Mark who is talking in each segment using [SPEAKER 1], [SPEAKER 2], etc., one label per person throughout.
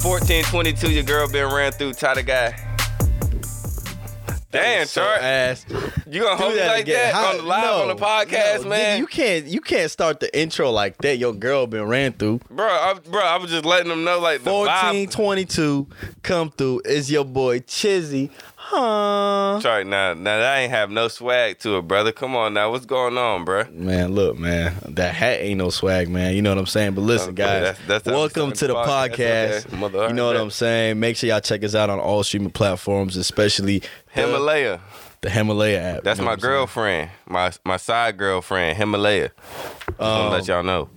[SPEAKER 1] 1522, your girl been ran through, tied a guy. Damn,
[SPEAKER 2] so
[SPEAKER 1] Chart.
[SPEAKER 2] ass.
[SPEAKER 1] You gonna
[SPEAKER 2] Do
[SPEAKER 1] hold me
[SPEAKER 2] that
[SPEAKER 1] like
[SPEAKER 2] again.
[SPEAKER 1] that
[SPEAKER 2] How-
[SPEAKER 1] on the live
[SPEAKER 2] no,
[SPEAKER 1] on the podcast,
[SPEAKER 2] no,
[SPEAKER 1] man?
[SPEAKER 2] nigga, You can't you can't start the intro like that. Your girl been ran through.
[SPEAKER 1] bro, I, bro, I was just letting them know like the vibe.
[SPEAKER 2] 1422 come through. It's your boy Chizzy. Huh.
[SPEAKER 1] Chart, now, now that ain't have no swag to it, brother. Come on now, what's going on, bro?
[SPEAKER 2] Man, look, man, that hat ain't no swag, man. You know what I'm saying? But listen,
[SPEAKER 1] Okay,
[SPEAKER 2] guys,
[SPEAKER 1] that's- that's how we
[SPEAKER 2] welcome
[SPEAKER 1] started
[SPEAKER 2] to the
[SPEAKER 1] the podcast.
[SPEAKER 2] podcast.
[SPEAKER 1] Okay, mother-
[SPEAKER 2] You know what I'm saying? Make sure y'all check us out on all streaming platforms, especially the-
[SPEAKER 1] Himalaya.
[SPEAKER 2] the Himalaya app.
[SPEAKER 1] That's
[SPEAKER 2] You know
[SPEAKER 1] my
[SPEAKER 2] what I'm saying?
[SPEAKER 1] girlfriend, my my side girlfriend, Himalaya. Just gonna let y'all know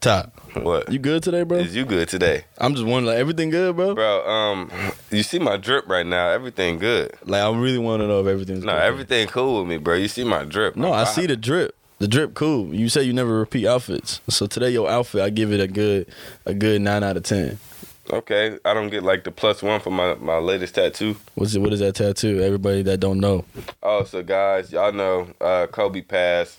[SPEAKER 2] Top.
[SPEAKER 1] what
[SPEAKER 2] Um, You good today, bro?
[SPEAKER 1] is you good today,
[SPEAKER 2] I'm just wondering, like, everything good, bro?
[SPEAKER 1] bro. Um, you see my drip right now. Everything good.
[SPEAKER 2] Like, I really want to know if everything's
[SPEAKER 1] No,
[SPEAKER 2] good.
[SPEAKER 1] everything cool with me, bro. You see my drip.
[SPEAKER 2] No, I see the drip. The drip, cool. You say you never repeat outfits, so today your outfit, I give it a good, a good nine out of ten.
[SPEAKER 1] Okay, I don't get like the plus one for my my latest tattoo.
[SPEAKER 2] What's it? What is that tattoo? Everybody that don't know,
[SPEAKER 1] Oh, so guys, y'all know uh, Kobe passed.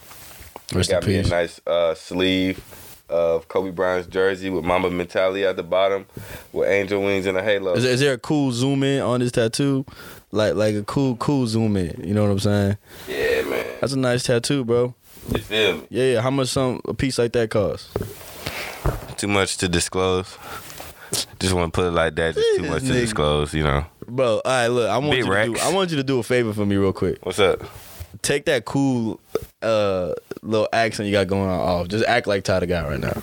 [SPEAKER 2] rest in
[SPEAKER 1] got me a
[SPEAKER 2] peace.
[SPEAKER 1] nice uh, sleeve of Kobe Bryant's jersey with Mamba mentality at the bottom, with angel wings and a halo.
[SPEAKER 2] Is there, is there a cool zoom in on this tattoo? Like like a cool cool zoom in. You know what I'm saying?
[SPEAKER 1] yeah, man.
[SPEAKER 2] That's a nice tattoo, bro.
[SPEAKER 1] You feel me?
[SPEAKER 2] Yeah, yeah. How much some a piece like that cost?
[SPEAKER 1] Too much to disclose. Just want to put it like that. Just too much to
[SPEAKER 2] Nigga.
[SPEAKER 1] disclose, you know.
[SPEAKER 2] Bro, all right, look, I want
[SPEAKER 1] Big
[SPEAKER 2] you to do,
[SPEAKER 1] racks.
[SPEAKER 2] I want you to do a favor for me real quick.
[SPEAKER 1] What's up?
[SPEAKER 2] Take that cool uh little accent you got going on off. Just act like Ty the guy right now.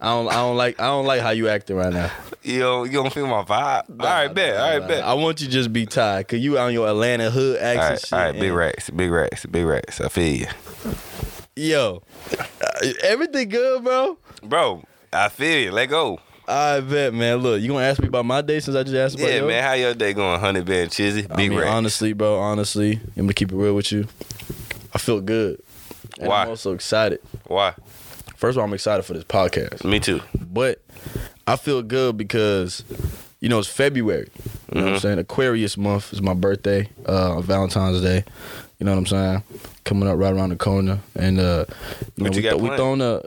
[SPEAKER 2] I don't I don't like I don't like how you acting right now.
[SPEAKER 1] You don't, you don't feel my vibe? all right, bet. All right, bet.
[SPEAKER 2] I want you to just be Ty, cause you on your Atlanta hood accent
[SPEAKER 1] All right,
[SPEAKER 2] shit.
[SPEAKER 1] all right, big
[SPEAKER 2] and-
[SPEAKER 1] racks, big racks, big racks. I feel you,
[SPEAKER 2] Yo. uh, Everything good, bro?
[SPEAKER 1] bro. I feel you. Let go.
[SPEAKER 2] I bet, man. Look, you gonna ask me about my day since I just asked about
[SPEAKER 1] Yeah,
[SPEAKER 2] yours?
[SPEAKER 1] man. How your day going, Honey Bear and Chizzy?
[SPEAKER 2] I
[SPEAKER 1] Big
[SPEAKER 2] mean,
[SPEAKER 1] racks.
[SPEAKER 2] honestly, bro. Honestly, I'm gonna keep it real with you. I feel good. And
[SPEAKER 1] Why?
[SPEAKER 2] I'm also excited.
[SPEAKER 1] Why?
[SPEAKER 2] First of all, I'm excited for this podcast,
[SPEAKER 1] Me too.
[SPEAKER 2] but I feel good because you know it's February. You know
[SPEAKER 1] Mm-hmm.
[SPEAKER 2] what I'm saying? Aquarius month is my birthday, uh, Valentine's Day. You know what I'm saying? Coming up right around the corner, and uh, you know,
[SPEAKER 1] What you
[SPEAKER 2] we,
[SPEAKER 1] got
[SPEAKER 2] th- we
[SPEAKER 1] planned?
[SPEAKER 2] throwing a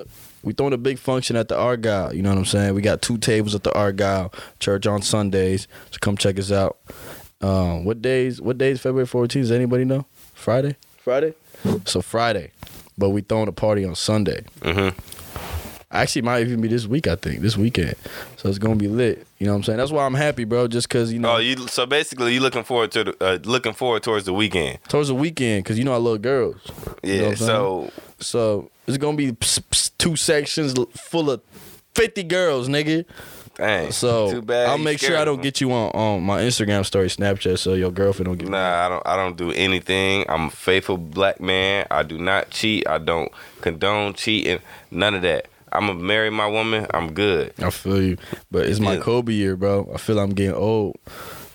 [SPEAKER 2] we throwing a big function at the Argyle. You know what I'm saying? We got two tables at the Argyle Church on Sundays, so come check us out. Um, what days? What days? February 14th? Does anybody know? Friday. Friday. So Friday, but we throwing a party on Sunday.
[SPEAKER 1] Mm-hmm.
[SPEAKER 2] Actually, it might even be this week. I think this weekend. So it's gonna be lit. You know what I'm saying? That's why I'm happy, bro. Just cause you know
[SPEAKER 1] Oh, you. So basically, you looking forward to the, uh, looking forward towards the weekend.
[SPEAKER 2] towards the weekend, cause you know I love girls.
[SPEAKER 1] Yeah.
[SPEAKER 2] You know what I'm
[SPEAKER 1] so
[SPEAKER 2] So it's gonna be ps- ps- two sections l- full of fifty girls, nigga.
[SPEAKER 1] dang.
[SPEAKER 2] So
[SPEAKER 1] too bad.
[SPEAKER 2] I'll
[SPEAKER 1] you
[SPEAKER 2] make sure
[SPEAKER 1] scared
[SPEAKER 2] I
[SPEAKER 1] of
[SPEAKER 2] don't
[SPEAKER 1] them.
[SPEAKER 2] get you on on my Instagram story, Snapchat, so your girlfriend don't get.
[SPEAKER 1] Nah, I don't. I don't do anything. I'm a faithful black man. I do not cheat. I don't condone cheating. None of that. I'm gonna marry my woman. I'm good.
[SPEAKER 2] I feel you, but it's my
[SPEAKER 1] Yeah.
[SPEAKER 2] Kobe year, bro. I feel I'm getting old.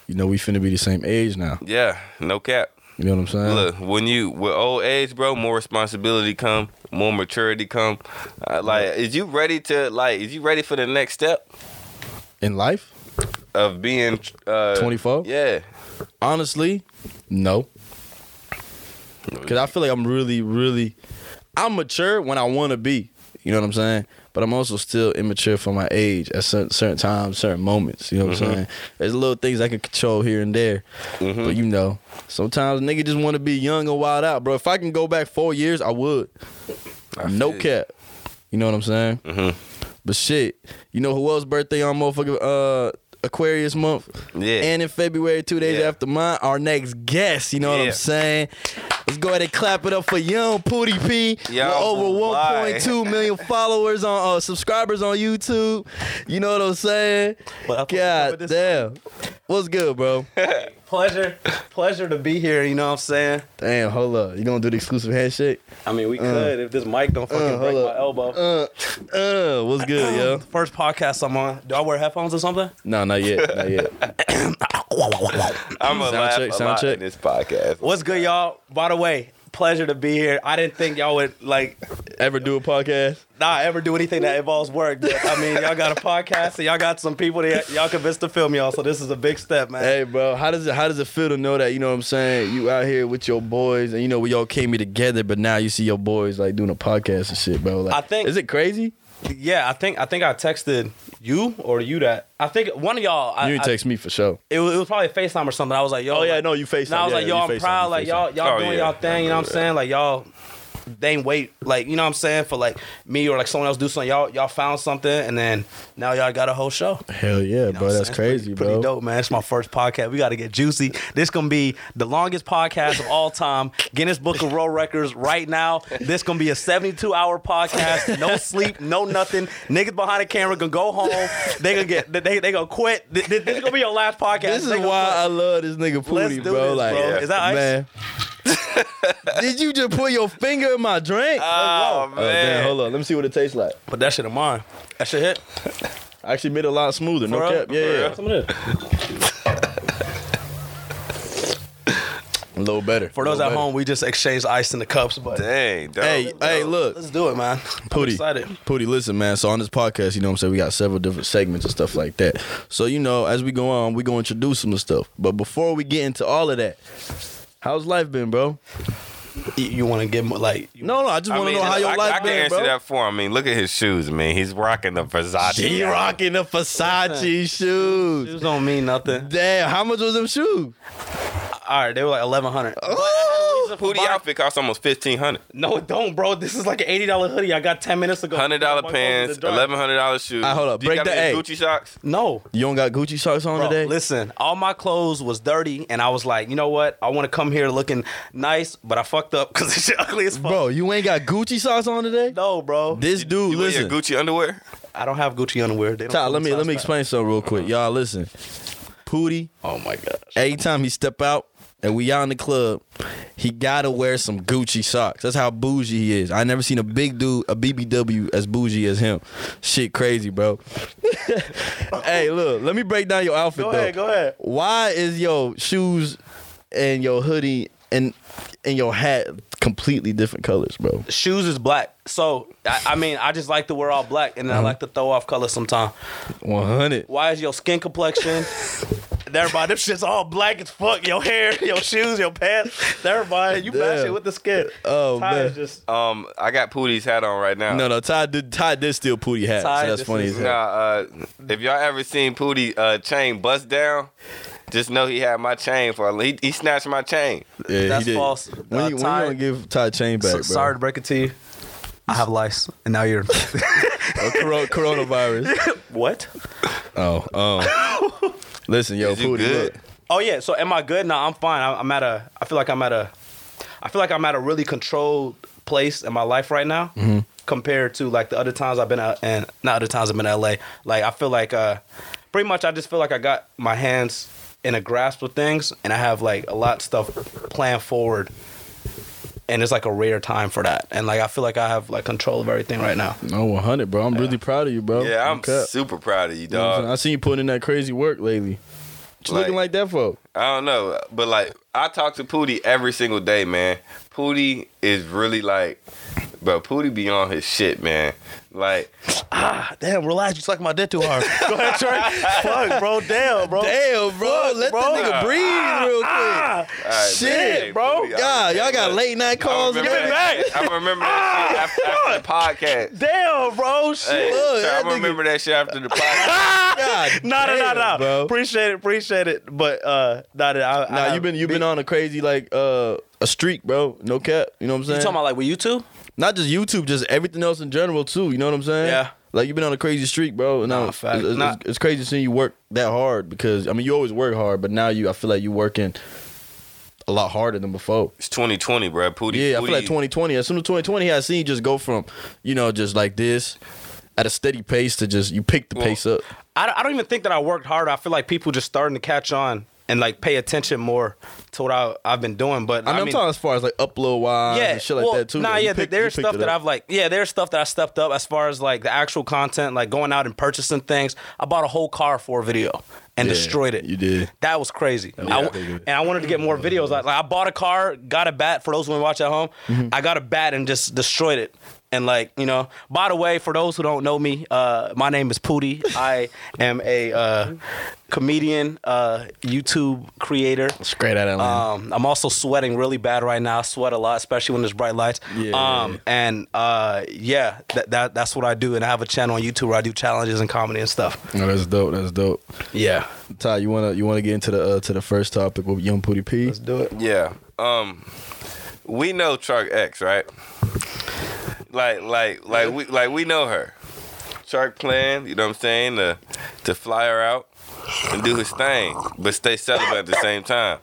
[SPEAKER 2] You know we finna be the same age now.
[SPEAKER 1] Yeah, no cap.
[SPEAKER 2] You know what I'm saying?
[SPEAKER 1] Look, when you with old age, bro, more responsibility come, more maturity come. Uh, like, is you ready to like? Is you ready for the next step
[SPEAKER 2] In life,
[SPEAKER 1] of being uh
[SPEAKER 2] 24?
[SPEAKER 1] Yeah,
[SPEAKER 2] honestly, no. Cause I feel like I'm really, really, I'm mature when I want to be. You know what I'm saying? But I'm also still immature for my age at certain, certain times, certain moments. You know what
[SPEAKER 1] Mm-hmm.
[SPEAKER 2] I'm saying? There's little things I can control here and there. But you know, sometimes nigga just want to be young and wild out, bro. If I can go back four years, I would. no
[SPEAKER 1] feel you. Mm-hmm.
[SPEAKER 2] cap. You know what I'm saying? But shit, you know who else birthday on motherfucking uh, Aquarius month?
[SPEAKER 1] Yeah.
[SPEAKER 2] And in February, two days
[SPEAKER 1] Yeah.
[SPEAKER 2] after mine, our next guest. You know what
[SPEAKER 1] Yeah.
[SPEAKER 2] I'm saying? Let's go ahead and clap it up for Young Pooty P.
[SPEAKER 1] Young
[SPEAKER 2] We're over
[SPEAKER 1] Why?
[SPEAKER 2] 1.2 million followers on uh, subscribers on YouTube. You know what I'm saying?
[SPEAKER 3] Well, I fucking
[SPEAKER 2] God
[SPEAKER 3] with this
[SPEAKER 2] damn. What's good, bro?
[SPEAKER 3] pleasure pleasure to be here you know what i'm saying Uh,
[SPEAKER 2] damn, hold up. You gonna do the exclusive handshake?
[SPEAKER 3] i mean we could if this mic don't fucking
[SPEAKER 2] uh,
[SPEAKER 3] break
[SPEAKER 2] hold
[SPEAKER 3] my
[SPEAKER 2] up.
[SPEAKER 3] elbow
[SPEAKER 2] Uh, uh, what's good, yo?
[SPEAKER 3] first podcast i'm on do i wear headphones or something
[SPEAKER 2] No, not yet. Not yet.
[SPEAKER 1] I'm gonna
[SPEAKER 2] Sound
[SPEAKER 1] laugh
[SPEAKER 2] check,
[SPEAKER 1] a
[SPEAKER 2] sound
[SPEAKER 1] lot
[SPEAKER 2] check.
[SPEAKER 1] in this podcast.
[SPEAKER 3] what's good y'all by the way pleasure to be here i didn't think y'all would like
[SPEAKER 2] ever do a podcast?
[SPEAKER 3] Nah, I ever do anything that involves work. But, I mean, y'all got a podcast and y'all got some people that y'all convinced to film y'all. So this is a big step, man.
[SPEAKER 2] Hey, bro, how does it how does it feel to know that you know what I'm saying? You out here with your boys, and you know we all came here together, but now you see your boys like doing a podcast and shit, bro. Like,
[SPEAKER 3] I think-
[SPEAKER 2] is it crazy?
[SPEAKER 3] Yeah, I think I think I texted you or you that I think one of y'all. I,
[SPEAKER 2] you ain't
[SPEAKER 3] I-
[SPEAKER 2] text me for sure.
[SPEAKER 3] it, was, it was probably FaceTime or something. I was like, yo,
[SPEAKER 2] Oh yeah,
[SPEAKER 3] like-
[SPEAKER 2] no, you face.
[SPEAKER 3] And I was like, yo, I'm proud. Like y'all, y'all
[SPEAKER 4] Oh,
[SPEAKER 3] doing
[SPEAKER 4] yeah.
[SPEAKER 3] y'all thing. You know what I'm saying? Like y'all, they ain't wait. Like you know what I'm saying for like me or like someone else do something. Y'all, y'all found something, and then now y'all got a whole show.
[SPEAKER 2] Hell yeah,
[SPEAKER 3] You know
[SPEAKER 2] bro.
[SPEAKER 3] what I'm
[SPEAKER 2] That's
[SPEAKER 3] saying? It's
[SPEAKER 2] crazy,
[SPEAKER 3] pretty, Pretty
[SPEAKER 2] bro.
[SPEAKER 3] dope, man. It's my first podcast. We got to get juicy. This gonna be the longest podcast of all time. Guinness Book of World Records right now. This gonna be a 72 hour podcast. No sleep, no nothing. Niggas behind the camera gonna go home. They gonna get. They they gonna quit. This, this is gonna be your last podcast.
[SPEAKER 2] This is
[SPEAKER 3] They
[SPEAKER 2] why
[SPEAKER 3] gonna quit.
[SPEAKER 2] I love this nigga
[SPEAKER 3] Let's
[SPEAKER 2] Pooty,
[SPEAKER 3] do
[SPEAKER 2] bro.
[SPEAKER 3] this,
[SPEAKER 2] like,
[SPEAKER 3] bro. Is that ice?
[SPEAKER 2] man. Did you just put your finger in my drink?
[SPEAKER 3] Ah,
[SPEAKER 4] Oh,
[SPEAKER 2] Oh, damn,
[SPEAKER 4] man.
[SPEAKER 2] hold on. Let me see what it tastes like.
[SPEAKER 3] But that shit of mine. That shit hit.
[SPEAKER 2] I actually made it a lot smoother. No
[SPEAKER 3] Bro,
[SPEAKER 2] cap. Yeah,
[SPEAKER 3] bro,
[SPEAKER 2] yeah.
[SPEAKER 3] some of this.
[SPEAKER 2] A little better.
[SPEAKER 3] For those at home, we just exchanged ice in the cups, but
[SPEAKER 4] Dang, dog.
[SPEAKER 2] Hey, hey, look.
[SPEAKER 3] let's do it, man.
[SPEAKER 2] Pooty,
[SPEAKER 3] I'm excited.
[SPEAKER 2] Pooty, listen, man. So on this podcast, you know what I'm saying? We got several different segments and stuff like that. So, you know, as we go on, we gonna introduce them to stuff. But before we get into all of that, how's life been, bro?
[SPEAKER 3] You, want to get more like you-
[SPEAKER 2] No, no, I just
[SPEAKER 4] I
[SPEAKER 2] wanna
[SPEAKER 4] mean,
[SPEAKER 2] know how your
[SPEAKER 4] I,
[SPEAKER 2] life
[SPEAKER 4] I can
[SPEAKER 2] been,
[SPEAKER 4] answer
[SPEAKER 2] bro.
[SPEAKER 4] that for him. I mean, look at his shoes, man. He's rocking the Versace.
[SPEAKER 2] He rocking the Versace shoes.
[SPEAKER 3] shoes don't mean nothing.
[SPEAKER 2] Damn, how much was them shoes?
[SPEAKER 3] All right, they were like eleven hundred.
[SPEAKER 2] Oh,
[SPEAKER 4] Pooty outfit costs almost fifteen hundred.
[SPEAKER 3] No, it don't, bro. This is like an eighty dollar hoodie I got ten minutes ago.
[SPEAKER 4] Hundred dollar pants, eleven hundred dollar shoes.
[SPEAKER 2] Alright, hold up.
[SPEAKER 4] Do you
[SPEAKER 2] Break
[SPEAKER 4] got
[SPEAKER 2] the
[SPEAKER 4] any
[SPEAKER 2] egg.
[SPEAKER 4] Gucci socks.
[SPEAKER 3] No,
[SPEAKER 2] you don't got Gucci socks on
[SPEAKER 3] Bro,
[SPEAKER 2] today?
[SPEAKER 3] listen, all my clothes was dirty, and I was like, you know what? I want to come here looking nice, but I fucked up because this shit ugly as fuck.
[SPEAKER 2] Bro, you ain't got Gucci socks on today?
[SPEAKER 3] No, bro.
[SPEAKER 2] This dude,
[SPEAKER 4] You wear your
[SPEAKER 2] listen.
[SPEAKER 4] Gucci underwear.
[SPEAKER 3] I don't have Gucci underwear. They don't
[SPEAKER 2] Ty,
[SPEAKER 3] come
[SPEAKER 2] let me
[SPEAKER 3] in
[SPEAKER 2] let me
[SPEAKER 3] size
[SPEAKER 2] explain something real quick. Y'all listen. Pooty,
[SPEAKER 3] five. Oh my gosh.
[SPEAKER 2] every time he step out and we out in the club, he gotta wear some Gucci socks. That's how bougie he is. I never seen a big dude, a BBW, as bougie as him. Shit, crazy, bro. hey, look, let me break down your outfit.
[SPEAKER 3] Go
[SPEAKER 2] though.
[SPEAKER 3] ahead, go ahead.
[SPEAKER 2] Why is your shoes and your hoodie and and your hat completely different colors, bro?
[SPEAKER 3] shoes is black. So I, I mean, I just like to wear all black, and then
[SPEAKER 2] Uh-huh.
[SPEAKER 3] I like to throw off color sometimes.
[SPEAKER 2] One hundred.
[SPEAKER 3] Why is your skin complexion? Thereby, them shit's all black as fuck. Your hair, your shoes, your pants. Thereby, you
[SPEAKER 2] Damn.
[SPEAKER 3] bash it with the skin.
[SPEAKER 2] Oh,
[SPEAKER 3] Ty
[SPEAKER 2] man.
[SPEAKER 3] is just
[SPEAKER 4] Um, I got Pooty's hat on right now.
[SPEAKER 2] No, no, Ty did Ty did steal Pooty hat.
[SPEAKER 3] Ty,
[SPEAKER 2] so that's
[SPEAKER 3] this
[SPEAKER 2] funny
[SPEAKER 3] is-
[SPEAKER 2] as
[SPEAKER 4] Nah,
[SPEAKER 2] hell.
[SPEAKER 4] uh, if y'all ever seen Pooty uh, chain bust down, just know he had my chain for a li- he, he snatched my chain.
[SPEAKER 2] Yeah, he
[SPEAKER 3] That's
[SPEAKER 2] did.
[SPEAKER 3] false.
[SPEAKER 2] When,
[SPEAKER 3] Uh,
[SPEAKER 2] you, when you
[SPEAKER 3] Ty-
[SPEAKER 2] gonna give Ty chain back,
[SPEAKER 3] so-
[SPEAKER 2] bro?
[SPEAKER 3] sorry to break it to you. I have lice, and now you're
[SPEAKER 2] Oh, coro- coronavirus.
[SPEAKER 3] what?
[SPEAKER 2] Oh, um, listen, yo,
[SPEAKER 4] Is you
[SPEAKER 2] Pooty,
[SPEAKER 4] good?
[SPEAKER 2] look.
[SPEAKER 3] Oh yeah. So am I good? No, I'm fine. I, I'm at a. I feel like I'm at a. I feel like I'm at a really controlled place in my life right now, compared to like the other times I've been out and not other times I've been in LA. Like I feel like uh, pretty much I just feel like I got my hands in a grasp of things, and I have like a lot of stuff planned forward. And it's like a rare time for that. And like I feel like I have like control of everything right now.
[SPEAKER 2] No, 100, Oh, bro. I'm really proud of you, bro.
[SPEAKER 4] Yeah, I'm
[SPEAKER 2] cut.
[SPEAKER 4] super proud of you,
[SPEAKER 2] Oh, You know what I'm
[SPEAKER 4] dog.
[SPEAKER 2] saying? I seen you putting in that crazy work lately. What you
[SPEAKER 4] Like-
[SPEAKER 2] looking like that for?
[SPEAKER 4] I don't know, but like I talk to Pooty every single day, man. Pooty is really like, bro. Pooty be on his shit, man. Like,
[SPEAKER 3] Ah, damn, relax. You sucking my dick too hard. Go ahead, Trey. Fuck, bro. Damn, bro.
[SPEAKER 2] Damn, bro. Let
[SPEAKER 3] bro. Ah,
[SPEAKER 2] the nigga breathe real quick.
[SPEAKER 4] all right,
[SPEAKER 2] Shit,
[SPEAKER 4] man,
[SPEAKER 3] bro.
[SPEAKER 4] Pooty, I
[SPEAKER 2] God, y'all
[SPEAKER 4] respect
[SPEAKER 2] got
[SPEAKER 4] that.
[SPEAKER 2] late night
[SPEAKER 4] I
[SPEAKER 2] calls. Ah,
[SPEAKER 4] remember
[SPEAKER 2] man.
[SPEAKER 4] that shit. I remember that shit after, after the podcast.
[SPEAKER 3] Damn, bro. Shit.
[SPEAKER 4] Hey,
[SPEAKER 2] Look,
[SPEAKER 4] I
[SPEAKER 2] that nigga-
[SPEAKER 4] remember that shit after the podcast.
[SPEAKER 2] God
[SPEAKER 3] No, no, no,
[SPEAKER 2] damn,
[SPEAKER 3] no.
[SPEAKER 2] bro.
[SPEAKER 3] Appreciate it, appreciate it. But uh, nah, nah, I,
[SPEAKER 2] Nah,
[SPEAKER 3] I,
[SPEAKER 2] you been you been on a crazy like uh a streak, bro. No cap. You know what I'm saying?
[SPEAKER 3] like with YouTube?
[SPEAKER 2] Not just YouTube, just everything else in general too. You know what I'm saying?
[SPEAKER 3] Yeah.
[SPEAKER 2] Like you've been on a crazy streak, bro. And
[SPEAKER 3] Nah,
[SPEAKER 2] now
[SPEAKER 3] fact.
[SPEAKER 2] it's, it's,
[SPEAKER 3] Nah.
[SPEAKER 2] it's crazy seeing you work that hard because I mean you always work hard, but now you I feel like you working a lot harder than before.
[SPEAKER 4] It's 2020, bro. Pooty.
[SPEAKER 2] Yeah, I
[SPEAKER 4] Pooty,
[SPEAKER 2] feel like 2020. As soon as 2020, I seen you just go from, you know, just like this, at a steady pace to just you pick the
[SPEAKER 4] Well,
[SPEAKER 2] pace up.
[SPEAKER 3] I, don't- I don't even think that I worked hard. I feel like people just starting to catch on and like pay attention more to what I, I've been doing. But
[SPEAKER 2] I mean, I
[SPEAKER 3] I mean,
[SPEAKER 2] am talking as far as like upload wise
[SPEAKER 3] yeah,
[SPEAKER 2] and shit like
[SPEAKER 3] well,
[SPEAKER 2] that too.
[SPEAKER 3] Nah,
[SPEAKER 2] You
[SPEAKER 3] yeah,
[SPEAKER 2] picked-
[SPEAKER 3] there's
[SPEAKER 2] you picked
[SPEAKER 3] stuff
[SPEAKER 2] it
[SPEAKER 3] that
[SPEAKER 2] up.
[SPEAKER 3] I've like, yeah, there's stuff that I stepped up as far as like the actual content, like going out and purchasing things. I bought a whole car for a video and
[SPEAKER 2] Yeah,
[SPEAKER 3] destroyed it.
[SPEAKER 2] You did.
[SPEAKER 3] That was crazy. I-
[SPEAKER 2] I think it-
[SPEAKER 3] and I wanted to get more
[SPEAKER 2] Mm-hmm.
[SPEAKER 3] videos. Like, like, I bought a car, got a bat. For those who watch at home, I got a bat and just destroyed it. And like you know, by the way, for those who don't know me, uh, my name is Pooty. I am a uh, comedian, uh, YouTube creator.
[SPEAKER 2] Straight out of Atlanta.
[SPEAKER 3] Um, I'm also sweating really bad right now. I sweat a lot, especially when there's bright lights.
[SPEAKER 2] Yeah.
[SPEAKER 3] Um, and uh, yeah, that, that that's what I do. And I have a channel on YouTube where I do challenges and comedy and stuff.
[SPEAKER 2] no, that's dope. That's dope.
[SPEAKER 3] Yeah.
[SPEAKER 2] Ty, you wanna you wanna get into the uh, to the first topic with Young Pooty P? Let's do it.
[SPEAKER 4] Yeah. Um, we know Shark X, right? Like, like, like we, like we know her. Shark plan, you know what I'm saying? To, to fly her out and do his thing, but stay celibate at the same time.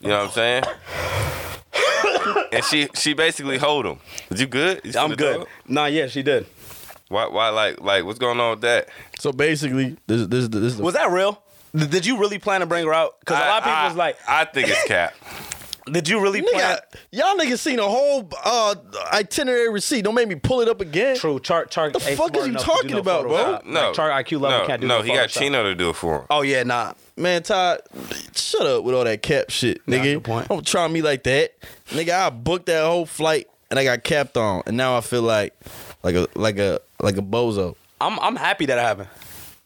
[SPEAKER 4] You know what I'm saying? And she, she basically hold him. Is you good? You
[SPEAKER 3] I'm
[SPEAKER 4] finna
[SPEAKER 3] good.
[SPEAKER 4] talk?
[SPEAKER 3] Nah, yeah, she did.
[SPEAKER 4] Why, why, like, like, what's going on with that?
[SPEAKER 2] So basically, this this this is the-
[SPEAKER 3] Was that real? Th- Did you really plan to bring her out? Because a lot of people
[SPEAKER 4] I-
[SPEAKER 3] was like,
[SPEAKER 4] I think it's cap.
[SPEAKER 3] "Did you really plan?"
[SPEAKER 2] Nigga, y'all niggas seen a whole uh, itinerary receipt. Don't make me pull it up again.
[SPEAKER 3] True, Char Char.
[SPEAKER 2] The fuck is you talking about, bro?
[SPEAKER 4] No,
[SPEAKER 3] Char IQ level
[SPEAKER 4] no,
[SPEAKER 3] can't do
[SPEAKER 4] No,
[SPEAKER 3] no
[SPEAKER 4] he got
[SPEAKER 3] Photoshop.
[SPEAKER 4] Chino to do it for him.
[SPEAKER 3] Oh yeah, nah.
[SPEAKER 2] Man, Todd, shut up with all that cap shit,
[SPEAKER 3] Nah,
[SPEAKER 2] nigga.
[SPEAKER 3] good point.
[SPEAKER 2] Don't try me like that, nigga. I booked that whole flight and I got capped on, and now I feel like like a like a like a bozo.
[SPEAKER 3] I'm I'm happy that happened.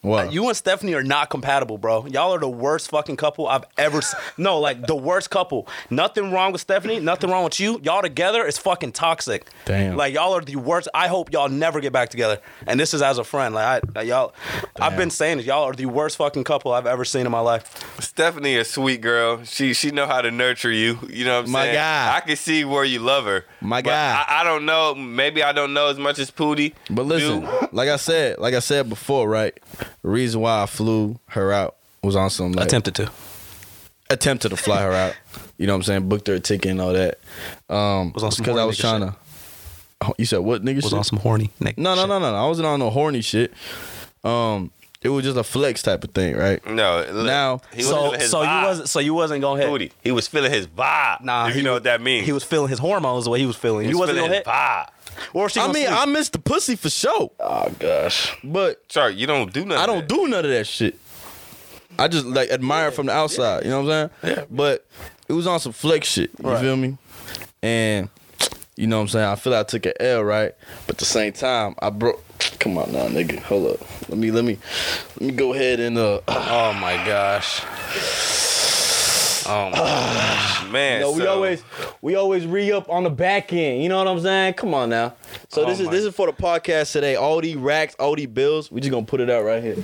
[SPEAKER 2] Why?
[SPEAKER 3] You and Stephanie are not compatible, bro. Y'all are the worst fucking couple I've ever seen. No, like the worst couple. Nothing wrong with Stephanie. Nothing wrong with you. Y'all together is fucking toxic.
[SPEAKER 2] Damn.
[SPEAKER 3] Like y'all are the worst. I hope y'all never get back together. And this is as a friend. Like I, y'all, I've
[SPEAKER 2] Damn.
[SPEAKER 3] been saying this. Y'all are the worst fucking couple I've ever seen in my life.
[SPEAKER 4] Stephanie a sweet girl. She she know how to nurture you. You know what I'm
[SPEAKER 2] My
[SPEAKER 4] saying?
[SPEAKER 2] guy.
[SPEAKER 4] I can see where you love her.
[SPEAKER 2] My
[SPEAKER 4] But
[SPEAKER 2] guy.
[SPEAKER 4] I, I don't know. Maybe I don't know as much as Pootie.
[SPEAKER 2] But listen,
[SPEAKER 4] do.
[SPEAKER 2] like I said, like I said before, right? The reason why I flew her out was on some like
[SPEAKER 3] Attempted to.
[SPEAKER 2] attempted to fly her out. You know what I'm saying? Booked her a ticket and all that. Um
[SPEAKER 3] Was on some
[SPEAKER 2] because I
[SPEAKER 3] horny
[SPEAKER 2] was
[SPEAKER 3] nigga
[SPEAKER 2] trying
[SPEAKER 3] shit.
[SPEAKER 2] to Oh, you said what nigga shit?
[SPEAKER 3] Was on some horny. Nick
[SPEAKER 2] no, no,
[SPEAKER 3] shit.
[SPEAKER 2] no, no, no. I wasn't on no horny shit. Um it was just a flex type of thing, right?
[SPEAKER 4] No. look,
[SPEAKER 2] Now,
[SPEAKER 4] he was
[SPEAKER 3] So
[SPEAKER 4] feeling his
[SPEAKER 3] so
[SPEAKER 4] vibe.
[SPEAKER 3] you wasn't so you wasn't gonna hit.
[SPEAKER 4] Pootie. He was feeling his vibe.
[SPEAKER 3] Nah,
[SPEAKER 4] if
[SPEAKER 3] he
[SPEAKER 4] you know
[SPEAKER 3] was-
[SPEAKER 4] what that means.
[SPEAKER 3] He was feeling his hormones the way he was feeling.
[SPEAKER 4] He
[SPEAKER 3] you
[SPEAKER 4] was
[SPEAKER 3] wasn't
[SPEAKER 4] feeling
[SPEAKER 3] gonna
[SPEAKER 4] his
[SPEAKER 3] hit.
[SPEAKER 4] vibe.
[SPEAKER 3] Or she
[SPEAKER 2] I
[SPEAKER 3] gonna
[SPEAKER 2] mean,
[SPEAKER 3] sleep.
[SPEAKER 2] I missed the pussy for sure.
[SPEAKER 3] Oh gosh.
[SPEAKER 2] But
[SPEAKER 4] Sorry, you don't do nothing.
[SPEAKER 2] I don't do none of that shit. I just like admire from the outside. You know what I'm saying? But it was on some flex shit. You
[SPEAKER 3] Right.
[SPEAKER 2] feel me? And you know what I'm saying? I feel I took an L, right? But at the same time, I broke. Come on now, nigga. Hold up. Let me let me let me go ahead and uh.
[SPEAKER 3] Oh my gosh. Oh my.
[SPEAKER 4] Man,
[SPEAKER 2] You know, we
[SPEAKER 4] so-
[SPEAKER 2] always we always re up on the back end. You know what I'm saying? Come on now. So this
[SPEAKER 3] Oh
[SPEAKER 2] is
[SPEAKER 3] my-
[SPEAKER 2] this is for the podcast today. All these racks, all these bills. We just gonna put it out right here.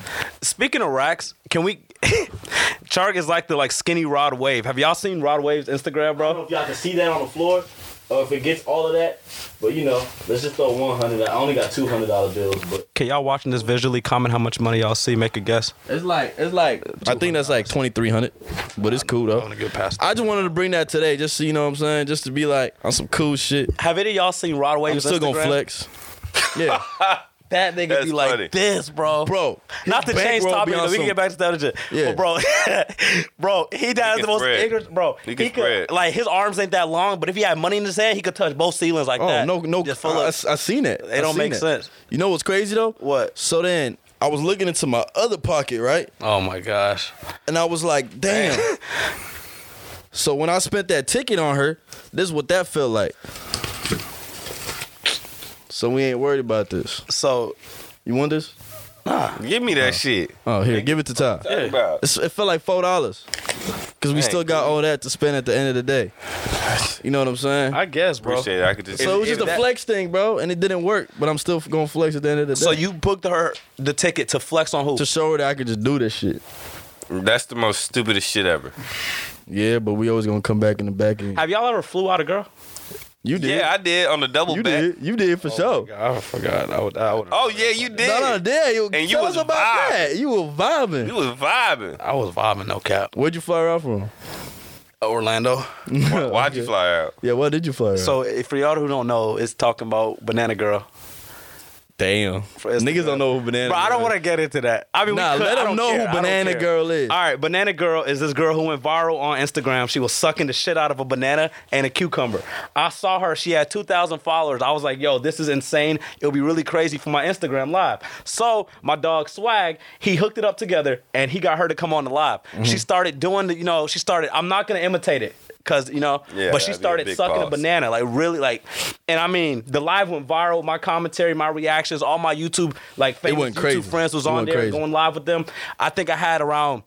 [SPEAKER 3] Speaking of racks, can we? Chark is like the like skinny Rod Wave. Have y'all seen Rod Wave's Instagram,
[SPEAKER 2] I don't
[SPEAKER 3] bro?
[SPEAKER 2] know if y'all can see that on the floor or if it gets all of that. But you know, let's just throw 100. I only got $200 bills, but
[SPEAKER 3] Can y'all watching this visually comment how much money y'all see? Make a guess.
[SPEAKER 2] it's like it's like I think that's like 2300, but it's cool though.
[SPEAKER 3] get past.
[SPEAKER 2] I just wanted to bring that today just so you know what I'm saying, just to be like on some cool shit.
[SPEAKER 3] Have any of y'all seen Rod
[SPEAKER 2] I'm
[SPEAKER 3] Wave's
[SPEAKER 2] still
[SPEAKER 3] Instagram?
[SPEAKER 2] going to flex. Yeah.
[SPEAKER 3] That nigga
[SPEAKER 4] That's
[SPEAKER 3] be like
[SPEAKER 4] funny.
[SPEAKER 3] this, bro.
[SPEAKER 2] Bro,
[SPEAKER 3] Not to
[SPEAKER 2] his
[SPEAKER 3] change
[SPEAKER 2] bankroll be
[SPEAKER 3] topic,
[SPEAKER 2] on
[SPEAKER 3] though, we
[SPEAKER 2] some-
[SPEAKER 3] can get back to the other shit.
[SPEAKER 2] Yeah.
[SPEAKER 3] But bro, bro, he does
[SPEAKER 4] Nigga's
[SPEAKER 3] the most
[SPEAKER 4] red.
[SPEAKER 3] ignorant. Bro,
[SPEAKER 4] Nigga's
[SPEAKER 3] he could
[SPEAKER 4] red.
[SPEAKER 3] like his arms ain't that long, but if he had money in his hand, he could touch both ceilings like
[SPEAKER 2] Oh,
[SPEAKER 3] that.
[SPEAKER 2] no no
[SPEAKER 3] just full
[SPEAKER 2] I, I,
[SPEAKER 3] of.
[SPEAKER 2] I seen it.
[SPEAKER 3] It
[SPEAKER 2] I
[SPEAKER 3] don't
[SPEAKER 2] seen
[SPEAKER 3] make
[SPEAKER 2] it.
[SPEAKER 3] sense.
[SPEAKER 2] You know what's crazy though?
[SPEAKER 3] What?
[SPEAKER 2] So then I was looking into my other pocket, right?
[SPEAKER 3] Oh my gosh.
[SPEAKER 2] And I was like, damn. so when I spent that ticket on her, this is what that felt like. So we ain't worried about this.
[SPEAKER 3] So
[SPEAKER 2] You want this?
[SPEAKER 4] give me that shit.
[SPEAKER 2] Oh, here, give it to Ty.
[SPEAKER 4] Talk about.
[SPEAKER 2] It's, it felt like four dollars, cause we
[SPEAKER 4] Dang,
[SPEAKER 2] still got all that to spend at the end of the day. You know what I'm saying?
[SPEAKER 3] I guess, bro.
[SPEAKER 4] Appreciate it. I could just.
[SPEAKER 2] so it was
[SPEAKER 3] if
[SPEAKER 2] just a
[SPEAKER 3] that-
[SPEAKER 2] flex thing, bro, and it didn't work. But I'm still gonna flex at the end of the day.
[SPEAKER 3] So you booked her the ticket to flex on who?
[SPEAKER 2] to show her that I could just do this shit.
[SPEAKER 4] That's the most stupidest shit ever.
[SPEAKER 2] Yeah, but we always gonna come back in the back end.
[SPEAKER 3] Have y'all ever flew out a girl?
[SPEAKER 2] You did.
[SPEAKER 4] Yeah, I did on the double
[SPEAKER 2] you
[SPEAKER 4] back.
[SPEAKER 2] did. You did for sure.
[SPEAKER 3] I forgot. I would. I would.
[SPEAKER 4] Oh yeah, you did.
[SPEAKER 2] No, no, yeah. You,
[SPEAKER 4] And you
[SPEAKER 2] tell
[SPEAKER 4] was
[SPEAKER 2] us about
[SPEAKER 4] vibing.
[SPEAKER 2] that. You were vibing.
[SPEAKER 4] You was vibing.
[SPEAKER 3] I was vibing, no cap.
[SPEAKER 2] Where'd you fly her out from?
[SPEAKER 3] Orlando.
[SPEAKER 4] Why'd you fly out?
[SPEAKER 2] Yeah, where did you fly her out?
[SPEAKER 3] So if- for y'all who don't know, it's talking about Banana Girl.
[SPEAKER 2] damn. Niggas don't know who Banana
[SPEAKER 3] Bro, I don't
[SPEAKER 2] Girl
[SPEAKER 3] want to get into that. I mean, we
[SPEAKER 2] Nah,
[SPEAKER 3] could.
[SPEAKER 2] let
[SPEAKER 3] I
[SPEAKER 2] 'em
[SPEAKER 3] don't
[SPEAKER 2] know who
[SPEAKER 3] care. I don't
[SPEAKER 2] Banana
[SPEAKER 3] care.
[SPEAKER 2] Girl is.
[SPEAKER 3] All right, Banana Girl is this girl who went viral on Instagram. She was sucking the shit out of a banana and a cucumber. I saw her. She had 2,000 followers. I was like, yo, this is insane. It'll be really crazy for my Instagram live. So my dog Swag, he hooked
[SPEAKER 4] Mm-hmm.
[SPEAKER 3] it up together and he got her to come on the live. She started doing the, you know, she started, I'm not going to imitate it. Cause you know,
[SPEAKER 4] Yeah,
[SPEAKER 3] but she
[SPEAKER 4] that'd be a
[SPEAKER 3] started
[SPEAKER 4] big
[SPEAKER 3] sucking a
[SPEAKER 4] pause.
[SPEAKER 3] banana, like really, like, and I mean, the live went viral. My commentary, my reactions, all my YouTube, like, famous
[SPEAKER 2] went
[SPEAKER 3] YouTube
[SPEAKER 2] crazy.
[SPEAKER 3] friends was
[SPEAKER 2] It
[SPEAKER 3] on
[SPEAKER 2] went
[SPEAKER 3] there
[SPEAKER 2] crazy.
[SPEAKER 3] going live with them. I think I had around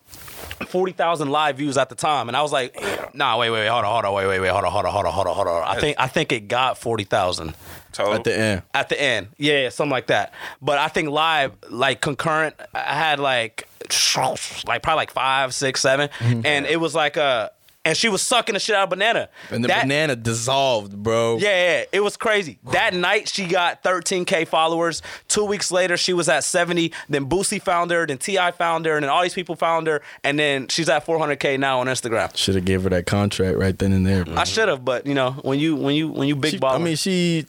[SPEAKER 3] forty thousand live views at the time, and I was like, Nah, wait, wait, wait, hold on, hold on, wait, wait, wait, hold on, hold on, hold on, hold on, hold on. I think I think it got forty thousand
[SPEAKER 4] Total.
[SPEAKER 2] At the end.
[SPEAKER 3] at the end. Yeah, yeah, something like that. But I think live, like concurrent, I had like like probably like five, six, seven,
[SPEAKER 2] Mm-hmm.
[SPEAKER 3] and it was like uh and she was sucking the shit out of banana.
[SPEAKER 2] And the
[SPEAKER 3] That-
[SPEAKER 2] banana dissolved, bro.
[SPEAKER 3] Yeah, yeah, it was crazy. That night she got 13k followers. Two weeks later she was at 70. Then Boosie found her. Then Ti found her. And then all these people found her. And then she's at 400k now on Instagram.
[SPEAKER 2] Should have gave her that contract right then and there, bro.
[SPEAKER 3] I should have, but you know when you when you when you Mm. big
[SPEAKER 2] She-
[SPEAKER 3] ball.
[SPEAKER 2] I mean, she.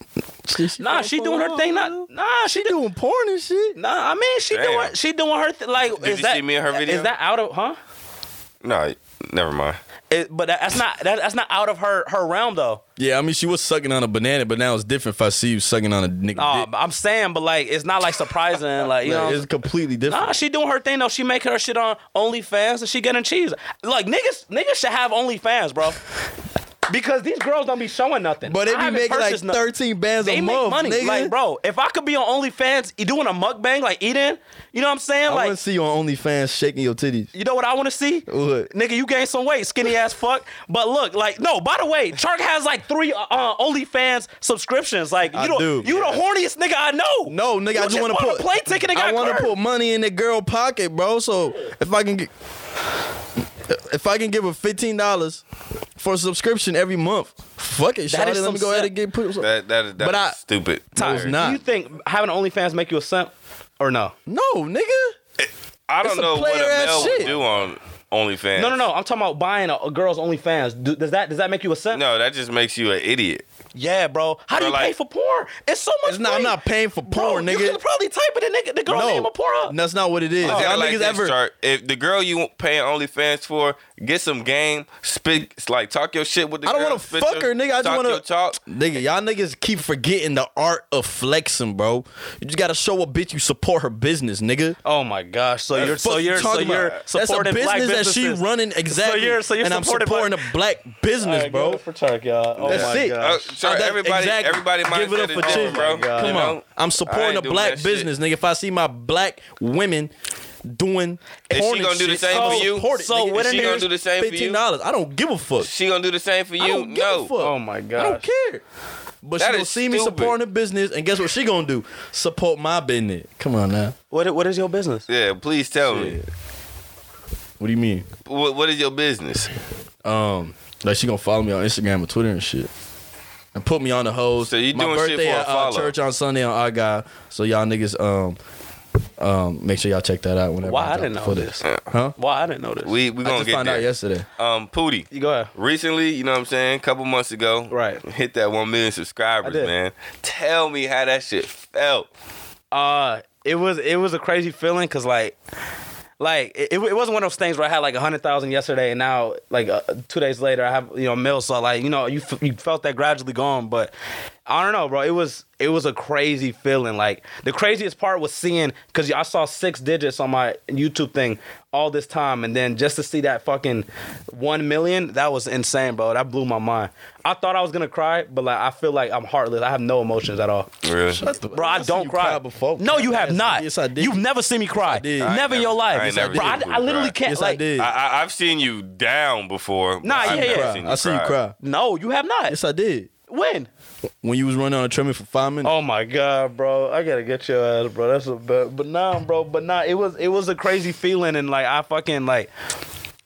[SPEAKER 2] she, she
[SPEAKER 3] nah, she doing her thing. Not nah, she do
[SPEAKER 2] doing porn and shit.
[SPEAKER 3] Nah, I mean she
[SPEAKER 4] Damn.
[SPEAKER 3] doing she doing her th- like. is
[SPEAKER 4] you
[SPEAKER 3] that,
[SPEAKER 4] see me in her video?
[SPEAKER 3] Is that out of huh?
[SPEAKER 4] no, never mind.
[SPEAKER 3] It, but that, that's not that, that's not out of her her realm though.
[SPEAKER 2] Yeah, I mean, she was sucking on a banana, but now it's different if I see you sucking on a nigga.
[SPEAKER 3] Oh,
[SPEAKER 2] dick.
[SPEAKER 3] but I'm saying, but like it's not like surprising. like you know,
[SPEAKER 2] Like, it's completely different.
[SPEAKER 3] nah, she doing her thing though. She making her shit on OnlyFans and she getting cheese. Like niggas, niggas should have OnlyFans, bro. Because these girls don't be showing nothing.
[SPEAKER 2] but they
[SPEAKER 3] I
[SPEAKER 2] be
[SPEAKER 3] haven't
[SPEAKER 2] making like
[SPEAKER 3] purchased no-
[SPEAKER 2] 13 bands
[SPEAKER 3] They
[SPEAKER 2] a
[SPEAKER 3] make
[SPEAKER 2] month,
[SPEAKER 3] money,
[SPEAKER 2] nigga.
[SPEAKER 3] like bro. If I could be on OnlyFans, you doing a mukbang, like eating, you know what I'm saying?
[SPEAKER 2] I
[SPEAKER 3] like
[SPEAKER 2] want to see you on OnlyFans shaking your titties.
[SPEAKER 3] You know what I want to see?
[SPEAKER 2] What?
[SPEAKER 3] Nigga, you gained some weight, skinny ass fuck. But look, like, no. By the way, Chark has like three uh, uh, OnlyFans subscriptions. Like, you
[SPEAKER 2] I
[SPEAKER 3] don't-
[SPEAKER 2] do.
[SPEAKER 3] you the horniest nigga I know.
[SPEAKER 2] No, nigga,
[SPEAKER 3] You
[SPEAKER 2] I just want to
[SPEAKER 3] want a
[SPEAKER 2] put
[SPEAKER 3] play ticket and
[SPEAKER 2] I
[SPEAKER 3] got
[SPEAKER 2] wanna
[SPEAKER 3] curved.
[SPEAKER 2] put money in the girl pocket, bro. So if I can get, if I can give her fifteen dollars for a subscription every month, fuck it,
[SPEAKER 3] That
[SPEAKER 2] shawty,
[SPEAKER 3] is
[SPEAKER 2] Let
[SPEAKER 3] some
[SPEAKER 2] me go ahead
[SPEAKER 3] sim-
[SPEAKER 2] and get put.
[SPEAKER 4] That that is that
[SPEAKER 2] But
[SPEAKER 4] is
[SPEAKER 2] I-
[SPEAKER 4] stupid.
[SPEAKER 2] No, it's not.
[SPEAKER 3] Do you think having OnlyFans make you a simp or no?
[SPEAKER 2] No, nigga.
[SPEAKER 4] I
[SPEAKER 2] It's
[SPEAKER 4] don't
[SPEAKER 2] a
[SPEAKER 4] know what a
[SPEAKER 2] player-ass
[SPEAKER 4] male
[SPEAKER 2] shit.
[SPEAKER 4] would do on OnlyFans.
[SPEAKER 3] No, no, no. I'm talking about buying a, a girl's OnlyFans. Do, does that does that make you a simp?
[SPEAKER 4] No, that just makes you an idiot.
[SPEAKER 3] Yeah, bro. How do
[SPEAKER 4] Bro,
[SPEAKER 3] you
[SPEAKER 4] like-
[SPEAKER 3] pay for porn? It's so much.
[SPEAKER 2] It's not- I'm
[SPEAKER 3] free.
[SPEAKER 2] not paying for
[SPEAKER 3] Bro,
[SPEAKER 2] porn, nigga.
[SPEAKER 3] You could probably type it in nigga, the girl name
[SPEAKER 2] No,
[SPEAKER 3] of porn.
[SPEAKER 2] that's not what it is.
[SPEAKER 4] Look at
[SPEAKER 2] Y'all
[SPEAKER 4] it Oh, like
[SPEAKER 2] niggas
[SPEAKER 4] this,
[SPEAKER 2] ever
[SPEAKER 4] Shark. If the girl you paying OnlyFans for, get some game, spit like talk your shit with the
[SPEAKER 2] I don't
[SPEAKER 4] girl,
[SPEAKER 2] wanna
[SPEAKER 4] spit
[SPEAKER 2] fuck
[SPEAKER 4] your-
[SPEAKER 2] her, nigga. I just
[SPEAKER 4] talk
[SPEAKER 2] wanna-
[SPEAKER 4] your talk.
[SPEAKER 2] Nigga, y'all niggas keep forgetting the art of flexing, bro. You just gotta show a bitch you support her business, nigga.
[SPEAKER 3] Oh my gosh! So you're
[SPEAKER 2] Fuck
[SPEAKER 3] so
[SPEAKER 2] you
[SPEAKER 3] you're so
[SPEAKER 2] talking
[SPEAKER 3] you're
[SPEAKER 2] about?
[SPEAKER 3] supporting
[SPEAKER 2] That's a
[SPEAKER 3] black
[SPEAKER 2] business that she
[SPEAKER 3] businesses.
[SPEAKER 2] running exactly,
[SPEAKER 3] you're- so you're
[SPEAKER 2] and I'm
[SPEAKER 3] supporting
[SPEAKER 2] supporting
[SPEAKER 3] black-
[SPEAKER 2] a black business,
[SPEAKER 3] Alright, give
[SPEAKER 2] bro.
[SPEAKER 3] it up for Turk, y'all. Oh
[SPEAKER 2] That's
[SPEAKER 3] my
[SPEAKER 2] it.
[SPEAKER 4] Uh,
[SPEAKER 3] gosh.
[SPEAKER 4] Shark,
[SPEAKER 2] That-
[SPEAKER 4] everybody,
[SPEAKER 2] exactly.
[SPEAKER 4] everybody,
[SPEAKER 2] Give it
[SPEAKER 4] mindset
[SPEAKER 2] up
[SPEAKER 4] is
[SPEAKER 2] for
[SPEAKER 4] different,
[SPEAKER 2] children.
[SPEAKER 4] bro.
[SPEAKER 3] God.
[SPEAKER 4] You
[SPEAKER 2] Come
[SPEAKER 4] know?
[SPEAKER 2] on, I'm
[SPEAKER 4] I
[SPEAKER 2] supporting
[SPEAKER 4] ain't
[SPEAKER 2] a
[SPEAKER 4] doing
[SPEAKER 2] black
[SPEAKER 4] that shit.
[SPEAKER 2] business, nigga. If I see my black women doing
[SPEAKER 4] Is she
[SPEAKER 2] porn and
[SPEAKER 4] gonna do the
[SPEAKER 2] shit,
[SPEAKER 4] same
[SPEAKER 2] I'ma
[SPEAKER 4] for you?
[SPEAKER 2] support it,
[SPEAKER 3] So
[SPEAKER 2] nigga.
[SPEAKER 3] what
[SPEAKER 2] If
[SPEAKER 3] in
[SPEAKER 2] she
[SPEAKER 4] there-
[SPEAKER 2] gonna do the same for you? Fifteen dollars. I don't give a fuck.
[SPEAKER 4] She gonna do the same for you?
[SPEAKER 2] I don't give
[SPEAKER 4] no.
[SPEAKER 2] a fuck.
[SPEAKER 3] Oh my gosh.
[SPEAKER 2] I don't care. But
[SPEAKER 4] That
[SPEAKER 2] she gonna
[SPEAKER 4] is
[SPEAKER 2] see me
[SPEAKER 4] stupid.
[SPEAKER 2] supporting a business, and guess what she gonna do? Support my business. Come on now.
[SPEAKER 3] What what is your business?
[SPEAKER 4] Yeah, please tell me.
[SPEAKER 2] What do you mean?
[SPEAKER 4] What, what is your business?
[SPEAKER 2] Um, like she gonna follow me on Instagram or Twitter and shit, and put me on the hoes.
[SPEAKER 4] So you
[SPEAKER 2] My
[SPEAKER 4] doing shit
[SPEAKER 2] birthday
[SPEAKER 4] for a
[SPEAKER 2] at, uh,
[SPEAKER 4] follow.
[SPEAKER 2] church on Sunday on our guy. So y'all niggas, um, um, make sure y'all check that out whenever. I,
[SPEAKER 3] Why I
[SPEAKER 2] drop
[SPEAKER 3] didn't
[SPEAKER 2] the
[SPEAKER 3] know
[SPEAKER 2] footage.
[SPEAKER 3] this?
[SPEAKER 2] huh?
[SPEAKER 3] Why I didn't know this?
[SPEAKER 4] We we
[SPEAKER 2] I
[SPEAKER 4] gonna
[SPEAKER 2] just
[SPEAKER 4] get
[SPEAKER 2] found out
[SPEAKER 4] there.
[SPEAKER 2] yesterday.
[SPEAKER 4] Um, Pootie.
[SPEAKER 3] you go ahead.
[SPEAKER 4] recently, you know what I'm saying, a couple months ago,
[SPEAKER 3] Right.
[SPEAKER 4] hit that 1 million subscribers,
[SPEAKER 3] I did.
[SPEAKER 4] man. Tell me how that shit felt.
[SPEAKER 3] Uh, it was it was a crazy feeling because like. Like it, it wasn't one of those things where I had like a hundred thousand yesterday, and now like uh, two days later I have you know a mil. So like you know you f- you felt that gradually gone, but I don't know, bro. It was it was a crazy feeling. Like the craziest part was seeing because I saw six digits on my YouTube thing all this time, and then just to see that fucking one million, that was insane, bro. That blew my mind. I thought I was gonna cry, but like I feel like I'm heartless. I have no emotions at all.
[SPEAKER 4] Really?
[SPEAKER 3] Bro, I,
[SPEAKER 2] seen
[SPEAKER 3] don't
[SPEAKER 2] you
[SPEAKER 3] cry.
[SPEAKER 2] cry before.
[SPEAKER 3] No, you have
[SPEAKER 2] Yes,
[SPEAKER 3] not.
[SPEAKER 2] yes, I did.
[SPEAKER 3] You've never seen me cry.
[SPEAKER 2] did.
[SPEAKER 3] Never
[SPEAKER 4] I ain't
[SPEAKER 3] in your
[SPEAKER 4] never-
[SPEAKER 3] life.
[SPEAKER 4] I ain't never
[SPEAKER 3] bro, I,
[SPEAKER 4] seen you
[SPEAKER 3] I literally
[SPEAKER 4] cry.
[SPEAKER 3] can't.
[SPEAKER 2] Yes, I
[SPEAKER 3] like,
[SPEAKER 2] did.
[SPEAKER 4] I, I, I've seen you down before. but
[SPEAKER 3] Nah,
[SPEAKER 4] I've
[SPEAKER 3] yeah,
[SPEAKER 4] never
[SPEAKER 3] yeah.
[SPEAKER 4] seen
[SPEAKER 2] I see you cry.
[SPEAKER 3] No, you have not.
[SPEAKER 2] Yes, I did.
[SPEAKER 3] when?
[SPEAKER 2] When you was running on a treadmill for five minutes.
[SPEAKER 3] Oh my god, bro! I gotta get your ass, bro. That's a but, but nah, bro. But nah, it was it was a crazy feeling, and like I fucking like.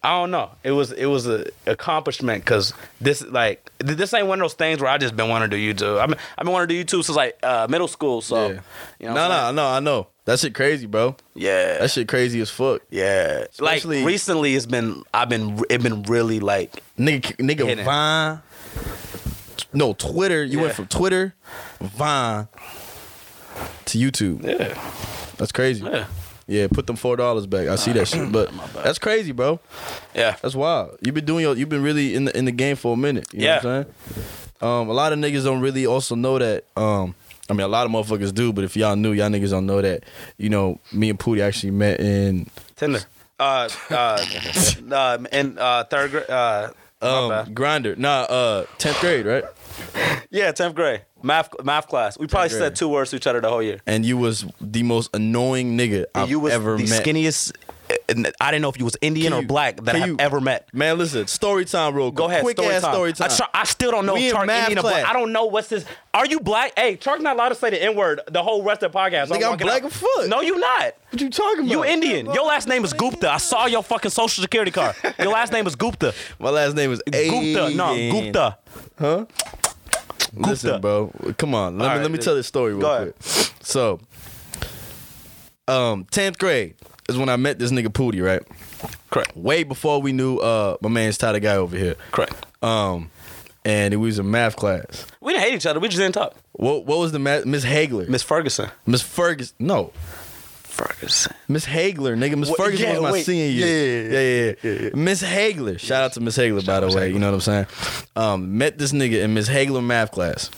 [SPEAKER 3] I don't know. It was it was a accomplishment because this like th- this ain't one of those things where I just been wanting to do YouTube. I mean I've been wanting to do YouTube since like uh, middle school. So
[SPEAKER 2] yeah.
[SPEAKER 3] you know,
[SPEAKER 2] no,
[SPEAKER 3] what I'm
[SPEAKER 2] no, no. I know that shit crazy, bro.
[SPEAKER 3] saying? yeah.
[SPEAKER 2] That shit crazy as fuck.
[SPEAKER 3] Yeah, like
[SPEAKER 2] Especially-
[SPEAKER 3] recently, it's been I've been it been really like
[SPEAKER 2] Nigga, nigga,
[SPEAKER 3] Hidden.
[SPEAKER 2] Vine. No, Twitter. You
[SPEAKER 3] Yeah.
[SPEAKER 2] went from Twitter, Vine, to YouTube.
[SPEAKER 3] yeah
[SPEAKER 2] That's crazy.
[SPEAKER 3] yeah
[SPEAKER 2] Yeah, put them four dollars back. I see that shit, but that's crazy, bro.
[SPEAKER 3] yeah
[SPEAKER 2] That's wild. You've been doing your, you've been really in the in the game for a minute. You know what I'm saying? Um, a lot of niggas don't really also know that. Um, I mean, a lot of motherfuckers do, but if y'all knew, y'all niggas don't know that. You know, me and Pootie actually met in
[SPEAKER 3] Tinder. Uh, uh, uh, in uh, um, third grade, uh,
[SPEAKER 2] Um,
[SPEAKER 3] bad.
[SPEAKER 2] grinder. Nah, uh, tenth grade, right?
[SPEAKER 3] Yeah, tenth grade math math class. We probably
[SPEAKER 2] grade.
[SPEAKER 3] said two words to each other the whole year.
[SPEAKER 2] And you was the most annoying nigga I've
[SPEAKER 3] you was
[SPEAKER 2] ever
[SPEAKER 3] the
[SPEAKER 2] met.
[SPEAKER 3] skinniest. and I didn't know if you was Indian
[SPEAKER 2] Can
[SPEAKER 3] or
[SPEAKER 2] you-
[SPEAKER 3] black that
[SPEAKER 2] can
[SPEAKER 3] I've
[SPEAKER 2] you-
[SPEAKER 3] ever met.
[SPEAKER 2] Man, listen, story time, real quick.
[SPEAKER 3] Go ahead,
[SPEAKER 2] quick
[SPEAKER 3] story,
[SPEAKER 2] ass
[SPEAKER 3] time.
[SPEAKER 2] story time.
[SPEAKER 3] I, try, I still don't know
[SPEAKER 2] We
[SPEAKER 3] if
[SPEAKER 2] in
[SPEAKER 3] Chark
[SPEAKER 2] math
[SPEAKER 3] Indian or black.
[SPEAKER 2] class.
[SPEAKER 3] I don't know what's this. Are you black? Hey, Chark not allowed to say the N word the whole rest of the podcast.
[SPEAKER 2] Nigga, I'm
[SPEAKER 3] walking
[SPEAKER 2] black
[SPEAKER 3] out.
[SPEAKER 2] as fuck.
[SPEAKER 3] No, you not.
[SPEAKER 2] what you talking about?
[SPEAKER 3] You Indian. Your last name is Gupta. I saw your fucking social security card. Your last name is Gupta.
[SPEAKER 2] My last name is
[SPEAKER 3] Gupta. No,
[SPEAKER 2] Aiden.
[SPEAKER 3] Gupta.
[SPEAKER 2] Listen,
[SPEAKER 3] Gupta.
[SPEAKER 2] bro. Come on. Let me
[SPEAKER 3] All right,
[SPEAKER 2] let me
[SPEAKER 3] dude.
[SPEAKER 2] tell this story real
[SPEAKER 3] Go
[SPEAKER 2] quick. So, um, tenth grade is when I met this nigga Pootie, right?
[SPEAKER 3] Correct.
[SPEAKER 2] Way before we knew uh my man's Tyler guy over here.
[SPEAKER 3] Correct.
[SPEAKER 2] Um, and it was in math class.
[SPEAKER 3] We didn't hate each other. We just didn't talk.
[SPEAKER 2] What what was the math? Miss Hagler?
[SPEAKER 3] Miss Ferguson.
[SPEAKER 2] Miss Ferguson? No,
[SPEAKER 3] Ferguson.
[SPEAKER 2] Miss Hagler, nigga. Miss
[SPEAKER 3] Wha-
[SPEAKER 2] Ferguson
[SPEAKER 3] yeah,
[SPEAKER 2] was my
[SPEAKER 3] wait.
[SPEAKER 2] senior year. Yeah, yeah, yeah. Miss Hagler. Shout out to Miss Hagler, by the way. You know what I'm saying? Um, met this nigga in Miss Hagler math class.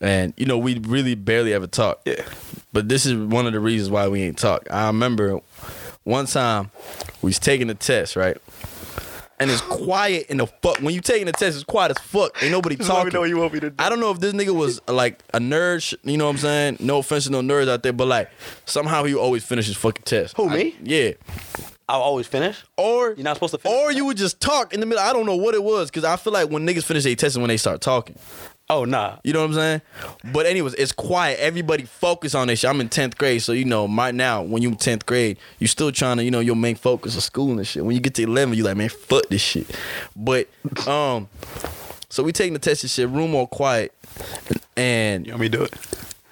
[SPEAKER 2] And, you know, we really barely ever talked.
[SPEAKER 3] Yeah.
[SPEAKER 2] But this is one of the reasons why we ain't talked. I remember one time we was taking a test, right? And it's quiet in the fuck. When you taking a test, it's quiet as fuck. Ain't nobody
[SPEAKER 3] let me
[SPEAKER 2] talking.
[SPEAKER 3] know what you want me to do.
[SPEAKER 2] I don't know if this nigga was like a nerd. sh- You know what I'm saying? No offense to no nerds out there, but like somehow he always finishes fucking test.
[SPEAKER 3] Who,
[SPEAKER 2] I-
[SPEAKER 3] me?
[SPEAKER 2] yeah.
[SPEAKER 3] I'll always finish.
[SPEAKER 2] Or
[SPEAKER 3] You're not supposed to finish.
[SPEAKER 2] Or you would just talk in the middle. I don't know what it was because I feel like when niggas finish their test is when they start talking.
[SPEAKER 3] Oh, nah.
[SPEAKER 2] You know what I'm saying? But anyways, it's quiet. Everybody focus on this shit. I'm in tenth grade, so you know, right now when you tenth grade, you still trying to, you know, your main focus is school and shit. When you get to eleven, you like, man, fuck this shit. But um, so we taking the test and shit, room all quiet, and
[SPEAKER 3] want me to do it?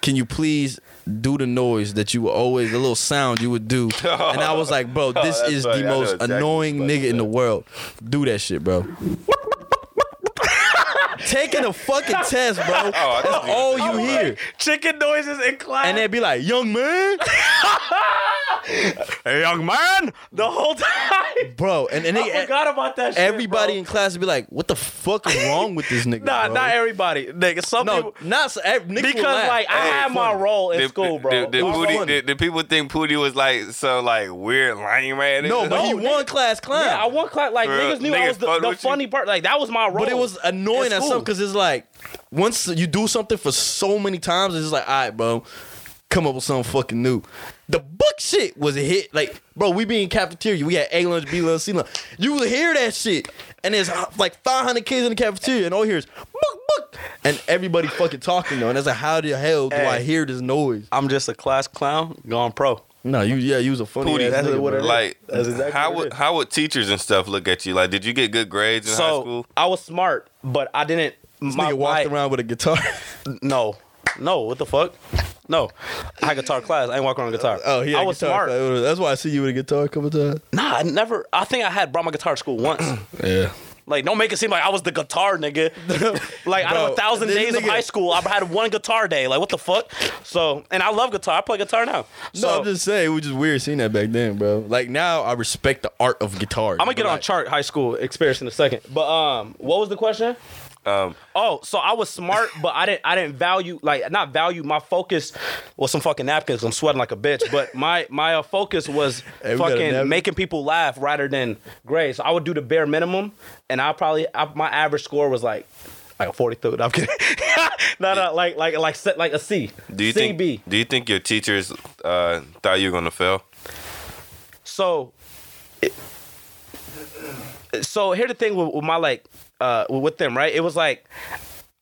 [SPEAKER 2] can you please do the noise that you would always the little sound you would do and i was like bro this
[SPEAKER 4] Oh, that's
[SPEAKER 2] is
[SPEAKER 4] funny. I
[SPEAKER 2] the
[SPEAKER 4] know
[SPEAKER 2] most
[SPEAKER 4] exactly
[SPEAKER 2] annoying
[SPEAKER 4] what you
[SPEAKER 2] nigga in the world do that shit bro taking a fucking test bro
[SPEAKER 4] Oh, thought
[SPEAKER 2] that's
[SPEAKER 4] you-
[SPEAKER 2] all you hear
[SPEAKER 3] Chicken noises in class.
[SPEAKER 2] and they'd be like young man
[SPEAKER 3] Hey, young man, the whole time.
[SPEAKER 2] bro and, and
[SPEAKER 3] I
[SPEAKER 2] they,
[SPEAKER 3] forgot about that. Oh Shit,
[SPEAKER 2] everybody
[SPEAKER 3] bro.
[SPEAKER 2] in class would be like what the fuck is wrong with this nigga
[SPEAKER 3] Nah,
[SPEAKER 2] bro?
[SPEAKER 3] not everybody. Nigga, some
[SPEAKER 2] no
[SPEAKER 3] people.
[SPEAKER 2] not s- ev- niggas would
[SPEAKER 3] Because
[SPEAKER 2] laugh.
[SPEAKER 3] like I had my role in
[SPEAKER 4] Did-
[SPEAKER 3] school,
[SPEAKER 4] did-
[SPEAKER 3] bro.
[SPEAKER 4] Did, did,
[SPEAKER 3] It was
[SPEAKER 4] Pootie-
[SPEAKER 3] fun.
[SPEAKER 4] did- did people think Pootie was like so like weird lying man?
[SPEAKER 2] no but he
[SPEAKER 3] No,
[SPEAKER 2] won class clown
[SPEAKER 3] Yeah, I won class. Like
[SPEAKER 4] Bro,
[SPEAKER 3] niggas knew
[SPEAKER 4] niggas
[SPEAKER 3] I was the,
[SPEAKER 4] fucked
[SPEAKER 3] the
[SPEAKER 4] with you.
[SPEAKER 3] funny part. Like that was my role.
[SPEAKER 2] But it was annoying
[SPEAKER 3] It's
[SPEAKER 2] at
[SPEAKER 3] cool.
[SPEAKER 2] some because it's like once you do something for so many times, it's just like, all right, bro, come up with something fucking new. The book shit was a hit. Like, bro, we be in cafeteria. We had A lunch, B lunch, C lunch. You would hear that shit, and there's uh, like 500 kids in the cafeteria, and all you hear is book, book, and everybody fucking talking though. And it's like, how the hell do I
[SPEAKER 3] Hey.
[SPEAKER 2] hear this noise?
[SPEAKER 3] I'm just a class clown gone pro.
[SPEAKER 2] No, you yeah, you was a funny.
[SPEAKER 4] Pootie,
[SPEAKER 2] ass
[SPEAKER 4] that's
[SPEAKER 2] nigga,
[SPEAKER 3] what
[SPEAKER 2] bro.
[SPEAKER 3] it is.
[SPEAKER 4] like
[SPEAKER 3] That's exactly
[SPEAKER 4] how
[SPEAKER 3] what it
[SPEAKER 4] would
[SPEAKER 3] is.
[SPEAKER 4] how would teachers and stuff look at you? Like, did you get good grades in high
[SPEAKER 3] So
[SPEAKER 4] school?
[SPEAKER 3] I was smart, but I didn't.
[SPEAKER 2] This nigga walked around with a guitar.
[SPEAKER 3] No, no. What the fuck? No, I had guitar class. I ain't walking around with guitar.
[SPEAKER 2] Oh, he had
[SPEAKER 3] I was
[SPEAKER 2] guitar.
[SPEAKER 3] smart.
[SPEAKER 2] That's why I see you with a guitar a couple times.
[SPEAKER 3] Nah, I never. I think I had brought my guitar to school once.
[SPEAKER 2] Yeah.
[SPEAKER 3] like, don't make it seem like I was the guitar nigga. like, out of
[SPEAKER 2] Bro,
[SPEAKER 3] a thousand
[SPEAKER 2] this
[SPEAKER 3] days of
[SPEAKER 2] nigga-
[SPEAKER 3] high school, I had one guitar day. Like, what the fuck? So, and I love guitar. I play guitar now. So,
[SPEAKER 2] No,
[SPEAKER 3] I'm,
[SPEAKER 2] I'm just saying it was just weird seeing that back then, bro. Like now, I respect the art of guitar.
[SPEAKER 3] gonna get on chart high school experience in a second. But um, what was the question?
[SPEAKER 4] um,
[SPEAKER 3] Oh, so I was smart, but I didn't. I didn't value like not value my focus. Well, some fucking napkins. I'm sweating like a bitch. But my my uh, focus was
[SPEAKER 2] Hey, we got a napkin?
[SPEAKER 3] fucking making people laugh rather than grades. So I would do the bare minimum, and I probably I, my average score was like like a 43rd. I'm kidding. no, no, like like like set like a C.
[SPEAKER 4] do you
[SPEAKER 3] C,
[SPEAKER 4] think
[SPEAKER 3] B.
[SPEAKER 4] do you think your teachers uh, thought you were gonna fail?
[SPEAKER 3] So, it- so here the thing with, with my like uh with them right. It was like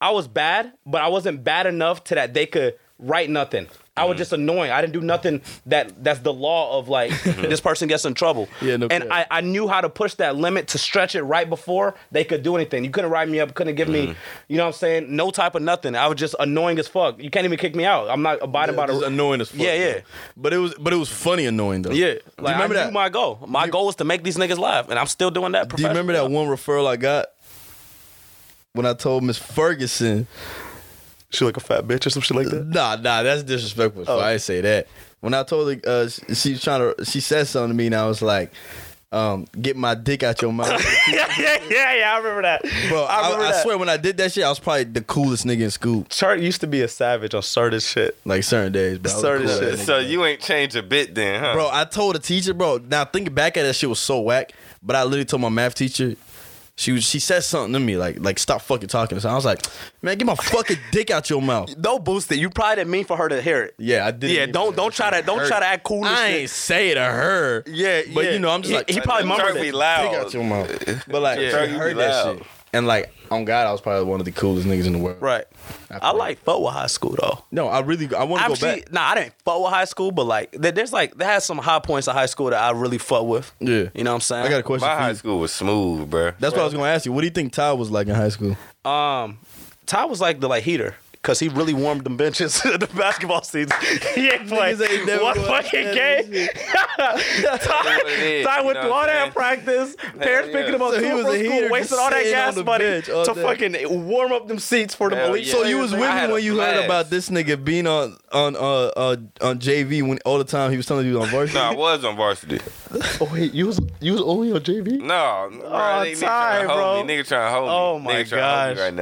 [SPEAKER 3] I was bad, but I wasn't bad enough to that they could write nothing. I
[SPEAKER 2] Mm.
[SPEAKER 3] was just annoying. I didn't do nothing that that's the law of like this person gets in trouble.
[SPEAKER 2] Mhm. Yeah, no
[SPEAKER 3] and
[SPEAKER 2] cap.
[SPEAKER 3] I, I knew how to push that limit to stretch it right before they could do anything. You couldn't write me up, couldn't give
[SPEAKER 2] Mm-hmm.
[SPEAKER 3] me, you know what I'm saying? No type of nothing. I was just annoying as fuck. You can't even kick me out. I'm not abiding by
[SPEAKER 2] About
[SPEAKER 3] the
[SPEAKER 2] it was annoying as fuck.
[SPEAKER 3] Yeah,
[SPEAKER 2] bro.
[SPEAKER 3] yeah.
[SPEAKER 2] But it was, but it was funny annoying though.
[SPEAKER 3] Yeah,
[SPEAKER 2] Do you
[SPEAKER 3] like,
[SPEAKER 2] remember
[SPEAKER 3] I knew
[SPEAKER 2] that?
[SPEAKER 3] my goal. My goal was to make these niggas laugh, and I'm still doing that.
[SPEAKER 2] Do you remember that one referral I got when I told Miss Ferguson?
[SPEAKER 3] She like a fat bitch or some shit like that.
[SPEAKER 2] Nah, nah, that's disrespectful. So
[SPEAKER 3] Oh.
[SPEAKER 2] I didn't say that. When I told her, uh, she, she was trying to, she said something to me, and I was like, um, "Get my dick out your mouth."
[SPEAKER 3] yeah, yeah, yeah, yeah. I remember that,
[SPEAKER 2] Bro,
[SPEAKER 3] I
[SPEAKER 2] I,
[SPEAKER 3] remember
[SPEAKER 2] I,
[SPEAKER 3] that.
[SPEAKER 2] swear when I did that shit, I was probably the coolest nigga in school.
[SPEAKER 3] Chart used to be a savage on certain shit.
[SPEAKER 2] Like certain days, bro. I was the
[SPEAKER 3] Certain
[SPEAKER 2] coolest
[SPEAKER 3] shit.
[SPEAKER 2] nigga.
[SPEAKER 4] So you ain't changed a bit then, huh?
[SPEAKER 2] Bro, I told a teacher, bro. Now thinking back at it, that shit was so whack. But I literally told my math teacher, She was, she said something to me like like stop fucking talking. So I was like, man, get my fucking dick out your mouth.
[SPEAKER 3] Don't boost it. You probably didn't mean for her to hear it.
[SPEAKER 2] Yeah, I did.
[SPEAKER 3] Yeah, don't don't try to don't try to act cool. and
[SPEAKER 2] I
[SPEAKER 3] shit.
[SPEAKER 2] ain't say it to her.
[SPEAKER 3] Yeah,
[SPEAKER 2] but
[SPEAKER 3] yeah.
[SPEAKER 2] you know, I'm just
[SPEAKER 3] He-
[SPEAKER 2] like
[SPEAKER 3] he probably
[SPEAKER 1] Turk
[SPEAKER 3] mumbled
[SPEAKER 1] be
[SPEAKER 3] it.
[SPEAKER 1] loud.
[SPEAKER 2] Dick out your mouth. But like,
[SPEAKER 1] Yeah.
[SPEAKER 2] I heard that shit, and like, on God, I was probably one of the coolest niggas in the world.
[SPEAKER 3] Right.
[SPEAKER 2] After
[SPEAKER 3] I
[SPEAKER 2] that.
[SPEAKER 3] like fuck with high school though.
[SPEAKER 2] No, I really, I want to go
[SPEAKER 3] Actually,
[SPEAKER 2] back.
[SPEAKER 3] nah, I didn't fuck with high school, but like there- there's like there has some high points in high school that I really fuck with.
[SPEAKER 2] Yeah.
[SPEAKER 3] You know what I'm saying?
[SPEAKER 2] I got a question.
[SPEAKER 1] My
[SPEAKER 2] for
[SPEAKER 1] high
[SPEAKER 2] you.
[SPEAKER 1] school was smooth, bro.
[SPEAKER 2] That's what I was gonna ask you. What do you think Ty was like in high school?
[SPEAKER 3] Um, Ty was like the like heater because he really warmed them benches in the basketball season. he ain't played
[SPEAKER 2] Niggas ain't never
[SPEAKER 3] one
[SPEAKER 2] gonna
[SPEAKER 3] fucking
[SPEAKER 2] understand
[SPEAKER 3] game. Ty,
[SPEAKER 1] what it is,
[SPEAKER 3] Ty
[SPEAKER 1] you
[SPEAKER 3] went
[SPEAKER 1] know
[SPEAKER 3] through
[SPEAKER 1] what
[SPEAKER 3] all
[SPEAKER 1] I'm
[SPEAKER 3] that
[SPEAKER 1] saying?
[SPEAKER 3] practice, parents
[SPEAKER 1] yeah.
[SPEAKER 3] picking him up
[SPEAKER 2] So
[SPEAKER 3] to
[SPEAKER 2] he
[SPEAKER 3] and
[SPEAKER 2] was
[SPEAKER 3] from
[SPEAKER 2] a
[SPEAKER 3] school,
[SPEAKER 2] heater
[SPEAKER 3] wasting
[SPEAKER 2] just
[SPEAKER 3] all that
[SPEAKER 2] sitting on
[SPEAKER 3] gas
[SPEAKER 2] the
[SPEAKER 3] money
[SPEAKER 2] bench all
[SPEAKER 3] to
[SPEAKER 2] day.
[SPEAKER 3] fucking warm up them seats for them
[SPEAKER 1] Hell
[SPEAKER 3] elite.
[SPEAKER 1] yeah.
[SPEAKER 2] So Oh, you was with
[SPEAKER 1] I had
[SPEAKER 2] me
[SPEAKER 1] a
[SPEAKER 2] when you heard
[SPEAKER 1] blast.
[SPEAKER 2] about this nigga being on on uh, uh on JV when all the time he was telling you he was on varsity.
[SPEAKER 1] No, I was on varsity.
[SPEAKER 3] Oh wait, you was you was only on JV?
[SPEAKER 1] No, bro,
[SPEAKER 3] Oh,
[SPEAKER 1] they- nigga
[SPEAKER 3] Ty,
[SPEAKER 1] trying to hold
[SPEAKER 3] bro.
[SPEAKER 1] me. Nigga trying to hold
[SPEAKER 3] Oh,
[SPEAKER 1] me.
[SPEAKER 3] my
[SPEAKER 1] nigga trying to hold me
[SPEAKER 3] gosh.
[SPEAKER 1] right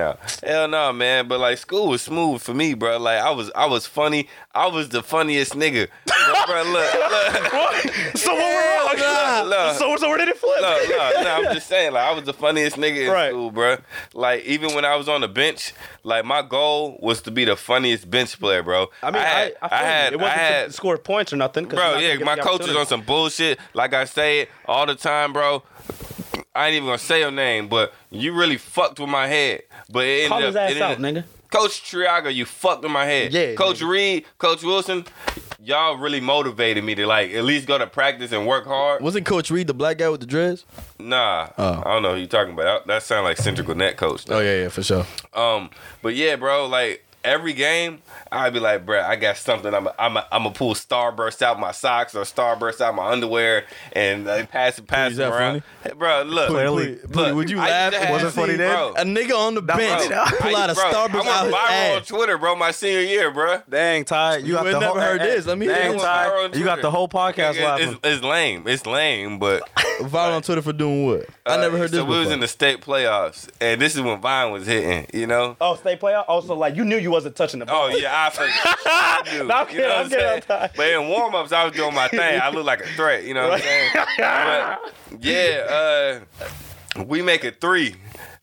[SPEAKER 1] now. Hell no, man. But like school was smooth for me, bro. Like I was, I was funny. I was the funniest nigga. But, bro, look, look.
[SPEAKER 3] so what went
[SPEAKER 1] Nah,
[SPEAKER 3] wrong?
[SPEAKER 1] nah.
[SPEAKER 3] So so where did it flip?
[SPEAKER 1] No, no, no. I'm just saying, like, I was the funniest nigga in
[SPEAKER 3] Right.
[SPEAKER 1] school, bro. Like, even when I was on the bench, like, my goal was to be the funniest bench player, bro.
[SPEAKER 3] I mean, I,
[SPEAKER 1] had,
[SPEAKER 3] I, feel you.
[SPEAKER 1] had,
[SPEAKER 3] it wasn't
[SPEAKER 1] I had,
[SPEAKER 3] to score points or nothing. 'cause
[SPEAKER 1] bro.
[SPEAKER 3] you're not
[SPEAKER 1] Yeah,
[SPEAKER 3] gonna
[SPEAKER 1] my
[SPEAKER 3] get the
[SPEAKER 1] coach is on
[SPEAKER 3] opportunity.
[SPEAKER 1] some bullshit. Like I say it all the time, bro. I ain't even gonna say your name, but you really fucked with my head. But it
[SPEAKER 3] Call
[SPEAKER 1] ended
[SPEAKER 3] his
[SPEAKER 1] up,
[SPEAKER 3] ass
[SPEAKER 1] it ended-
[SPEAKER 3] out, nigga.
[SPEAKER 1] Coach Triaga, you fucked with my head.
[SPEAKER 3] Yeah,
[SPEAKER 1] Coach Reed, Coach Wilson, y'all really motivated me to like at least go to practice and work hard.
[SPEAKER 2] Wasn't Coach Reed the black guy with the dreads?
[SPEAKER 1] Nah,
[SPEAKER 2] Oh.
[SPEAKER 1] I don't know who you talking about. That, that sound like Central Net coach.
[SPEAKER 2] Oh yeah, yeah, for sure.
[SPEAKER 1] Um, but yeah, bro, like every game, I'd be like, bro, I got something. I'm i I'm i I'm gonna pull Starburst out my socks or Starburst out my underwear and like, pass it, pass
[SPEAKER 2] Is
[SPEAKER 1] it
[SPEAKER 2] that
[SPEAKER 1] around. Hey, bro, look,
[SPEAKER 2] Clearly,
[SPEAKER 1] look,
[SPEAKER 2] Please, would you
[SPEAKER 1] I used
[SPEAKER 2] laugh?
[SPEAKER 1] to
[SPEAKER 2] It
[SPEAKER 1] have
[SPEAKER 2] wasn't
[SPEAKER 1] seen,
[SPEAKER 2] funny
[SPEAKER 1] bro,
[SPEAKER 2] then. A nigga on the bench
[SPEAKER 1] bro,
[SPEAKER 2] pull
[SPEAKER 1] I-
[SPEAKER 2] out a
[SPEAKER 1] bro,
[SPEAKER 2] Starburst
[SPEAKER 1] I
[SPEAKER 2] out
[SPEAKER 1] went
[SPEAKER 2] his
[SPEAKER 1] viral on
[SPEAKER 2] ass.
[SPEAKER 1] Twitter, bro. My senior year, bro.
[SPEAKER 3] Dang, Ty, you, got
[SPEAKER 2] would
[SPEAKER 3] the
[SPEAKER 2] never
[SPEAKER 3] whole,
[SPEAKER 2] heard
[SPEAKER 3] hey,
[SPEAKER 2] this. Let me hear
[SPEAKER 3] Dang,
[SPEAKER 2] this.
[SPEAKER 1] Viral
[SPEAKER 3] Ty,
[SPEAKER 1] on
[SPEAKER 3] you got
[SPEAKER 1] Twitter.
[SPEAKER 3] the whole podcast
[SPEAKER 1] Nigga,
[SPEAKER 3] laughing.
[SPEAKER 1] it's, it's lame. It's lame, but
[SPEAKER 2] Viral on Twitter for doing what? I
[SPEAKER 1] uh,
[SPEAKER 2] never heard this.
[SPEAKER 1] So we was
[SPEAKER 2] before.
[SPEAKER 1] in the state playoffs, and this is when Vine was hitting. You know,
[SPEAKER 3] Oh, stay playoff. Also, like you knew you wasn't touching the
[SPEAKER 1] Oh
[SPEAKER 3] ball.
[SPEAKER 1] yeah, I forget. I do.
[SPEAKER 3] No, I'm
[SPEAKER 1] you know what I'm
[SPEAKER 3] kidding,
[SPEAKER 1] saying?
[SPEAKER 3] I'm kidding, I'm tired.
[SPEAKER 1] But in warm ups, I was doing my thing. I look like a threat. You know what I'm saying? But yeah, uh, we make it three.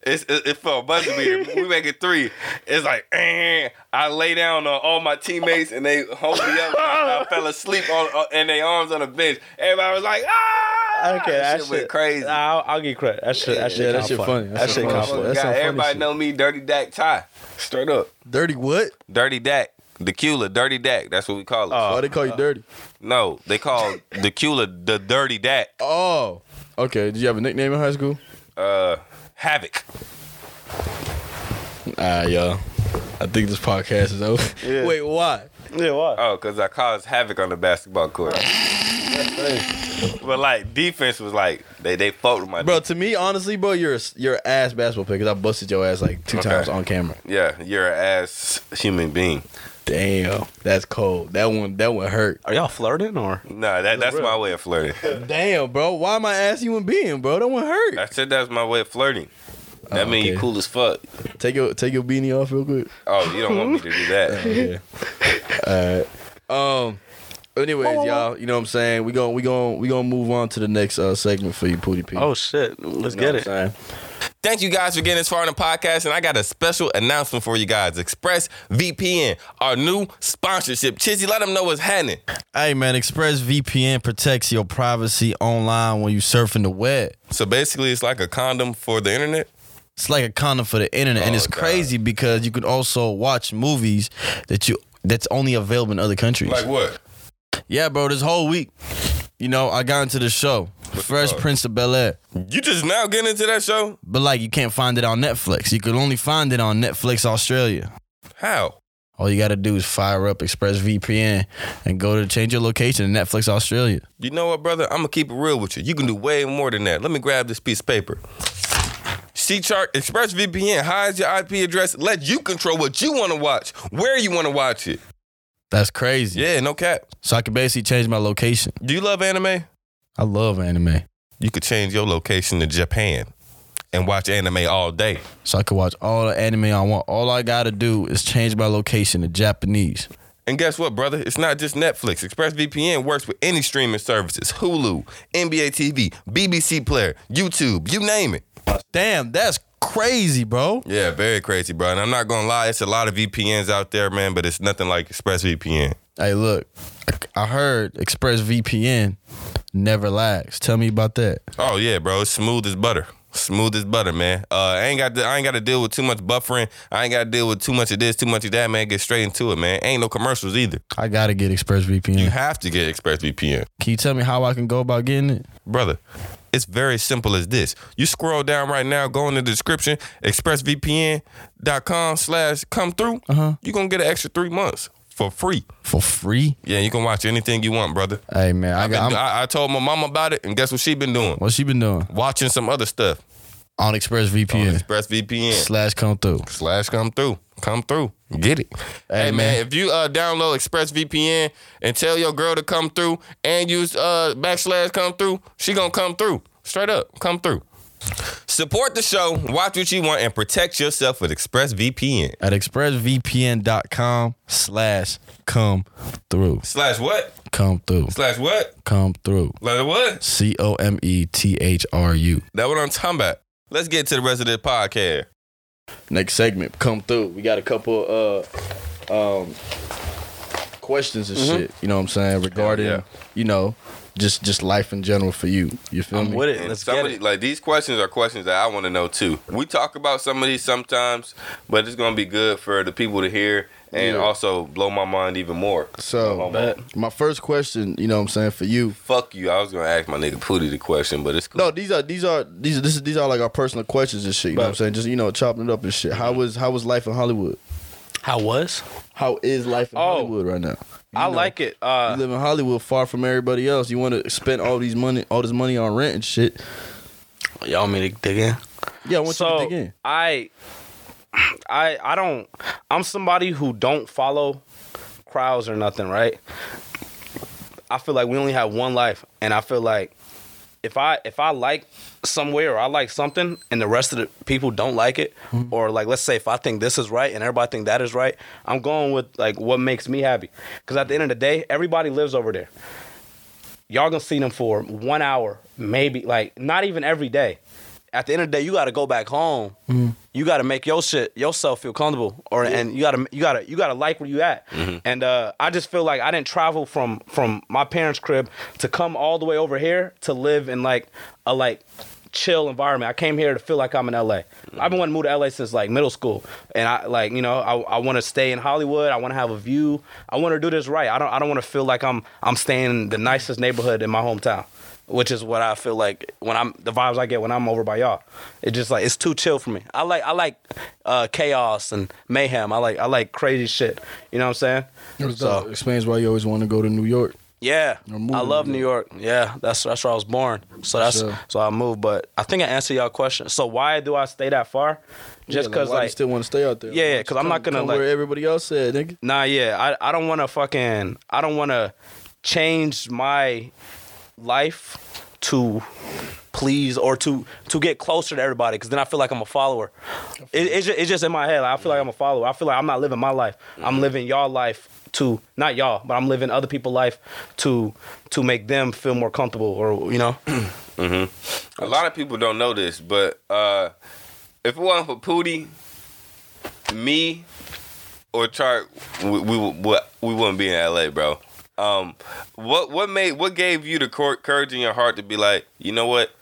[SPEAKER 1] It's, it, it felt buzzer beater. We make it three. It's like eh. I lay down on all my teammates and they hold me up. I fell asleep on, on in their arms on the bench. Everybody was like ah.
[SPEAKER 3] Okay,
[SPEAKER 1] that
[SPEAKER 3] that
[SPEAKER 1] shit went crazy.
[SPEAKER 3] Nah, I'll, I'll get credit. That shit, that shit,
[SPEAKER 2] yeah, that
[SPEAKER 3] kinda
[SPEAKER 2] shit funny. That shit
[SPEAKER 3] That shit,
[SPEAKER 2] funny.
[SPEAKER 3] kinda
[SPEAKER 2] That's
[SPEAKER 3] funny.
[SPEAKER 1] God,
[SPEAKER 2] some funny
[SPEAKER 1] everybody
[SPEAKER 2] shit.
[SPEAKER 1] know me, Dirty Dak Ty. Straight up,
[SPEAKER 2] dirty what?
[SPEAKER 1] Dirty Dak, the Cula, Dirty Dak. That's what we call it.
[SPEAKER 2] Oh, they
[SPEAKER 1] Uh,
[SPEAKER 2] call you dirty.
[SPEAKER 1] No, they call the Cula the Dirty Dak.
[SPEAKER 2] Oh, okay. Did you have a nickname in high school?
[SPEAKER 1] Uh, Havoc.
[SPEAKER 2] Ah, y'all. I think this podcast is over. Wait, why?
[SPEAKER 3] Yeah, what?
[SPEAKER 1] Oh, cause I caused havoc on the basketball court. but like defense was like they they fucked with my
[SPEAKER 2] Bro, to me, honestly, bro, you're a, s- you're an ass basketball player because I busted your ass like two
[SPEAKER 1] Okay.
[SPEAKER 2] times on camera.
[SPEAKER 1] Yeah, you're an ass human being.
[SPEAKER 2] Damn, that's cold. That one, that one hurt.
[SPEAKER 3] Are y'all flirting or?
[SPEAKER 1] Nah, that, that's my way of flirting.
[SPEAKER 2] Damn, bro, why am I ass human being, bro? That one
[SPEAKER 1] I
[SPEAKER 2] hurt.
[SPEAKER 1] said that's my way of flirting. That
[SPEAKER 2] Oh,
[SPEAKER 1] mean you
[SPEAKER 2] okay.
[SPEAKER 1] cool as fuck.
[SPEAKER 2] Take your take your beanie off real quick.
[SPEAKER 1] Oh, you don't want me to do that.
[SPEAKER 2] Oh, Yeah. All right. Um. Anyways, y'all, you know what I'm saying. We going we going we gonna move on to the next uh segment for you, Pootie P.
[SPEAKER 3] Oh shit, let's
[SPEAKER 2] You know
[SPEAKER 3] get it.
[SPEAKER 2] what I'm saying?
[SPEAKER 1] Thank you guys for getting this far in the podcast, and I got a special announcement for you guys. Express VPN, our new sponsorship. Chizzy, let them know what's happening.
[SPEAKER 2] Hey man, ExpressVPN protects your privacy online when you surfing the web.
[SPEAKER 1] So basically, it's like a condom for the internet.
[SPEAKER 2] It's like a condom for the internet, and
[SPEAKER 1] Oh,
[SPEAKER 2] it's
[SPEAKER 1] God.
[SPEAKER 2] crazy because you can also watch movies that you that's only available in other countries.
[SPEAKER 1] what?
[SPEAKER 2] yeah, bro, this whole week, you know, I got into the show Fresh
[SPEAKER 1] called?
[SPEAKER 2] Prince of Bel Air,
[SPEAKER 1] You just now getting into that show?
[SPEAKER 2] but like you can't find it on Netflix. You could only find it on Netflix Australia.
[SPEAKER 1] How?
[SPEAKER 2] All you gotta do is fire up ExpressVPN and go to change your location to Netflix Australia.
[SPEAKER 1] You know what, brother? I'm gonna keep it real with you. You can do way more than that. Let me grab this piece of paper. C chart ExpressVPN hides your IP address, let you control what you want to watch, where you want to watch it.
[SPEAKER 2] That's crazy.
[SPEAKER 1] Yeah, no cap.
[SPEAKER 2] So I could basically change my location.
[SPEAKER 1] Do you love anime?
[SPEAKER 2] I love anime.
[SPEAKER 1] You could change your location to Japan and watch anime all day.
[SPEAKER 2] so I could watch all the anime I want. All I gotta do is change my location to Japanese.
[SPEAKER 1] And guess what, brother? It's not just Netflix. ExpressVPN works with any streaming services Hulu, NBA TV, BBC Player, YouTube, you name it. Damn, that's crazy, bro.
[SPEAKER 4] Yeah, very crazy, bro. And I'm not gonna lie, it's a lot of VPNs out there, man, but it's nothing like ExpressVPN.
[SPEAKER 1] Hey, look, I I heard ExpressVPN never lags. Tell me about that.
[SPEAKER 4] Oh yeah, bro, it's smooth as butter. Smooth as butter, man. Uh, I ain't got to, I ain't got to deal with too much buffering. I ain't got to deal with too much of this, too much of that, man. Get straight into it, man. Ain't no commercials either.
[SPEAKER 1] I gotta get ExpressVPN.
[SPEAKER 4] You have to get ExpressVPN,
[SPEAKER 1] Can you tell me how I can go about getting it?
[SPEAKER 4] brother. It's very simple as this. You scroll down right now, go in the description, expressvpn.com slash come through. Uh-huh. You're going to get an extra three months for free.
[SPEAKER 1] For free?
[SPEAKER 4] Yeah, you can watch anything you want, brother.
[SPEAKER 1] Hey man, I
[SPEAKER 4] I've been-
[SPEAKER 1] got. I'm,
[SPEAKER 4] I, I told my mom about it, and guess what she been doing?
[SPEAKER 1] what she been doing
[SPEAKER 4] Watching some other stuff.
[SPEAKER 1] on ExpressVPN
[SPEAKER 4] ExpressVPN
[SPEAKER 1] slash come through?
[SPEAKER 4] slash come through. Come through. Get it. Hey, man.
[SPEAKER 1] man.
[SPEAKER 4] if you uh, download ExpressVPN and tell your girl to come through and use uh, backslash come through, she gonna come through. Straight up, come through. Support the show, watch what you want, and protect yourself with ExpressVPN.
[SPEAKER 1] At expressvpn.com slash come through.
[SPEAKER 4] Slash what?
[SPEAKER 1] Come through.
[SPEAKER 4] Slash what?
[SPEAKER 1] Come through.
[SPEAKER 4] Slash what?
[SPEAKER 1] C O M E T H R U.
[SPEAKER 4] That what I'm talking about. Let's get to the rest of this podcast.
[SPEAKER 2] Next segment, come through. We got a couple uh um questions and
[SPEAKER 3] Mm-hmm.
[SPEAKER 2] shit. You know what I'm saying? Regarding
[SPEAKER 4] Yeah.
[SPEAKER 2] you know, just just life in general for you. You feel
[SPEAKER 3] I'm
[SPEAKER 2] me?
[SPEAKER 3] with it.
[SPEAKER 4] And
[SPEAKER 3] Let's
[SPEAKER 4] some
[SPEAKER 3] get
[SPEAKER 4] of
[SPEAKER 3] it.
[SPEAKER 4] the- Like these questions are questions that I want to know too. We talk about some of these sometimes, but it's gonna be good for the people to hear and
[SPEAKER 2] Yeah.
[SPEAKER 4] also blow my mind even more.
[SPEAKER 2] So
[SPEAKER 4] Blow my mind.
[SPEAKER 2] my first question, you know what I'm saying, for you.
[SPEAKER 4] fuck you. I was gonna ask my nigga Pooty the question, but it's cool.
[SPEAKER 2] No, these are these are these are- this is, these are like our personal questions and shit. You know what I'm saying? Just you know, chopping it up and shit.
[SPEAKER 3] Mm-hmm.
[SPEAKER 2] How was how was life in Hollywood?
[SPEAKER 3] How was?
[SPEAKER 2] How is life in
[SPEAKER 3] Oh.
[SPEAKER 2] Hollywood right now?
[SPEAKER 3] I
[SPEAKER 2] know.
[SPEAKER 3] like it.
[SPEAKER 2] You
[SPEAKER 3] Uh,
[SPEAKER 2] live in Hollywood, far from everybody else. You want to spend all these money, all this money on rent and shit.
[SPEAKER 3] y'all want me to dig in?
[SPEAKER 2] Yeah, I want
[SPEAKER 3] so
[SPEAKER 2] you to dig in.
[SPEAKER 3] I, I, I don't. I'm somebody who don't follow crowds or nothing, right? I feel like we only have one life, and I feel like if I if I like somewhere or I like something, and the rest of the people don't like it,
[SPEAKER 2] Mm-hmm.
[SPEAKER 3] or like let's say if I think this is right and everybody think that is right, I'm going with like what makes me happy. Because at the end of the day, everybody lives over there. Y'all gonna see them for one hour, maybe like not even every day Mm-hmm. at the end of the day, you got to go back home. You got to make your shit yourself feel comfortable, or and you got to you got to you got to like where you at. And uh, I just feel like I didn't travel from from my parents' crib to come all the way over here to live in like a like chill environment. I came here to feel like I'm in LA. I've been wanting to move to LA since like middle school, and I like you know I, I want to stay in Hollywood. I want to have a view. I want to do this right. I don't I don't want to feel like I'm I'm staying in the nicest neighborhood in my hometown which is what I feel like when I'm the vibes I get when I'm over by y'all. It's just like it's too chill for me. I like I like uh, chaos and mayhem. I like I like crazy shit. You know what I'm saying?
[SPEAKER 2] So explains why you always want to go to New York.
[SPEAKER 3] Yeah,
[SPEAKER 2] moving
[SPEAKER 3] I love
[SPEAKER 2] to
[SPEAKER 3] New York. Yeah, that's that's where I was born. So that's
[SPEAKER 2] sure.
[SPEAKER 3] so I moved. But I think I answered y'all question. So why do I stay that far?
[SPEAKER 2] Yeah,
[SPEAKER 3] Just because
[SPEAKER 2] why you
[SPEAKER 3] like,
[SPEAKER 2] still want to stay out there.
[SPEAKER 3] Yeah, yeah,
[SPEAKER 2] Why don't
[SPEAKER 3] 'cause
[SPEAKER 2] you
[SPEAKER 3] I'm
[SPEAKER 2] come-
[SPEAKER 3] not gonna,
[SPEAKER 2] come
[SPEAKER 3] like-
[SPEAKER 2] where everybody else said, nigga.
[SPEAKER 3] nah, yeah, I I don't want to fucking I don't want to change my life to please or to to get closer to everybody because then I feel like I'm a follower. It, it's, just, it's just in my head. Like, I feel like I'm a follower. I feel like I'm not living my life. I'm living y'all life to not y'all, but I'm living other people's life to to make them feel more comfortable or you know.
[SPEAKER 4] A lot of people don't know this, but uh, if it wasn't for Pooty, me, or Chark, we we, we we wouldn't be in LA, bro. Um, what what made what gave you the cour- courage in your heart to be like, you know what?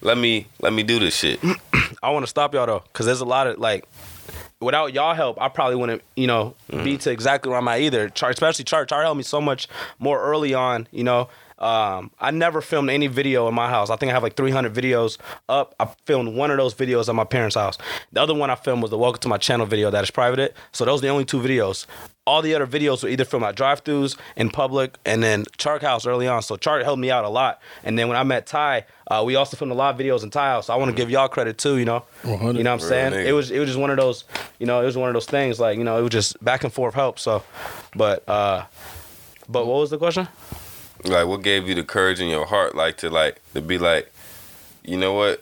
[SPEAKER 4] Let me let me do this shit.
[SPEAKER 3] I want to stop y'all though, because there's a lot of like, without y'all help, I probably wouldn't, you know, be to exactly where I'm at either. Char, especially Char, Char helped me so much more early on, you know. Um, I never filmed any video in my house. I think I have like 300 videos up. I filmed one of those videos at my parents' house. The other one I filmed was the Welcome to My Channel video that is privated. So those are the only two videos. All the other videos were either filmed at drive-throughs in public, and then Chark House early on. So Chark helped me out a lot. And then when I met Ty, uh, we also filmed a lot of videos in Ty House. So I want to give y'all credit too. You know, you know what I'm saying?
[SPEAKER 4] nigga.
[SPEAKER 3] It was it was just one of those, you know, it was one of those things like you know it was just back and forth help. So, but uh, but what was the question?
[SPEAKER 4] like what gave you the courage in your heart like to like to be like you know what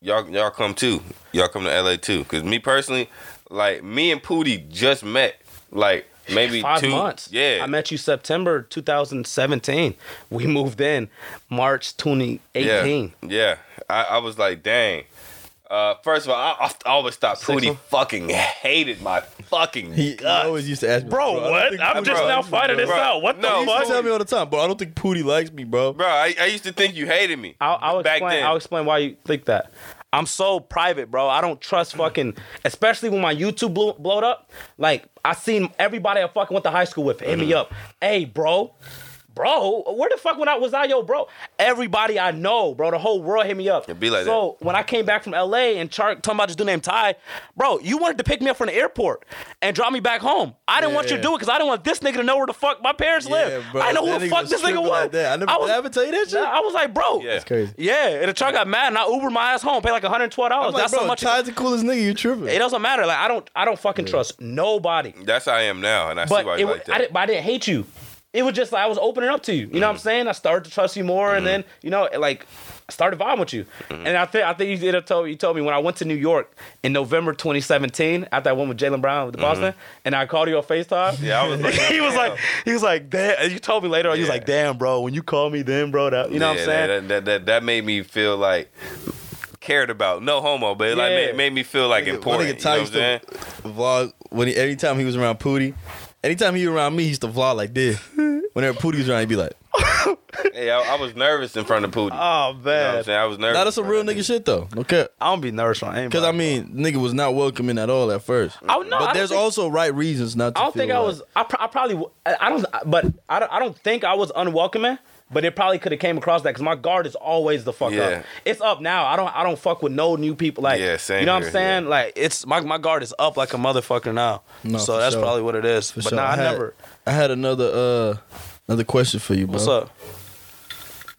[SPEAKER 4] y'all y'all come too y'all come to la too because me personally like me and pooty just met like maybe
[SPEAKER 3] Five
[SPEAKER 4] two
[SPEAKER 3] months.
[SPEAKER 4] yeah
[SPEAKER 3] I met you September 2017. We moved in March 2018.
[SPEAKER 4] yeah yeah I, I was like dang Uh, first of all, I, I always thought Pootie
[SPEAKER 3] one?
[SPEAKER 4] fucking hated my fucking
[SPEAKER 2] He, he
[SPEAKER 4] guts.
[SPEAKER 2] always used to ask me,
[SPEAKER 5] Bro,
[SPEAKER 2] I
[SPEAKER 5] what?
[SPEAKER 2] don't
[SPEAKER 5] I'm
[SPEAKER 2] think-
[SPEAKER 5] just
[SPEAKER 4] bro,
[SPEAKER 5] now finding this
[SPEAKER 4] bro.
[SPEAKER 5] out. What
[SPEAKER 4] No,
[SPEAKER 5] the
[SPEAKER 2] He used to
[SPEAKER 5] fuck?
[SPEAKER 2] tell me all the time, bro. I don't think Pootie likes me, bro.
[SPEAKER 4] Bro, I, I used to think you hated me.
[SPEAKER 3] I'll, I'll
[SPEAKER 4] back
[SPEAKER 3] explain.
[SPEAKER 4] then.
[SPEAKER 3] I'll explain why you think that. I'm so private, bro. I don't trust fucking, especially when my YouTube blew, blowed up. Like I seen everybody I fucking went to high school with hit
[SPEAKER 2] Mm-hmm.
[SPEAKER 3] me up. Hey, bro, bro, where the fuck when I was I yo, bro? Everybody I know, bro, the whole world hit me up.
[SPEAKER 4] be like
[SPEAKER 3] so when I came back from LA and char- talking about this dude named Ty, bro, you wanted to pick me up from the airport and drop me back home. I didn't want you to
[SPEAKER 2] Yeah.
[SPEAKER 3] do it because I didn't want this nigga to know where the fuck my parents live.
[SPEAKER 2] bro,
[SPEAKER 3] I know
[SPEAKER 2] that
[SPEAKER 3] who the
[SPEAKER 2] nigga
[SPEAKER 3] fuck
[SPEAKER 2] was
[SPEAKER 3] this nigga
[SPEAKER 2] tripping
[SPEAKER 3] was.
[SPEAKER 2] like that. I never-
[SPEAKER 3] was,
[SPEAKER 2] did I ever tell you that shit?
[SPEAKER 3] Nah, I was like, bro,
[SPEAKER 4] Yeah. That's
[SPEAKER 2] crazy.
[SPEAKER 3] yeah, and the truck got mad, and I Ubered my ass home, paid like 112
[SPEAKER 2] I'm
[SPEAKER 3] dollars.
[SPEAKER 2] like,
[SPEAKER 3] That's
[SPEAKER 2] bro,
[SPEAKER 3] so much.
[SPEAKER 2] Ty's the coolest nigga. You tripping?
[SPEAKER 3] it doesn't matter. Like I don't, I don't fucking trust nobody.
[SPEAKER 4] That's how I am now, and I
[SPEAKER 3] But
[SPEAKER 4] see why
[SPEAKER 3] it,
[SPEAKER 4] you
[SPEAKER 3] wa-
[SPEAKER 4] like
[SPEAKER 3] I
[SPEAKER 4] that.
[SPEAKER 3] didn't, but I didn't hate you. It was just like I was opening up to you. You know what
[SPEAKER 4] Mm-hmm.
[SPEAKER 3] I'm saying? I started to trust you more, and then you know, it, like, I started vibing with you.
[SPEAKER 4] Mm-hmm.
[SPEAKER 3] And I think I think you did have told you told me when I went to New York in November 2017 after I went with Jalen Brown with the Boston, and I called you on Facetime.
[SPEAKER 4] Mm-hmm. Yeah, I was like,
[SPEAKER 3] he was like, he was like, damn. and You told me later on. He was
[SPEAKER 4] Yeah.
[SPEAKER 3] like, damn, bro. When you call me, then, bro, that you know what
[SPEAKER 4] Yeah,
[SPEAKER 3] I'm saying?
[SPEAKER 4] That, that, that, that made me feel like cared about. No homo, but it like
[SPEAKER 3] Yeah.
[SPEAKER 4] made, made me feel like important.
[SPEAKER 2] My nigga
[SPEAKER 4] You know
[SPEAKER 2] Ty
[SPEAKER 4] what I'm
[SPEAKER 2] used to
[SPEAKER 4] saying?
[SPEAKER 2] vlog when he, anytime he was around Pootie. Anytime he was around me, he used to vlog like this. Whenever Pootie was around, he'd be like,
[SPEAKER 4] Hey, I, I was nervous in front of Pootie.
[SPEAKER 3] oh
[SPEAKER 4] you know what
[SPEAKER 3] man,
[SPEAKER 4] I'm saying? I was nervous.
[SPEAKER 2] "Nah, that's some
[SPEAKER 4] in
[SPEAKER 2] real
[SPEAKER 4] front of
[SPEAKER 2] nigga shit though." Okay,
[SPEAKER 3] I don't be nervous on anybody.
[SPEAKER 2] because I mean, nigga was not welcoming at all at first.
[SPEAKER 3] I would- Oh, no, I
[SPEAKER 2] but
[SPEAKER 3] don't
[SPEAKER 2] there's
[SPEAKER 3] think-
[SPEAKER 2] also right reasons not to.
[SPEAKER 3] I don't think
[SPEAKER 2] feel
[SPEAKER 3] I
[SPEAKER 2] right.
[SPEAKER 3] was. I, pr- I probably. w- I I don't. But I don't, I don't think I was unwelcoming. But it probably could have came across that because my guard is always the fuck
[SPEAKER 4] Yeah.
[SPEAKER 3] up. It's up now. I don't. I don't fuck with no new people. Like
[SPEAKER 4] Yeah, same
[SPEAKER 3] you know what
[SPEAKER 4] here,
[SPEAKER 3] I'm saying. Like it's my my guard is up like a motherfucker now.
[SPEAKER 2] No,
[SPEAKER 3] so
[SPEAKER 2] for
[SPEAKER 3] that's
[SPEAKER 2] sure.
[SPEAKER 3] probably what it is.
[SPEAKER 2] For
[SPEAKER 3] but
[SPEAKER 2] sure.
[SPEAKER 3] nah, I,
[SPEAKER 2] had,
[SPEAKER 3] never.
[SPEAKER 2] I had another uh another question for you, bro.
[SPEAKER 3] What's up?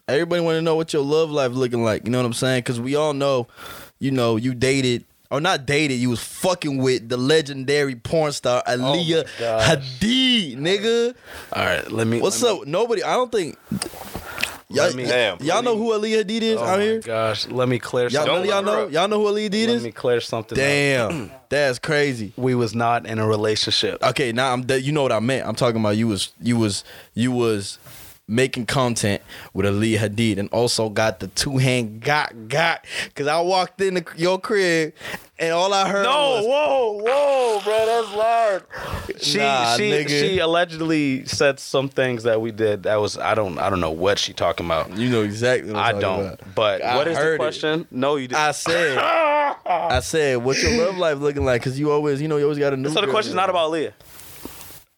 [SPEAKER 2] Everybody want to know what your love life looking like. You know what I'm saying? Because we all know, you know, you dated or not dated. You was fucking with the legendary porn star
[SPEAKER 3] Oh
[SPEAKER 2] Aaliyah Hadid, nigga.
[SPEAKER 3] All right, let me.
[SPEAKER 2] What's up? Nobody. I don't think. Y'all,
[SPEAKER 3] me-
[SPEAKER 4] Damn.
[SPEAKER 2] y'all know who Aaliyah Hadid is
[SPEAKER 3] Oh
[SPEAKER 2] out
[SPEAKER 3] my
[SPEAKER 2] here?
[SPEAKER 3] gosh, let me clear.
[SPEAKER 2] Y'all,
[SPEAKER 4] Don't
[SPEAKER 2] none of
[SPEAKER 3] something.
[SPEAKER 2] y'all
[SPEAKER 4] look her
[SPEAKER 2] know?
[SPEAKER 4] up.
[SPEAKER 2] Y'all know who Aaliyah Hadid
[SPEAKER 3] Let
[SPEAKER 2] is?
[SPEAKER 3] me clear something. up.
[SPEAKER 2] Damn, that's crazy.
[SPEAKER 3] we was not in a relationship.
[SPEAKER 2] Okay, now I'm that you know what I meant. I'm talking about you was you was you was making content with Ali Hadid and also got the two hand got got because I walked in the, your crib and all I heard
[SPEAKER 3] No,
[SPEAKER 2] was
[SPEAKER 3] whoa, whoa, bro, that's loud. She
[SPEAKER 2] Nah,
[SPEAKER 3] she
[SPEAKER 2] nigga.
[SPEAKER 3] she allegedly said some things that we did that was I don't I don't know what she talking about.
[SPEAKER 2] you know exactly what
[SPEAKER 3] I
[SPEAKER 2] I'm talking
[SPEAKER 3] don't.
[SPEAKER 2] about.
[SPEAKER 3] But
[SPEAKER 2] I
[SPEAKER 3] what is
[SPEAKER 2] heard
[SPEAKER 3] the
[SPEAKER 2] it.
[SPEAKER 3] question? No, you didn't.
[SPEAKER 2] I said I said what's your love life looking like because you always you know you always got a new
[SPEAKER 3] so the
[SPEAKER 2] girl.
[SPEAKER 3] question's not about Leah.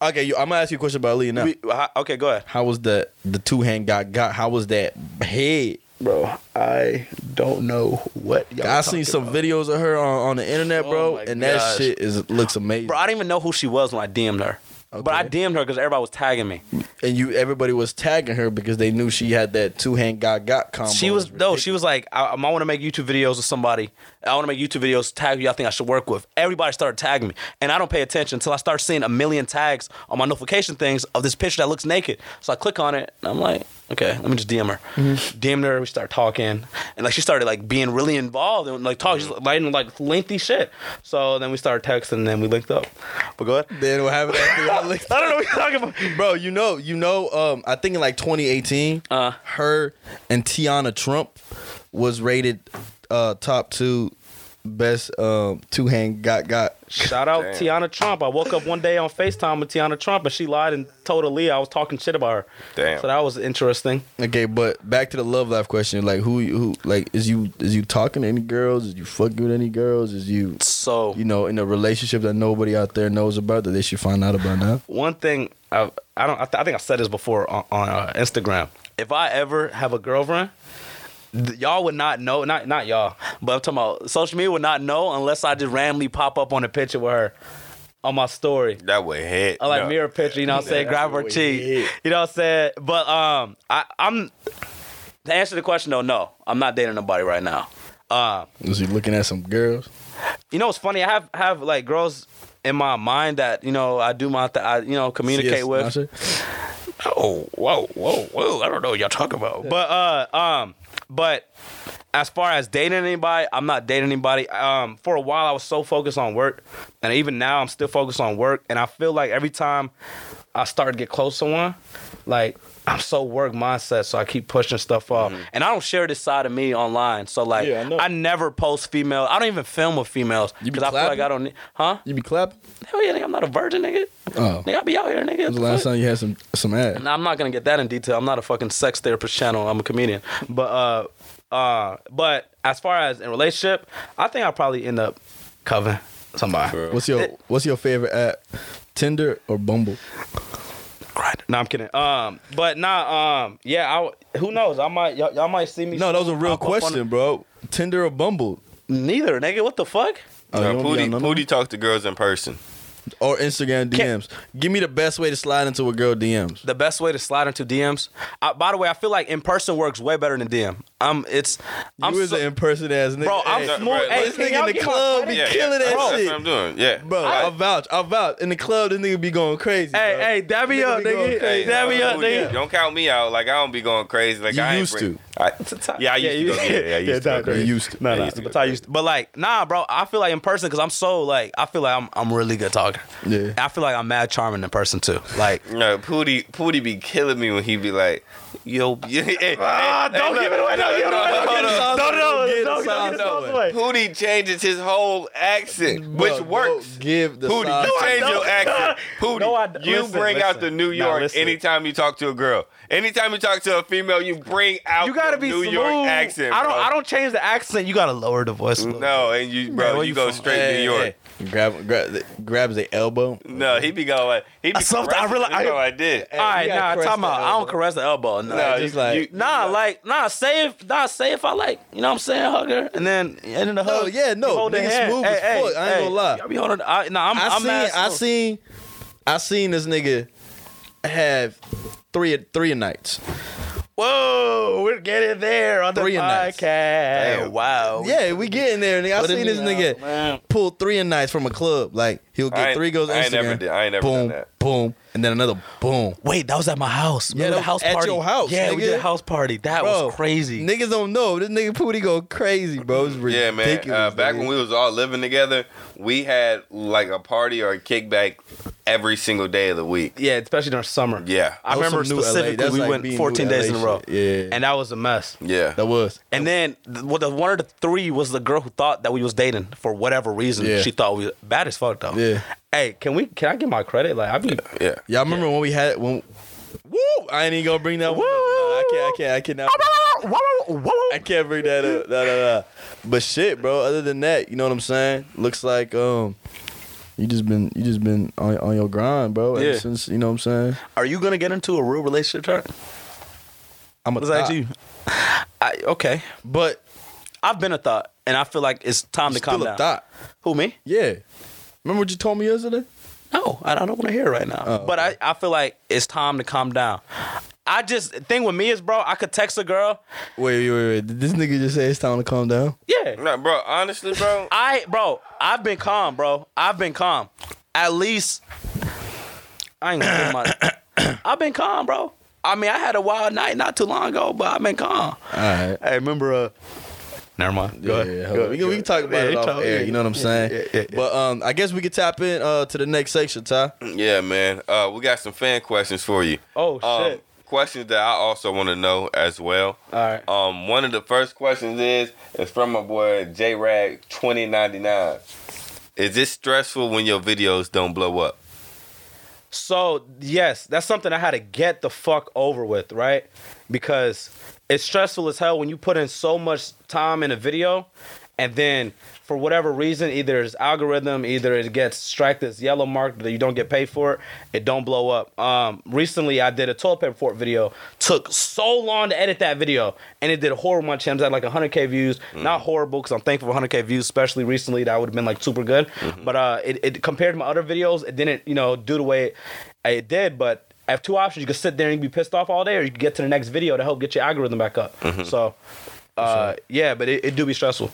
[SPEAKER 2] okay you, I'm gonna ask you a question about Ali now
[SPEAKER 3] We- hi- okay, go ahead.
[SPEAKER 2] how was the the two hand got got how was that head
[SPEAKER 3] Bro, I don't know what y'all
[SPEAKER 2] I seen some videos of her on, on the internet bro
[SPEAKER 3] Oh my
[SPEAKER 2] and
[SPEAKER 3] gosh.
[SPEAKER 2] that shit is looks amazing
[SPEAKER 3] Bro, I didn't even know who she was when I DM'd her. But I DM'd her because everybody was tagging me.
[SPEAKER 2] and you everybody was tagging her because they knew she had that two hand got got combo.
[SPEAKER 3] She was no, she was like, I, I want to make YouTube videos with somebody. I want to make YouTube videos. Tag who I think I should work with. Everybody started tagging me, and I don't pay attention until I start seeing a million tags on my notification things of this picture that looks naked. So I click on it, and I'm like, okay, let me just DM her. DM her. We start talking, and like she started like being really involved and like talking, she's writing like lengthy shit. So then we started texting, and then we linked up. But go ahead.
[SPEAKER 2] Then what happened after y'all licked-
[SPEAKER 3] I don't know what you're talking about.
[SPEAKER 2] Bro, you know, you know, um, I think in like 2018,
[SPEAKER 3] Uh.
[SPEAKER 2] her and Tiana Trump was rated uh top two best um two hand got got.
[SPEAKER 3] Shout out
[SPEAKER 4] Damn.
[SPEAKER 3] Tiana Trump. I woke up one day on FaceTime with Tiana Trump and she lied and told Aaliyah I was talking shit about her.
[SPEAKER 4] Damn.
[SPEAKER 3] So that was interesting.
[SPEAKER 2] Okay, but back to the love life question. Like who who like is you is you talking to any girls? Is you fucking with any girls? Is you
[SPEAKER 3] So
[SPEAKER 2] you know in a relationship that nobody out there knows about that they should find out about now?
[SPEAKER 3] one thing I, I don't I, th- I think I said this before on, on uh, Instagram. If I ever have a girlfriend, th- y'all would not know not not y'all, but I'm talking about social media would not know unless I just randomly pop up on a picture with her on my story.
[SPEAKER 4] That would hit.
[SPEAKER 3] I like
[SPEAKER 4] no.
[SPEAKER 3] mirror picture, you know what I'm saying? Grab her cheek. You know what I'm saying? But um I, I'm to answer the question though, no. I'm not dating nobody right now. Um
[SPEAKER 2] Is you looking at some girls?
[SPEAKER 3] you know what's funny? I have have like girls in my mind that, you know, I do my th- I, you know,
[SPEAKER 2] Yes,
[SPEAKER 3] communicate with.
[SPEAKER 2] Nasha?
[SPEAKER 3] Oh, whoa, whoa, whoa. I don't know what y'all talking about. But uh um but as far as dating anybody, I'm not dating anybody. Um for a while I was so focused on work and even now I'm still focused on work and I feel like every time I I start to get close to one, like I'm so work mindset, so I keep pushing stuff off. And I don't share this side of me online. So like
[SPEAKER 2] Mm-hmm. Yeah, I know.
[SPEAKER 3] I, never post female. I don't even film with females
[SPEAKER 2] You be
[SPEAKER 3] because I feel like
[SPEAKER 2] clapping?
[SPEAKER 3] I don't. need- Huh?
[SPEAKER 2] You be clapping?
[SPEAKER 3] Hell yeah, nigga, I'm not a virgin, nigga.
[SPEAKER 2] Oh.
[SPEAKER 3] Nigga, I be out here,
[SPEAKER 2] When was
[SPEAKER 3] nigga. What
[SPEAKER 2] the
[SPEAKER 3] the
[SPEAKER 2] last
[SPEAKER 3] fuck?
[SPEAKER 2] time you had some some ass?
[SPEAKER 3] Nah, I'm not gonna get that in detail. I'm not a fucking sex therapist channel. I'm a comedian. But uh, uh, but as far as in relationship, I think I'll probably end up covering somebody.
[SPEAKER 2] What's your What's your favorite app? Tinder or Bumble?
[SPEAKER 3] Grinder. No, I'm kidding. Um, but nah, um, yeah. I w- who knows? I might y'all, y'all might see me.
[SPEAKER 2] No, that was a real
[SPEAKER 3] pop up on-
[SPEAKER 2] question, bro. Tinder or Bumble
[SPEAKER 3] Neither, nigga. What the fuck?
[SPEAKER 2] Oh,
[SPEAKER 4] Now,
[SPEAKER 2] you wanna be on
[SPEAKER 4] Pootie,
[SPEAKER 2] none of
[SPEAKER 4] Pootie talks to girls in person.
[SPEAKER 2] or Instagram DMs? Give me the best way to slide into a girl DMs.
[SPEAKER 3] The best way to slide into DMs. I, by the way, I feel like in person works way better than DM. Um, it's I'm
[SPEAKER 2] you is
[SPEAKER 3] so-
[SPEAKER 2] an in person ass nigga.
[SPEAKER 3] bro. I'm
[SPEAKER 4] Hey,
[SPEAKER 3] smooth.
[SPEAKER 4] bro,
[SPEAKER 3] hey,
[SPEAKER 4] this
[SPEAKER 3] can
[SPEAKER 2] nigga
[SPEAKER 3] y'all
[SPEAKER 2] in the
[SPEAKER 3] get my
[SPEAKER 2] club
[SPEAKER 3] credit?
[SPEAKER 2] be killing that
[SPEAKER 4] that's,
[SPEAKER 2] shit.
[SPEAKER 4] That's what I'm doing. Yeah,
[SPEAKER 2] Bro, I, vouch, I vouch. In the club, this nigga be going crazy.
[SPEAKER 3] Hey,
[SPEAKER 2] bro.
[SPEAKER 3] hey, dab me
[SPEAKER 2] Nigga
[SPEAKER 3] up,
[SPEAKER 2] be going
[SPEAKER 3] nigga.
[SPEAKER 2] crazy.
[SPEAKER 3] dab me
[SPEAKER 4] uh,
[SPEAKER 3] up,
[SPEAKER 4] Pootie,
[SPEAKER 3] nigga.
[SPEAKER 4] Don't count me out. Like I don't be going crazy. Like
[SPEAKER 2] You
[SPEAKER 4] I ain't
[SPEAKER 2] used
[SPEAKER 4] bring-
[SPEAKER 2] to.
[SPEAKER 4] I,
[SPEAKER 3] It's a tie.
[SPEAKER 4] yeah, I used to.
[SPEAKER 3] you-
[SPEAKER 4] Go, yeah, yeah, I used to.
[SPEAKER 3] nah,
[SPEAKER 4] go crazy.
[SPEAKER 2] You used to.
[SPEAKER 3] No,
[SPEAKER 4] Yeah,
[SPEAKER 3] no,
[SPEAKER 4] used to
[SPEAKER 3] that's
[SPEAKER 4] go
[SPEAKER 3] how I used to. But like, nah, bro, I feel like in person because I'm so like, I feel like I'm I'm really good talker.
[SPEAKER 2] Yeah.
[SPEAKER 3] I feel like I'm mad charming in person too. Like,
[SPEAKER 4] No, Pootie, Pootie be killing me when he be like, "Yo,
[SPEAKER 3] Ah, don't give it away, don't give it away, don't
[SPEAKER 4] hold
[SPEAKER 3] give it
[SPEAKER 4] on.
[SPEAKER 3] away. No,
[SPEAKER 2] Get
[SPEAKER 3] no,
[SPEAKER 2] the
[SPEAKER 3] no, no,
[SPEAKER 2] sauce
[SPEAKER 3] get the sauce
[SPEAKER 2] away.
[SPEAKER 3] away.
[SPEAKER 4] Pootie changes his whole accent,
[SPEAKER 2] Bro,
[SPEAKER 4] which
[SPEAKER 2] don't
[SPEAKER 4] works.
[SPEAKER 2] Give the
[SPEAKER 4] Pootie,
[SPEAKER 2] sauce
[SPEAKER 4] you change
[SPEAKER 3] don't.
[SPEAKER 4] your accent. Pootie,
[SPEAKER 3] No, I don't.
[SPEAKER 4] you
[SPEAKER 3] Listen,
[SPEAKER 4] bring out the
[SPEAKER 3] listen.
[SPEAKER 4] New
[SPEAKER 3] Nah,
[SPEAKER 4] York
[SPEAKER 3] listen.
[SPEAKER 4] anytime you talk to a girl. Anytime you talk to a female, you bring out
[SPEAKER 3] You gotta
[SPEAKER 4] the
[SPEAKER 3] be
[SPEAKER 4] New
[SPEAKER 3] smooth.
[SPEAKER 4] York accent.
[SPEAKER 3] I don't.
[SPEAKER 4] bro.
[SPEAKER 3] I don't change the accent. You gotta lower the voice. a little.
[SPEAKER 4] No, and you, bro,
[SPEAKER 3] Man, where
[SPEAKER 4] you,
[SPEAKER 3] you
[SPEAKER 4] go
[SPEAKER 3] from?
[SPEAKER 4] straight
[SPEAKER 2] Hey,
[SPEAKER 4] New York.
[SPEAKER 2] hey. Grab, grab, grabs the elbow.
[SPEAKER 4] No, he be going. like- He be.
[SPEAKER 3] Sometimes I
[SPEAKER 4] caressing
[SPEAKER 3] realize-
[SPEAKER 4] the
[SPEAKER 3] I-
[SPEAKER 4] girl I did.
[SPEAKER 3] All right,
[SPEAKER 2] you gotta
[SPEAKER 3] nah,
[SPEAKER 2] caress
[SPEAKER 3] talking
[SPEAKER 2] the
[SPEAKER 3] about I
[SPEAKER 2] elbow.
[SPEAKER 3] don't caress the elbow. No,
[SPEAKER 4] No,
[SPEAKER 2] just
[SPEAKER 4] you-
[SPEAKER 2] like-
[SPEAKER 4] you-
[SPEAKER 3] nah, like nah, save nah, save if I like, you know what I'm saying, hug her, and then and then the hug.
[SPEAKER 2] No, yeah, no,
[SPEAKER 3] you hold the
[SPEAKER 2] nigga
[SPEAKER 3] hand.
[SPEAKER 2] smooth
[SPEAKER 3] hey,
[SPEAKER 2] as
[SPEAKER 3] hey,
[SPEAKER 2] fuck, I ain't
[SPEAKER 3] hey,
[SPEAKER 2] gonna lie.
[SPEAKER 3] I be on. I, nah, I'm,
[SPEAKER 2] I
[SPEAKER 3] I'm
[SPEAKER 2] seen,
[SPEAKER 3] mad
[SPEAKER 2] I
[SPEAKER 3] smooth.
[SPEAKER 2] seen, I seen this nigga have three, three nights.
[SPEAKER 3] Whoa, we're getting there on
[SPEAKER 2] Three
[SPEAKER 3] the
[SPEAKER 2] and nights.
[SPEAKER 3] podcast. wow.
[SPEAKER 2] Yeah, we getting there, nigga. I
[SPEAKER 3] What it
[SPEAKER 2] seen this
[SPEAKER 3] mean,
[SPEAKER 2] nigga
[SPEAKER 3] oh, man.
[SPEAKER 2] pull three and nights from a club. Like he'll
[SPEAKER 4] I
[SPEAKER 2] get
[SPEAKER 4] ain't-
[SPEAKER 2] three goes.
[SPEAKER 4] I ain't never
[SPEAKER 2] Instagram,
[SPEAKER 4] did- I ain't never
[SPEAKER 2] boom,
[SPEAKER 4] done that.
[SPEAKER 2] Boom, and then another boom.
[SPEAKER 3] Wait, that was at my house. Remember
[SPEAKER 2] that
[SPEAKER 3] the house
[SPEAKER 2] was at
[SPEAKER 3] party?
[SPEAKER 2] your house,
[SPEAKER 3] Yeah, we did
[SPEAKER 2] nigga.
[SPEAKER 3] a house party. That was crazy.
[SPEAKER 2] Niggas don't know this nigga Pooty go crazy, bro. It's ridiculous.
[SPEAKER 4] Yeah, man. Uh, back when we was all living together, we had like a party or a kickback every single day of the week.
[SPEAKER 3] yeah, especially during summer.
[SPEAKER 4] Yeah.
[SPEAKER 3] I
[SPEAKER 2] That was
[SPEAKER 3] remember
[SPEAKER 2] some new LA.
[SPEAKER 3] specifically
[SPEAKER 2] That's
[SPEAKER 3] we
[SPEAKER 2] like being
[SPEAKER 3] went 14
[SPEAKER 2] new
[SPEAKER 3] days
[SPEAKER 2] LA
[SPEAKER 3] in a row.
[SPEAKER 2] shit. Yeah.
[SPEAKER 3] And that was a mess.
[SPEAKER 4] Yeah.
[SPEAKER 2] that was
[SPEAKER 3] And then th- well, the one of the three was the girl who thought that we was dating for whatever reason.
[SPEAKER 2] Yeah.
[SPEAKER 3] She thought we bad as fuck though.
[SPEAKER 2] Yeah.
[SPEAKER 3] Hey, can we? Can I get my credit? Like I be.
[SPEAKER 4] Yeah.
[SPEAKER 2] Y'all remember when we had when? Woo! I ain't even gonna bring that. Woo! I can't. I can't. I
[SPEAKER 4] Oh,
[SPEAKER 2] cannot. I can't bring that up. Nah, nah, nah. But shit, bro. Other than that, you know what I'm saying? Looks like um, you just been you just been on, on your grind, bro. Ever
[SPEAKER 3] Yeah.
[SPEAKER 2] since you know what I'm saying.
[SPEAKER 3] Are you gonna get into a real relationship? Turn?
[SPEAKER 2] I'm a
[SPEAKER 3] Was that
[SPEAKER 2] thot.
[SPEAKER 3] you? I, okay,
[SPEAKER 2] but
[SPEAKER 3] I've been a thought, and I feel like it's time
[SPEAKER 2] I'm
[SPEAKER 3] to calm
[SPEAKER 2] still a
[SPEAKER 3] down.
[SPEAKER 2] thought.
[SPEAKER 3] Who me?
[SPEAKER 2] Yeah. Remember what you told me yesterday?
[SPEAKER 3] No, I I don't want to hear it right now.
[SPEAKER 2] Oh,
[SPEAKER 3] but I, I feel like it's time to calm down. I just thing with me is, bro, I could text a girl.
[SPEAKER 2] Wait, wait, wait, wait. Did this nigga just say it's time to calm down?
[SPEAKER 3] Yeah,
[SPEAKER 4] No, bro. Honestly, bro.
[SPEAKER 3] I, bro, I've been calm, bro. I've been calm. At least I ain't gonna put my. I've been calm, bro. I mean, I had a wild night not too long ago, but I've been calm.
[SPEAKER 2] All right.
[SPEAKER 3] Hey, remember? Uh, never mind. Go
[SPEAKER 2] Yeah,
[SPEAKER 3] ahead.
[SPEAKER 2] yeah,
[SPEAKER 3] Go
[SPEAKER 2] hold on.
[SPEAKER 3] ahead.
[SPEAKER 2] we, can, we can talk about
[SPEAKER 3] Yeah,
[SPEAKER 2] it
[SPEAKER 3] you
[SPEAKER 2] off
[SPEAKER 3] talk-
[SPEAKER 2] air.
[SPEAKER 3] yeah,
[SPEAKER 2] You know what I'm saying?
[SPEAKER 3] yeah, yeah, yeah.
[SPEAKER 2] But um, I guess we could tap in uh, to the next section, Ty.
[SPEAKER 4] Yeah, man. Uh, we got some fan questions for you.
[SPEAKER 3] Oh,
[SPEAKER 4] Um,
[SPEAKER 3] shit.
[SPEAKER 4] questions that I also want to know as well.
[SPEAKER 3] All right.
[SPEAKER 4] Um, one of the first questions is is from my boy J Rag twenty ninety nine. Is it stressful when your videos don't blow up?
[SPEAKER 3] So yes, that's something I had to get the fuck over with, right? Because it's stressful as hell when you put in so much time in a video, and then for whatever reason, either it's algorithm, either it gets strike this yellow mark that you don't get paid for it, it don't blow up. Um, recently I did a toilet paper fort video, took so long to edit that video, and it did horrible. on My channel had like 100k views, not horrible because I'm thankful for 100k views, especially recently that would have been like super good. But uh, it, it compared to my other videos, it didn't you know do the way it, it did, but I have two options. You could sit there and be pissed off all day, or you could get to the next video to help get your algorithm back up. So, uh, yeah, but it, it do be stressful.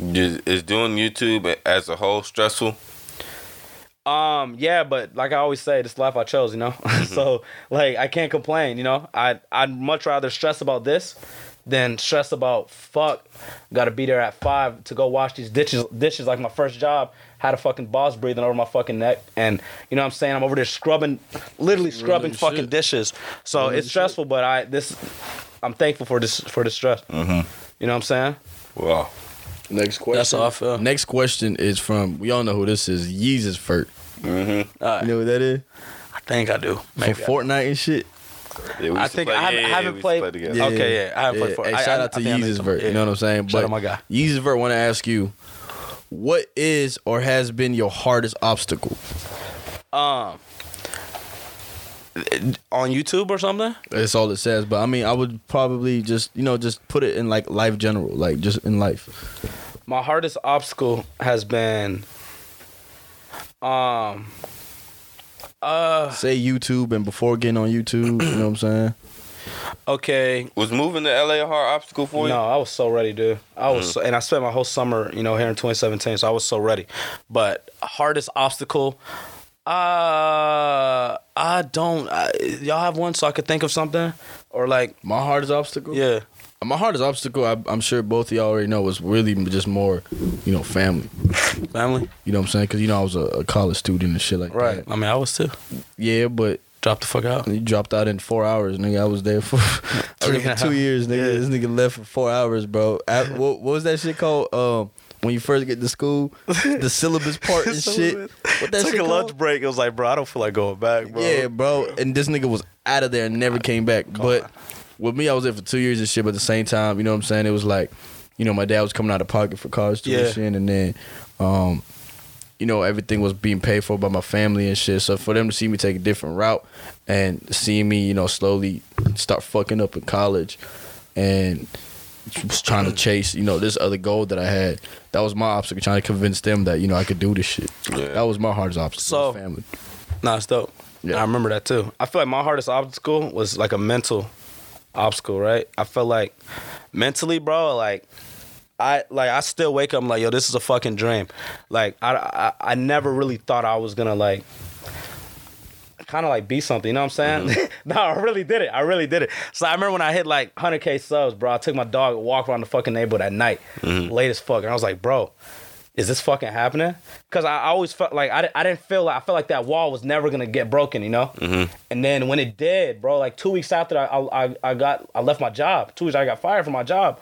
[SPEAKER 4] Is, is doing YouTube as a whole stressful?
[SPEAKER 3] Um, yeah, but like I always say, this is the life I chose, you know.
[SPEAKER 6] Mm-hmm.
[SPEAKER 3] so like I can't complain, you know. I I'd much rather stress about this than stress about fuck. Got to be there at five to go wash these dishes. Dishes like my first job. had a fucking boss breathing over my fucking neck, and you know what I'm saying. I'm over there scrubbing, literally scrubbing
[SPEAKER 2] shit.
[SPEAKER 3] fucking dishes. So it's stressful, but I this, I'm thankful for this for this stress.
[SPEAKER 6] Mm-hmm.
[SPEAKER 3] You know what I'm saying?
[SPEAKER 4] Wow.
[SPEAKER 7] Next question.
[SPEAKER 6] That's how I feel.
[SPEAKER 2] Next question is from we all know who this is Yeezus Furt.
[SPEAKER 7] Mm-hmm.
[SPEAKER 6] All
[SPEAKER 2] You
[SPEAKER 6] right.
[SPEAKER 2] know what that is?
[SPEAKER 6] I think I do. Maybe.
[SPEAKER 2] From Fortnite and shit.
[SPEAKER 4] Yeah, we
[SPEAKER 6] I
[SPEAKER 4] used to
[SPEAKER 6] think
[SPEAKER 4] play-
[SPEAKER 6] I haven't-
[SPEAKER 4] yeah,
[SPEAKER 6] I
[SPEAKER 4] yeah,
[SPEAKER 6] haven't
[SPEAKER 4] we used to
[SPEAKER 6] played-
[SPEAKER 4] play together.
[SPEAKER 6] Yeah. Okay, I haven't played Fortnite.
[SPEAKER 2] Hey,
[SPEAKER 6] I-
[SPEAKER 2] shout
[SPEAKER 6] I-
[SPEAKER 2] out
[SPEAKER 6] I
[SPEAKER 2] to
[SPEAKER 6] think I know
[SPEAKER 2] Yeezus
[SPEAKER 6] some-
[SPEAKER 2] Vert.
[SPEAKER 6] yeah.
[SPEAKER 2] You know what I'm saying?
[SPEAKER 3] Shout out my guy.
[SPEAKER 2] Yeezus Vert want to ask you, what is or has been your hardest obstacle?
[SPEAKER 6] Um, eh, On YouTube or something?
[SPEAKER 2] That's all it says. But I mean, I would probably just you know just put it in like life general, like just in life.
[SPEAKER 3] my hardest obstacle has been um uh,
[SPEAKER 2] Say YouTube and before getting on YouTube, you know what I'm saying?
[SPEAKER 6] Okay.
[SPEAKER 4] Was moving to LA a hard obstacle for you?
[SPEAKER 3] no i was so ready dude i was so, and i spent my whole summer you know here in 2017 so i was so ready but hardest obstacle uh i don't I, y'all have one so i could think of something or like
[SPEAKER 2] My hardest obstacle.
[SPEAKER 6] Yeah.
[SPEAKER 2] My hardest obstacle, I, I'm sure both of y'all already know, was really just more, you know, family.
[SPEAKER 6] Family.
[SPEAKER 2] You know what I'm saying? Because you know I was a, a college student and shit like that.
[SPEAKER 6] I mean, I was too.
[SPEAKER 2] Yeah, but
[SPEAKER 6] Drop the fuck out.
[SPEAKER 2] You dropped out in four hours, nigga. I was there for, I was there for
[SPEAKER 6] Yeah.
[SPEAKER 2] two years, nigga. This nigga left for four hours, bro. I, what, what was that shit called? Um, when you first get to school, the syllabus part and shit. What that shit called?
[SPEAKER 3] break it was like bro i don't feel like going back
[SPEAKER 2] Yeah, bro. And this nigga was out of there and never came back. But with me, I was there for two years and shit. But at the same time, you know what I'm saying? It was like, you know, my dad was coming out of pocket for college
[SPEAKER 6] Yeah.
[SPEAKER 2] tuition, and then, um, you know, everything was being paid for by my family and shit. So for them to see me take a different route and seeing me, you know, slowly start fucking up in college, and was trying to chase, you know, this other goal that I had. That was my obstacle, trying to convince them that you know I could do this shit. That was my hardest obstacle.
[SPEAKER 6] So-
[SPEAKER 2] was family.
[SPEAKER 6] Nah, it's dope.
[SPEAKER 2] Yeah.
[SPEAKER 3] I remember that too. I feel like my hardest obstacle was like a mental obstacle, right? I felt like mentally, bro, like I like I still wake up I'm like, yo, this is a fucking dream. Like I I, I never really thought I was gonna like kind of like be something, you know what I'm saying? no, I really did it. I really did it. So I remember when I hit like 100k subs, bro. I took my dog walk around the fucking neighborhood at night, late as fuck, and I was like, bro, is this fucking happening? Because I always felt like I, di- I didn't feel like I felt like that wall was never gonna get broken, you know.
[SPEAKER 2] Mm-hmm.
[SPEAKER 3] And then when it did, bro, like two weeks after I, I I got I left my job. Two weeks I got fired from my job.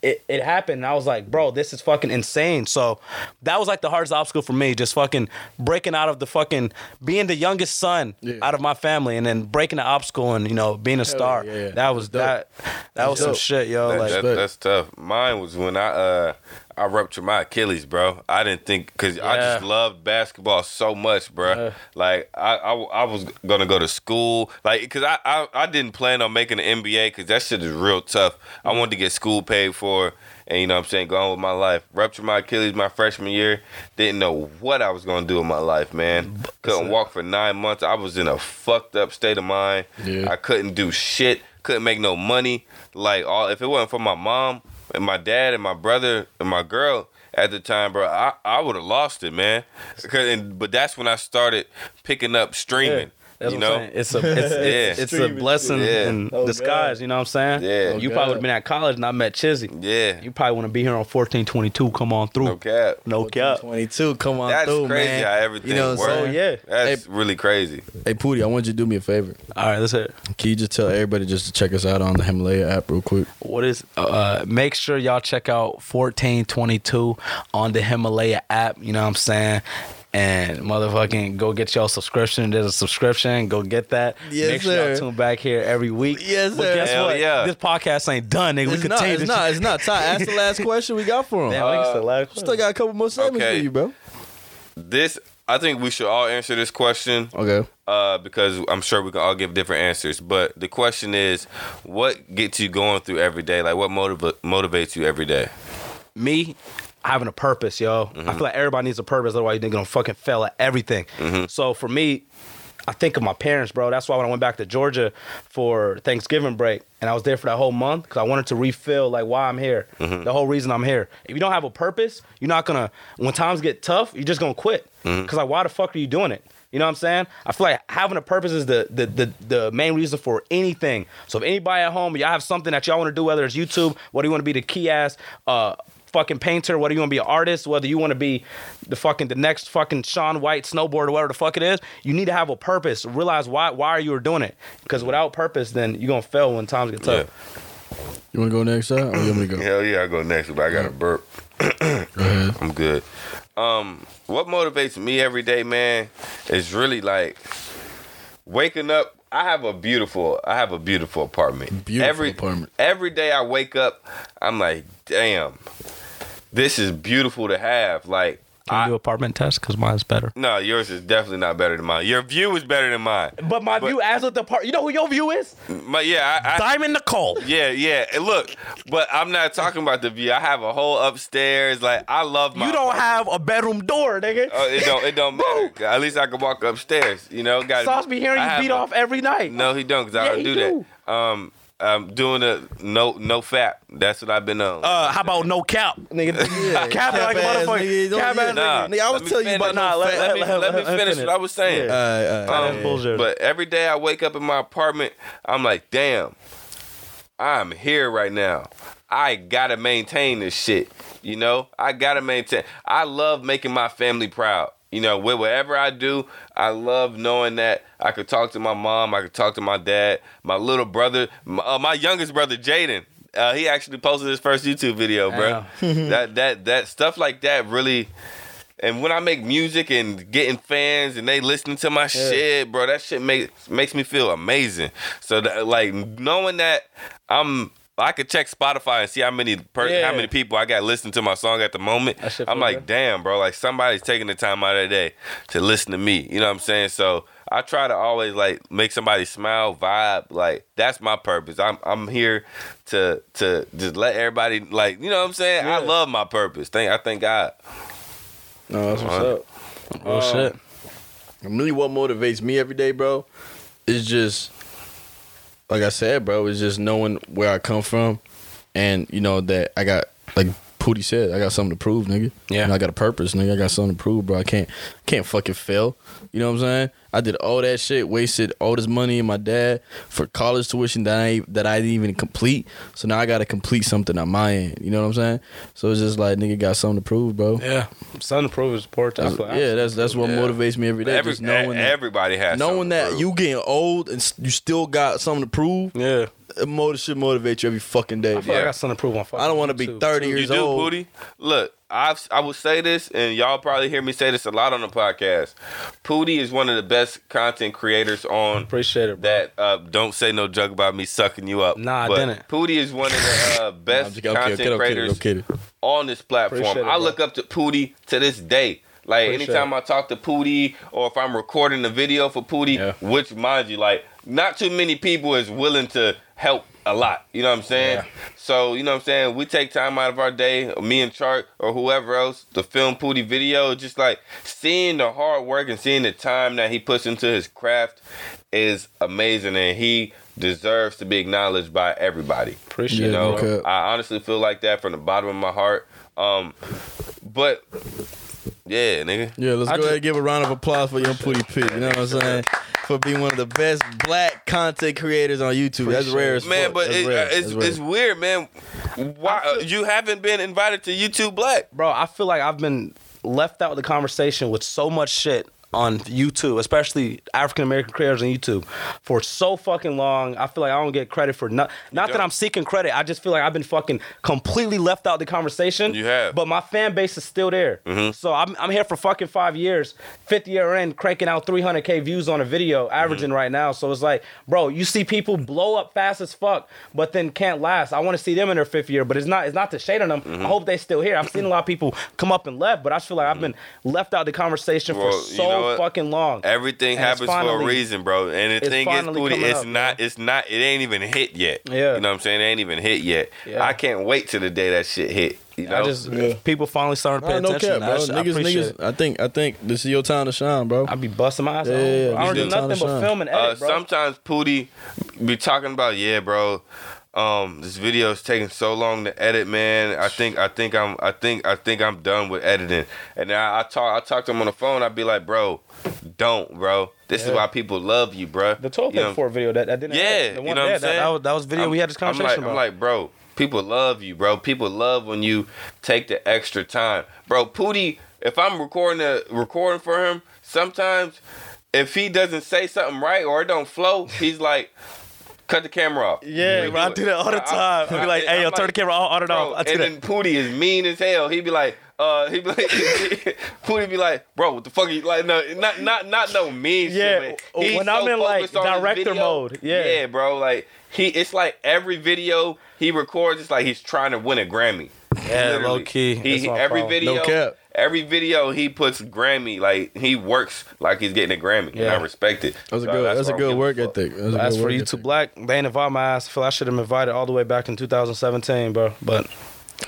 [SPEAKER 3] It, it happened and I was like, bro, this is fucking insane. So that was like the hardest obstacle for me, just fucking breaking out of the fucking being the youngest son out of my family and then breaking the obstacle and you know being a star.
[SPEAKER 2] yeah, yeah.
[SPEAKER 3] That was that that was some
[SPEAKER 2] dope.
[SPEAKER 3] shit, yo.
[SPEAKER 4] That-
[SPEAKER 3] like
[SPEAKER 4] that- that's tough. Mine was when I uh I ruptured my Achilles, bro. I didn't think because I just
[SPEAKER 6] Yeah.
[SPEAKER 4] loved basketball so much, bro. Like I, I I was gonna go to school, like because I, I I didn't plan on making the NBA because that shit is real tough. I wanted to get school paid for. And you know what I'm saying, go on with my life. Ruptured my Achilles my freshman year. Didn't know what I was gonna do in my life, man. Couldn't walk for nine months. I was in a fucked up state of mind.
[SPEAKER 2] Yeah.
[SPEAKER 4] I couldn't do shit. Couldn't make no money. Like all if it wasn't for my mom and my dad and my brother and my girl at the time, bro, I, I would have lost it, man. 'Cause- and- but that's when I started picking up streaming.
[SPEAKER 3] That's
[SPEAKER 4] you
[SPEAKER 3] what I'm
[SPEAKER 4] know,
[SPEAKER 3] saying. It's a it's, it's,
[SPEAKER 4] Yeah.
[SPEAKER 3] it's a blessing
[SPEAKER 4] Yeah.
[SPEAKER 3] in
[SPEAKER 6] Oh,
[SPEAKER 3] disguise. You know what I'm saying?
[SPEAKER 4] Yeah. Oh,
[SPEAKER 3] you probably
[SPEAKER 2] God.
[SPEAKER 3] would have been at college and I met Chizzy.
[SPEAKER 4] yeah.
[SPEAKER 3] You probably want to be here on 1422. Come on through.
[SPEAKER 4] no cap.
[SPEAKER 3] No cap.
[SPEAKER 2] 22, come on
[SPEAKER 4] That's
[SPEAKER 2] through,
[SPEAKER 4] crazy
[SPEAKER 2] man.
[SPEAKER 4] how everything
[SPEAKER 2] You know what I'm
[SPEAKER 4] works.
[SPEAKER 2] saying?
[SPEAKER 3] Oh, yeah.
[SPEAKER 4] That's really crazy.
[SPEAKER 2] Hey Pooty, I want you to do me a favor.
[SPEAKER 6] All right, let's hear it.
[SPEAKER 2] Can you just tell everybody just to check us out on the Himalaya app real quick?
[SPEAKER 6] What is? Uh, make sure y'all check out fourteen twenty two on the Himalaya app. You know what I'm saying? And motherfucking go get your subscription. There's a subscription. Go get that.
[SPEAKER 2] Yes,
[SPEAKER 6] make sure y'all
[SPEAKER 2] sir.
[SPEAKER 6] tune back here every week.
[SPEAKER 2] Yes,
[SPEAKER 6] but
[SPEAKER 2] sir.
[SPEAKER 6] Guess
[SPEAKER 4] Hell
[SPEAKER 6] what?
[SPEAKER 4] yeah.
[SPEAKER 6] This podcast ain't done, nigga.
[SPEAKER 2] It's
[SPEAKER 6] we
[SPEAKER 2] not,
[SPEAKER 6] continue.
[SPEAKER 2] it's
[SPEAKER 6] this
[SPEAKER 2] not, it's not. Ty, ask the last question we got for him.
[SPEAKER 3] Damn, I think it's the last
[SPEAKER 2] Still got a couple more segments
[SPEAKER 4] Okay.
[SPEAKER 2] for you, bro.
[SPEAKER 4] This I think we should all answer this question.
[SPEAKER 2] Okay.
[SPEAKER 4] uh, because I'm sure we can all give different answers. But the question is, what gets you going through every day? Like, what motiv- motivates you every day?
[SPEAKER 3] me having a purpose, yo. I feel like everybody needs a purpose, otherwise you're gonna fucking fail at everything. So for me, I think of my parents, bro. That's why when I went back to Georgia for Thanksgiving break, and I was there for that whole month because I wanted to refill like why I'm here, the whole reason I'm here. If you don't have a purpose, you're not gonna. When times get tough, you're just gonna quit. Cause like, why the fuck are you doing it? You know what I'm saying? I feel like having a purpose is the the the, the main reason for anything. So if anybody at home, y'all have something that y'all want to do, whether it's YouTube, what do you want to be the key ass uh, fucking painter, whether you want to be an artist, whether you want to be the fucking the next fucking Sean White snowboarder, whatever the fuck it is, you need to have a purpose. Realize why why are you doing it? Because without purpose, then you're gonna fail when times get tough.
[SPEAKER 2] You want to go next time? Or you want me to go?
[SPEAKER 4] Hell yeah, I go next, but I got a burp. I'm good. Um, what motivates me every day, man, is really like waking up. I have a beautiful, I have a beautiful apartment.
[SPEAKER 2] Beautiful
[SPEAKER 4] every,
[SPEAKER 2] apartment.
[SPEAKER 4] Every day I wake up, I'm like, damn, this is beautiful to have. Like,
[SPEAKER 8] Can
[SPEAKER 4] I-
[SPEAKER 8] you do apartment test? Because mine's better.
[SPEAKER 4] no, yours is definitely not better than mine. Your view is better than mine.
[SPEAKER 3] But my view as of the part, you know who your view is?
[SPEAKER 4] But yeah, I, I,
[SPEAKER 3] Diamond Nicole.
[SPEAKER 4] Yeah, yeah. And look, but I'm not talking about the view. I have a whole upstairs. Like I love my.
[SPEAKER 3] You don't have a bedroom door, nigga.
[SPEAKER 4] Oh, it don't. It don't matter. At least I can walk upstairs. You know, got.
[SPEAKER 3] Sauce be hearing
[SPEAKER 4] I
[SPEAKER 3] you
[SPEAKER 4] have
[SPEAKER 3] beat
[SPEAKER 4] a-
[SPEAKER 3] off every night.
[SPEAKER 4] No, he don't. Cause I
[SPEAKER 3] Yeah,
[SPEAKER 4] don't
[SPEAKER 3] he
[SPEAKER 4] do,
[SPEAKER 3] do.
[SPEAKER 4] that. Um, I'm doing a no no fap. That's what I've been on.
[SPEAKER 3] Uh, how about no cap? Nigga, cap it like a
[SPEAKER 2] cap-ass nigga,
[SPEAKER 3] motherfucker.
[SPEAKER 2] don't
[SPEAKER 3] Cap
[SPEAKER 2] do that.
[SPEAKER 3] ass
[SPEAKER 4] nah,
[SPEAKER 2] nigga, I was
[SPEAKER 4] let me
[SPEAKER 2] telling you
[SPEAKER 4] finish.
[SPEAKER 2] about
[SPEAKER 3] no
[SPEAKER 4] let,
[SPEAKER 3] fat-
[SPEAKER 4] me,
[SPEAKER 3] let- let-
[SPEAKER 4] let me
[SPEAKER 3] let him
[SPEAKER 4] finish
[SPEAKER 3] finish.
[SPEAKER 4] what I was saying.
[SPEAKER 2] All right, all right.
[SPEAKER 4] Um,
[SPEAKER 3] that's bullshit.
[SPEAKER 4] But every day I wake up in my apartment, I'm like, damn, I'm here right now. I gotta maintain this shit. You know, I gotta maintain. I love making my family proud. You know, wh- whatever I do, I love knowing that I could talk to my mom, I could talk to my dad, my little brother, my, uh, my youngest brother, Jaden. Uh, he actually posted his first YouTube video, bro. that that that stuff like that really and when I make music and getting fans and they listening to my shit, bro, that shit makes makes me feel amazing. So that, like knowing that I'm I could check Spotify and see how many per,
[SPEAKER 3] Yeah.
[SPEAKER 4] how many people I got listening to my song at the moment.
[SPEAKER 3] shit feel
[SPEAKER 4] I'm like,
[SPEAKER 3] good.
[SPEAKER 4] damn, bro, like somebody's taking the time out of their day to listen to me. You know what I'm saying? So I try to always like make somebody smile, vibe. Like that's my purpose. I'm I'm here to to just let everybody like you know what I'm saying. I love my purpose. Thank I thank God.
[SPEAKER 2] No, that's what's up. Uh,
[SPEAKER 8] Oh shit.
[SPEAKER 2] really what motivates me every day, bro, is just like I said, bro, is just knowing where I come from and you know that I got like Pooty said, I got something to prove, nigga.
[SPEAKER 8] Yeah.
[SPEAKER 2] You know, I got a purpose, nigga. I got something to prove, bro. I can't can't fucking fail. You know what I'm saying? I did all that shit, wasted all this money in my dad for college tuition that I that I didn't even complete. So now I gotta complete something on my end. You know what I'm saying? So it's just like nigga got something to prove, bro.
[SPEAKER 8] Yeah.
[SPEAKER 3] Son proof is poor.
[SPEAKER 2] That's- yeah, that's that's what motivates me every day.
[SPEAKER 4] Every,
[SPEAKER 2] just knowing
[SPEAKER 4] e-
[SPEAKER 2] that-
[SPEAKER 4] everybody has
[SPEAKER 2] knowing
[SPEAKER 4] something
[SPEAKER 2] that
[SPEAKER 4] to prove.
[SPEAKER 2] you getting old and s- you still got something to prove,
[SPEAKER 3] Yeah.
[SPEAKER 2] it motiv- should motivate you every fucking day.
[SPEAKER 3] Fuck,
[SPEAKER 2] bro.
[SPEAKER 4] Yeah.
[SPEAKER 3] I got son proof on fuck.
[SPEAKER 2] I don't want to be
[SPEAKER 3] Two.
[SPEAKER 2] 30
[SPEAKER 4] you
[SPEAKER 2] years
[SPEAKER 4] do,
[SPEAKER 2] old.
[SPEAKER 4] Pooty. Look, I I will say this, and y'all probably hear me say this a lot on the podcast. Pooty is one of the best content creators on
[SPEAKER 3] Appreciate it, bro.
[SPEAKER 4] that. Uh, don't say no joke about me sucking you up.
[SPEAKER 3] Nah, I
[SPEAKER 4] But
[SPEAKER 3] didn't.
[SPEAKER 4] Pooty is one of the uh,
[SPEAKER 2] I'm
[SPEAKER 4] best
[SPEAKER 2] just- I'm
[SPEAKER 4] content
[SPEAKER 2] kidding, I'm kidding,
[SPEAKER 4] creators
[SPEAKER 2] I'm kidding.
[SPEAKER 4] on this platform.
[SPEAKER 3] Appreciate it,
[SPEAKER 4] I
[SPEAKER 3] bro.
[SPEAKER 4] look up to Pooty to this day. Like
[SPEAKER 3] Appreciate
[SPEAKER 4] anytime I talk to Pooty or if I'm recording a video for Pooty, which mind you, like not too many people is willing to help a lot. You know what I'm saying? So you know what I'm saying. We take time out of our day, me and Chart or whoever else, to film Pooty video. Just like seeing the hard work and seeing the time that he puts into his craft is amazing, and he deserves to be acknowledged by everybody.
[SPEAKER 3] Appreciate
[SPEAKER 4] You
[SPEAKER 3] it,
[SPEAKER 4] know,
[SPEAKER 3] bro.
[SPEAKER 2] okay.
[SPEAKER 4] I honestly feel like that from the bottom of my heart. Um, but yeah, nigga.
[SPEAKER 2] Yeah, let's go
[SPEAKER 8] just-
[SPEAKER 2] ahead and give a round of applause for Young Pooty Pig. You know what I'm saying? For being one of the best black content creators on YouTube. That's rare as
[SPEAKER 4] Man,
[SPEAKER 2] fuck.
[SPEAKER 4] but
[SPEAKER 2] That's
[SPEAKER 4] it, uh,
[SPEAKER 2] rare.
[SPEAKER 4] it's
[SPEAKER 2] That's rare.
[SPEAKER 4] it's weird, man. Why you haven't been invited to YouTube Black?
[SPEAKER 3] Bro, I feel like I've been left out of the conversation with so much shit on YouTube, especially African American creators on YouTube, for so fucking long. I feel like I don't get credit for not not that
[SPEAKER 4] don't.
[SPEAKER 3] I'm seeking credit. I just feel like I've been fucking completely left out of the conversation.
[SPEAKER 4] You have.
[SPEAKER 3] But my fan base is still there.
[SPEAKER 4] Mm-hmm.
[SPEAKER 3] So I'm, I'm here for fucking five years, fifth year in, cranking out 300k views on a video,
[SPEAKER 4] Mm-hmm.
[SPEAKER 3] averaging right now. So it's like, bro, you see people blow up fast as fuck, but then can't last. I want to see them in their fifth year, but it's not it's not to shade on them.
[SPEAKER 4] Mm-hmm.
[SPEAKER 3] I hope they still here. I've seen a lot of people come up and left, but I just feel like I've been left out of the conversation
[SPEAKER 4] Mm-hmm. Well,
[SPEAKER 3] for
[SPEAKER 4] you
[SPEAKER 3] so
[SPEAKER 4] know what?
[SPEAKER 3] fucking long.
[SPEAKER 4] Everything
[SPEAKER 3] And it's
[SPEAKER 4] happens for a
[SPEAKER 3] finally-
[SPEAKER 4] reason, bro. And the
[SPEAKER 3] it's
[SPEAKER 4] thing is,
[SPEAKER 3] finally
[SPEAKER 4] Booty,
[SPEAKER 3] coming
[SPEAKER 4] it's
[SPEAKER 3] up,
[SPEAKER 4] not, it's not, it ain't even hit yet.
[SPEAKER 3] Yeah.
[SPEAKER 4] you know what I'm saying? It ain't even hit yet.
[SPEAKER 3] Yeah.
[SPEAKER 4] I can't wait till the day that shit hit. You know,
[SPEAKER 3] I just people finally starting to pay
[SPEAKER 2] Nah, no
[SPEAKER 3] attention.
[SPEAKER 2] cap,
[SPEAKER 3] I
[SPEAKER 2] bro.
[SPEAKER 3] just- I
[SPEAKER 2] niggas,
[SPEAKER 3] appreciate
[SPEAKER 2] niggas.
[SPEAKER 3] it.
[SPEAKER 2] I think, I think this is your time to shine, bro.
[SPEAKER 3] I be busting my ass.
[SPEAKER 2] Yeah,
[SPEAKER 3] off,
[SPEAKER 2] yeah,
[SPEAKER 3] bro. I
[SPEAKER 2] you
[SPEAKER 3] don't do
[SPEAKER 2] do. Time
[SPEAKER 3] nothing
[SPEAKER 2] to
[SPEAKER 3] but
[SPEAKER 2] shine.
[SPEAKER 3] film and
[SPEAKER 4] uh,
[SPEAKER 3] edit, bro.
[SPEAKER 4] sometimes Pooty be talking about, yeah, bro. Um, this video is taking so long to edit, man. I think I think I'm I think I think I'm done with editing. And then I, I talk I talk to him on the phone. I'd be like, bro, don't, bro. This is why people love you, bro.
[SPEAKER 3] the toilet
[SPEAKER 4] You know-
[SPEAKER 3] paper for video that, that didn't.
[SPEAKER 4] Yeah,
[SPEAKER 3] edit, the
[SPEAKER 4] you know what I'm
[SPEAKER 3] yeah, that-
[SPEAKER 4] saying?
[SPEAKER 3] That, was, that was video
[SPEAKER 4] I'm-
[SPEAKER 3] we had this
[SPEAKER 4] I'm
[SPEAKER 3] conversation
[SPEAKER 4] like,
[SPEAKER 3] about.
[SPEAKER 4] I'm like, bro, People love you, bro. People love when you take the extra time, bro. Pootie, if I'm recording a, recording for him, sometimes if he doesn't say something right or it don't flow, he's like. Cut the camera off.
[SPEAKER 3] Yeah, bro, I do that all the time. I, be like, "Hey, yo, turn the camera on, on and
[SPEAKER 4] bro,
[SPEAKER 3] off." I do
[SPEAKER 4] and
[SPEAKER 3] that.
[SPEAKER 4] then Pootie is mean as hell. He'd be like, uh, he'd be like, Pootie be like, bro, what the fuck? Are you like, no, not not not no mean
[SPEAKER 3] Yeah,
[SPEAKER 4] shit. but
[SPEAKER 3] w-
[SPEAKER 4] he's
[SPEAKER 3] when I'm in, like,
[SPEAKER 4] focused on his
[SPEAKER 3] director
[SPEAKER 4] video.
[SPEAKER 3] mode, yeah.
[SPEAKER 4] yeah, bro, like he, it's like every video he records, it's like he's trying to win a Grammy.
[SPEAKER 3] Yeah,
[SPEAKER 4] Literally.
[SPEAKER 3] low-key,
[SPEAKER 4] He,
[SPEAKER 3] that's
[SPEAKER 4] he-
[SPEAKER 3] my
[SPEAKER 4] every
[SPEAKER 3] problem.
[SPEAKER 4] video,
[SPEAKER 2] No cap.
[SPEAKER 4] every video he puts Grammy. Like he works like he's getting a Grammy, and I
[SPEAKER 3] Yeah.
[SPEAKER 4] respect it.
[SPEAKER 2] That's a
[SPEAKER 4] So
[SPEAKER 2] good. that's,
[SPEAKER 4] why
[SPEAKER 2] a
[SPEAKER 4] I don't
[SPEAKER 2] good
[SPEAKER 4] give
[SPEAKER 2] work
[SPEAKER 4] fuck.
[SPEAKER 2] ethic. That's a
[SPEAKER 3] As
[SPEAKER 2] good
[SPEAKER 3] for
[SPEAKER 2] work
[SPEAKER 3] you
[SPEAKER 2] ethic.
[SPEAKER 3] two black, they ain't invite my ass. I feel I should have invited all the way back in 2017, bro. But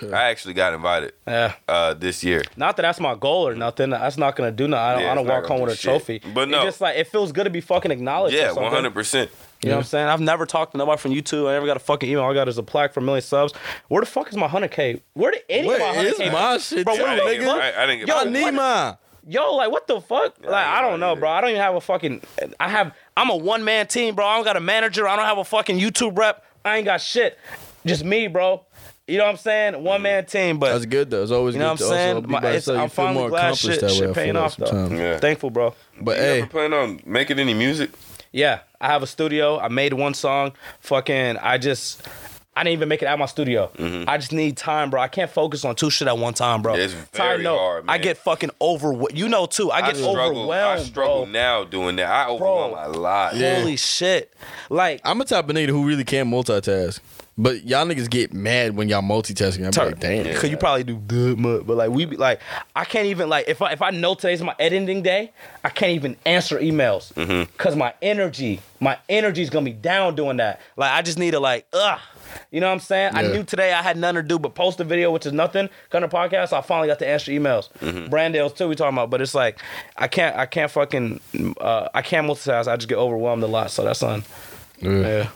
[SPEAKER 4] I actually got invited
[SPEAKER 3] yeah,
[SPEAKER 4] uh, this year.
[SPEAKER 3] not that that's my goal or nothing. That's not gonna do nothing. I don't,
[SPEAKER 4] Yeah,
[SPEAKER 3] I don't
[SPEAKER 4] it's not
[SPEAKER 3] walk
[SPEAKER 4] gonna
[SPEAKER 3] home with
[SPEAKER 4] do
[SPEAKER 3] a
[SPEAKER 4] shit.
[SPEAKER 3] trophy.
[SPEAKER 4] But no.
[SPEAKER 3] it's just like it feels good to be fucking acknowledged. or
[SPEAKER 4] Yeah,
[SPEAKER 3] something.
[SPEAKER 4] one hundred percent.
[SPEAKER 3] You know what I'm saying? I've never talked to nobody from YouTube. I never got a fucking email. All I got is a plaque for a million subs. Where the fuck is my 100K? Where did any of
[SPEAKER 2] Where
[SPEAKER 3] my 100K?
[SPEAKER 2] is my shit?
[SPEAKER 3] Bro,
[SPEAKER 2] too,
[SPEAKER 3] where
[SPEAKER 4] I
[SPEAKER 3] the
[SPEAKER 4] didn't get-
[SPEAKER 2] nigga?
[SPEAKER 4] I, I didn't get.
[SPEAKER 3] Yo,
[SPEAKER 2] I
[SPEAKER 4] invited.
[SPEAKER 2] need mine.
[SPEAKER 3] Yo, like what the fuck? like I don't know, bro. I don't even have a fucking. I have. I'm a one man team, bro. I don't got a manager. I don't have a fucking YouTube rep. I ain't got shit. Just me, bro. You know what I'm saying? One man
[SPEAKER 4] Mm.
[SPEAKER 3] team, but
[SPEAKER 2] That's good though. It's always
[SPEAKER 3] you
[SPEAKER 2] good
[SPEAKER 3] know what
[SPEAKER 2] to
[SPEAKER 3] I'm
[SPEAKER 2] also
[SPEAKER 3] saying?
[SPEAKER 2] be
[SPEAKER 3] My-
[SPEAKER 2] by
[SPEAKER 3] it's-
[SPEAKER 2] yourself.
[SPEAKER 3] I'm
[SPEAKER 2] You feel more
[SPEAKER 3] finally glad
[SPEAKER 2] accomplished
[SPEAKER 3] shit,
[SPEAKER 2] that way. I
[SPEAKER 3] shit paying
[SPEAKER 2] feel
[SPEAKER 3] off
[SPEAKER 2] off
[SPEAKER 3] though.
[SPEAKER 2] sometimes.
[SPEAKER 4] Yeah.
[SPEAKER 3] Thankful, bro.
[SPEAKER 2] But
[SPEAKER 4] You
[SPEAKER 2] hey,
[SPEAKER 4] ever plan on making any music?
[SPEAKER 3] Yeah, I have a studio. I made one song. Fucking, I just. I didn't even make it out of my studio. I just need time, bro. I can't focus on two shit at one time, bro.
[SPEAKER 4] Mm-hmm. It's
[SPEAKER 3] time,
[SPEAKER 4] very
[SPEAKER 3] no.
[SPEAKER 4] hard,
[SPEAKER 3] I
[SPEAKER 4] man.
[SPEAKER 3] get fucking overwhelmed. You know, too. I get overwhelmed,
[SPEAKER 4] I struggle
[SPEAKER 3] bro.
[SPEAKER 4] now doing that. I overwhelm a lot.
[SPEAKER 3] Holy shit! Like
[SPEAKER 2] I'm a type of nigga who really can't multitask. But y'all niggas get mad when y'all multitasking. I'm
[SPEAKER 3] Turn.
[SPEAKER 2] like, damn.
[SPEAKER 3] Cause you probably do good much, but like we be like, I can't even like if I if I know today's my editing day, I can't even answer emails
[SPEAKER 2] Mm-hmm.
[SPEAKER 3] cause my energy, my energy's gonna be down doing that. Like I just need to like, ugh, you know what I'm saying? I
[SPEAKER 2] Yeah.
[SPEAKER 3] knew today I had nothing to do but post a video, which is nothing. Kind of podcast, I finally got to answer emails.
[SPEAKER 2] Mm-hmm.
[SPEAKER 3] Brandales too, we talking about, but it's like I can't, I can't fucking, uh, I can't multitask. I just get overwhelmed a lot, so that's on. Yeah,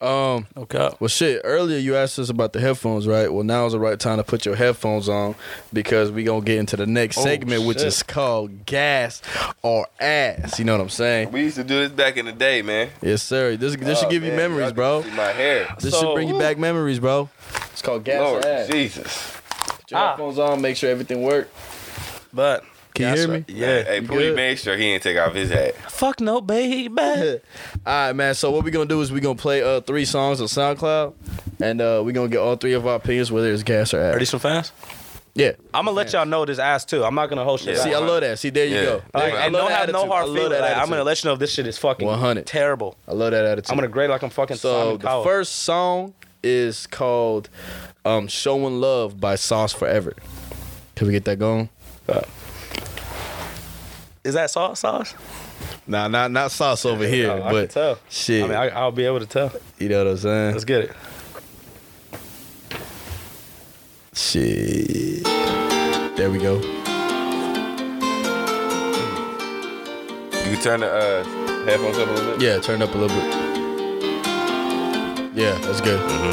[SPEAKER 2] Um,
[SPEAKER 5] Okay.
[SPEAKER 2] well, shit. Earlier you asked us about the headphones, right? Well, now is the right time to put your headphones on because we gonna get into the next segment, which
[SPEAKER 3] Oh, shit.
[SPEAKER 2] is called gas or ass. You know what I'm saying?
[SPEAKER 4] We used to do this back in the day, man.
[SPEAKER 2] Yes, sir. This this should
[SPEAKER 4] Oh,
[SPEAKER 2] give you
[SPEAKER 4] man, y'all
[SPEAKER 2] memories,
[SPEAKER 4] can
[SPEAKER 2] bro.
[SPEAKER 4] see My hair.
[SPEAKER 2] This
[SPEAKER 3] So-
[SPEAKER 2] should bring you back memories, bro. It's called gas
[SPEAKER 4] Lord
[SPEAKER 2] or ass.
[SPEAKER 4] Jesus.
[SPEAKER 2] Put your
[SPEAKER 3] Ah.
[SPEAKER 2] headphones on. Make sure everything work.
[SPEAKER 3] but
[SPEAKER 2] Can you
[SPEAKER 3] That's
[SPEAKER 2] hear me?
[SPEAKER 3] right. yeah,
[SPEAKER 4] Hey,
[SPEAKER 2] you
[SPEAKER 4] Pootie
[SPEAKER 2] good?
[SPEAKER 4] made sure he didn't take off his hat.
[SPEAKER 5] Fuck no, baby.
[SPEAKER 2] All right, man. So what we're gonna do is we're gonna play uh three songs on SoundCloud, and uh we're gonna get all three of our opinions, whether it's gas or
[SPEAKER 5] Are
[SPEAKER 2] ass.
[SPEAKER 5] these some fans?
[SPEAKER 2] Yeah.
[SPEAKER 3] I'm gonna let y'all know this ass too. I'm not gonna hold shit.
[SPEAKER 4] Yeah.
[SPEAKER 3] back.
[SPEAKER 2] See, I love that. See, there you
[SPEAKER 4] Yeah.
[SPEAKER 2] go.
[SPEAKER 4] All
[SPEAKER 2] There
[SPEAKER 4] right,
[SPEAKER 2] you go. I
[SPEAKER 3] and
[SPEAKER 2] love
[SPEAKER 3] no,
[SPEAKER 2] that
[SPEAKER 3] have no
[SPEAKER 2] attitude. I
[SPEAKER 3] hard
[SPEAKER 2] love
[SPEAKER 3] feelings.
[SPEAKER 2] that
[SPEAKER 3] Like, I'm
[SPEAKER 2] attitude.
[SPEAKER 3] gonna let you know if this shit is fucking
[SPEAKER 2] 100.
[SPEAKER 3] terrible.
[SPEAKER 2] I love that attitude.
[SPEAKER 3] I'm gonna grade like I'm fucking
[SPEAKER 2] so
[SPEAKER 3] Simon
[SPEAKER 2] the
[SPEAKER 3] Cowell.
[SPEAKER 2] first song is called um "Showing Love" by Sauce Forever. Can we get that going?
[SPEAKER 5] Is that sauce sauce?
[SPEAKER 2] Nah, not not sauce over here,
[SPEAKER 3] Oh, I
[SPEAKER 2] but
[SPEAKER 3] can tell.
[SPEAKER 2] shit,
[SPEAKER 3] I mean, I, I'll be able to tell.
[SPEAKER 2] you know what I'm saying?
[SPEAKER 3] Let's get it.
[SPEAKER 2] Shit. There we go.
[SPEAKER 4] You can turn the uh, headphones up a little bit.
[SPEAKER 2] Yeah, turn it up a little bit. Yeah, that's good.
[SPEAKER 9] Yeah.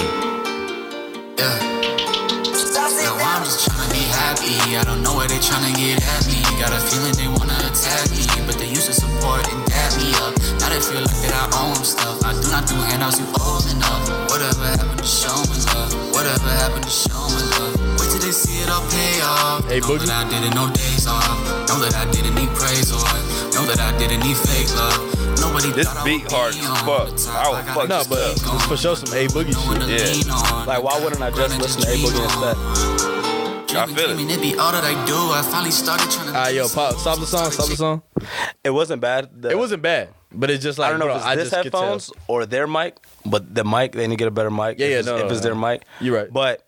[SPEAKER 9] No, I'm just tryna be happy. I don't know where they tryna get at me. Got a feeling they wanna attack me, but they used to support and dab me up. Now they feel like that I own stuff. I do not do handouts, you old enough. Whatever happened to showing love? Whatever happened to showing love? Wait till they see it all pay off.
[SPEAKER 2] Hey,
[SPEAKER 9] know
[SPEAKER 2] Boogie.
[SPEAKER 9] that I didn't know days off. Know that I didn't need praise or know that I didn't need fake love. Nobody
[SPEAKER 4] This
[SPEAKER 9] thought
[SPEAKER 4] beat
[SPEAKER 9] I would
[SPEAKER 4] hard
[SPEAKER 9] be
[SPEAKER 4] as
[SPEAKER 9] on
[SPEAKER 4] fuck.
[SPEAKER 9] the top.
[SPEAKER 4] I would
[SPEAKER 9] I gotta
[SPEAKER 4] fuck
[SPEAKER 2] No,
[SPEAKER 4] this
[SPEAKER 2] but
[SPEAKER 4] up.
[SPEAKER 2] it's for sure some A Boogie
[SPEAKER 9] no one
[SPEAKER 2] shit.
[SPEAKER 9] to
[SPEAKER 4] Yeah.
[SPEAKER 9] lean on.
[SPEAKER 3] Like, why wouldn't I just listen to A Boogie instead?
[SPEAKER 4] I feel it.
[SPEAKER 9] I mean, it be all that I do. I finally started trying to.
[SPEAKER 2] Ah, yo, pop, stop the song, stop the song.
[SPEAKER 3] It wasn't bad. The-
[SPEAKER 2] It wasn't bad, but it's just like
[SPEAKER 3] I don't know
[SPEAKER 2] bro,
[SPEAKER 3] if
[SPEAKER 2] I
[SPEAKER 3] it's this
[SPEAKER 2] just could tell.
[SPEAKER 3] headphones or their mic, but the mic they need to get a better mic.
[SPEAKER 2] Yeah,
[SPEAKER 3] if
[SPEAKER 2] yeah,
[SPEAKER 3] it's,
[SPEAKER 2] no,
[SPEAKER 3] if
[SPEAKER 2] no,
[SPEAKER 3] it's
[SPEAKER 2] no.
[SPEAKER 3] their mic,
[SPEAKER 2] You're right.
[SPEAKER 3] But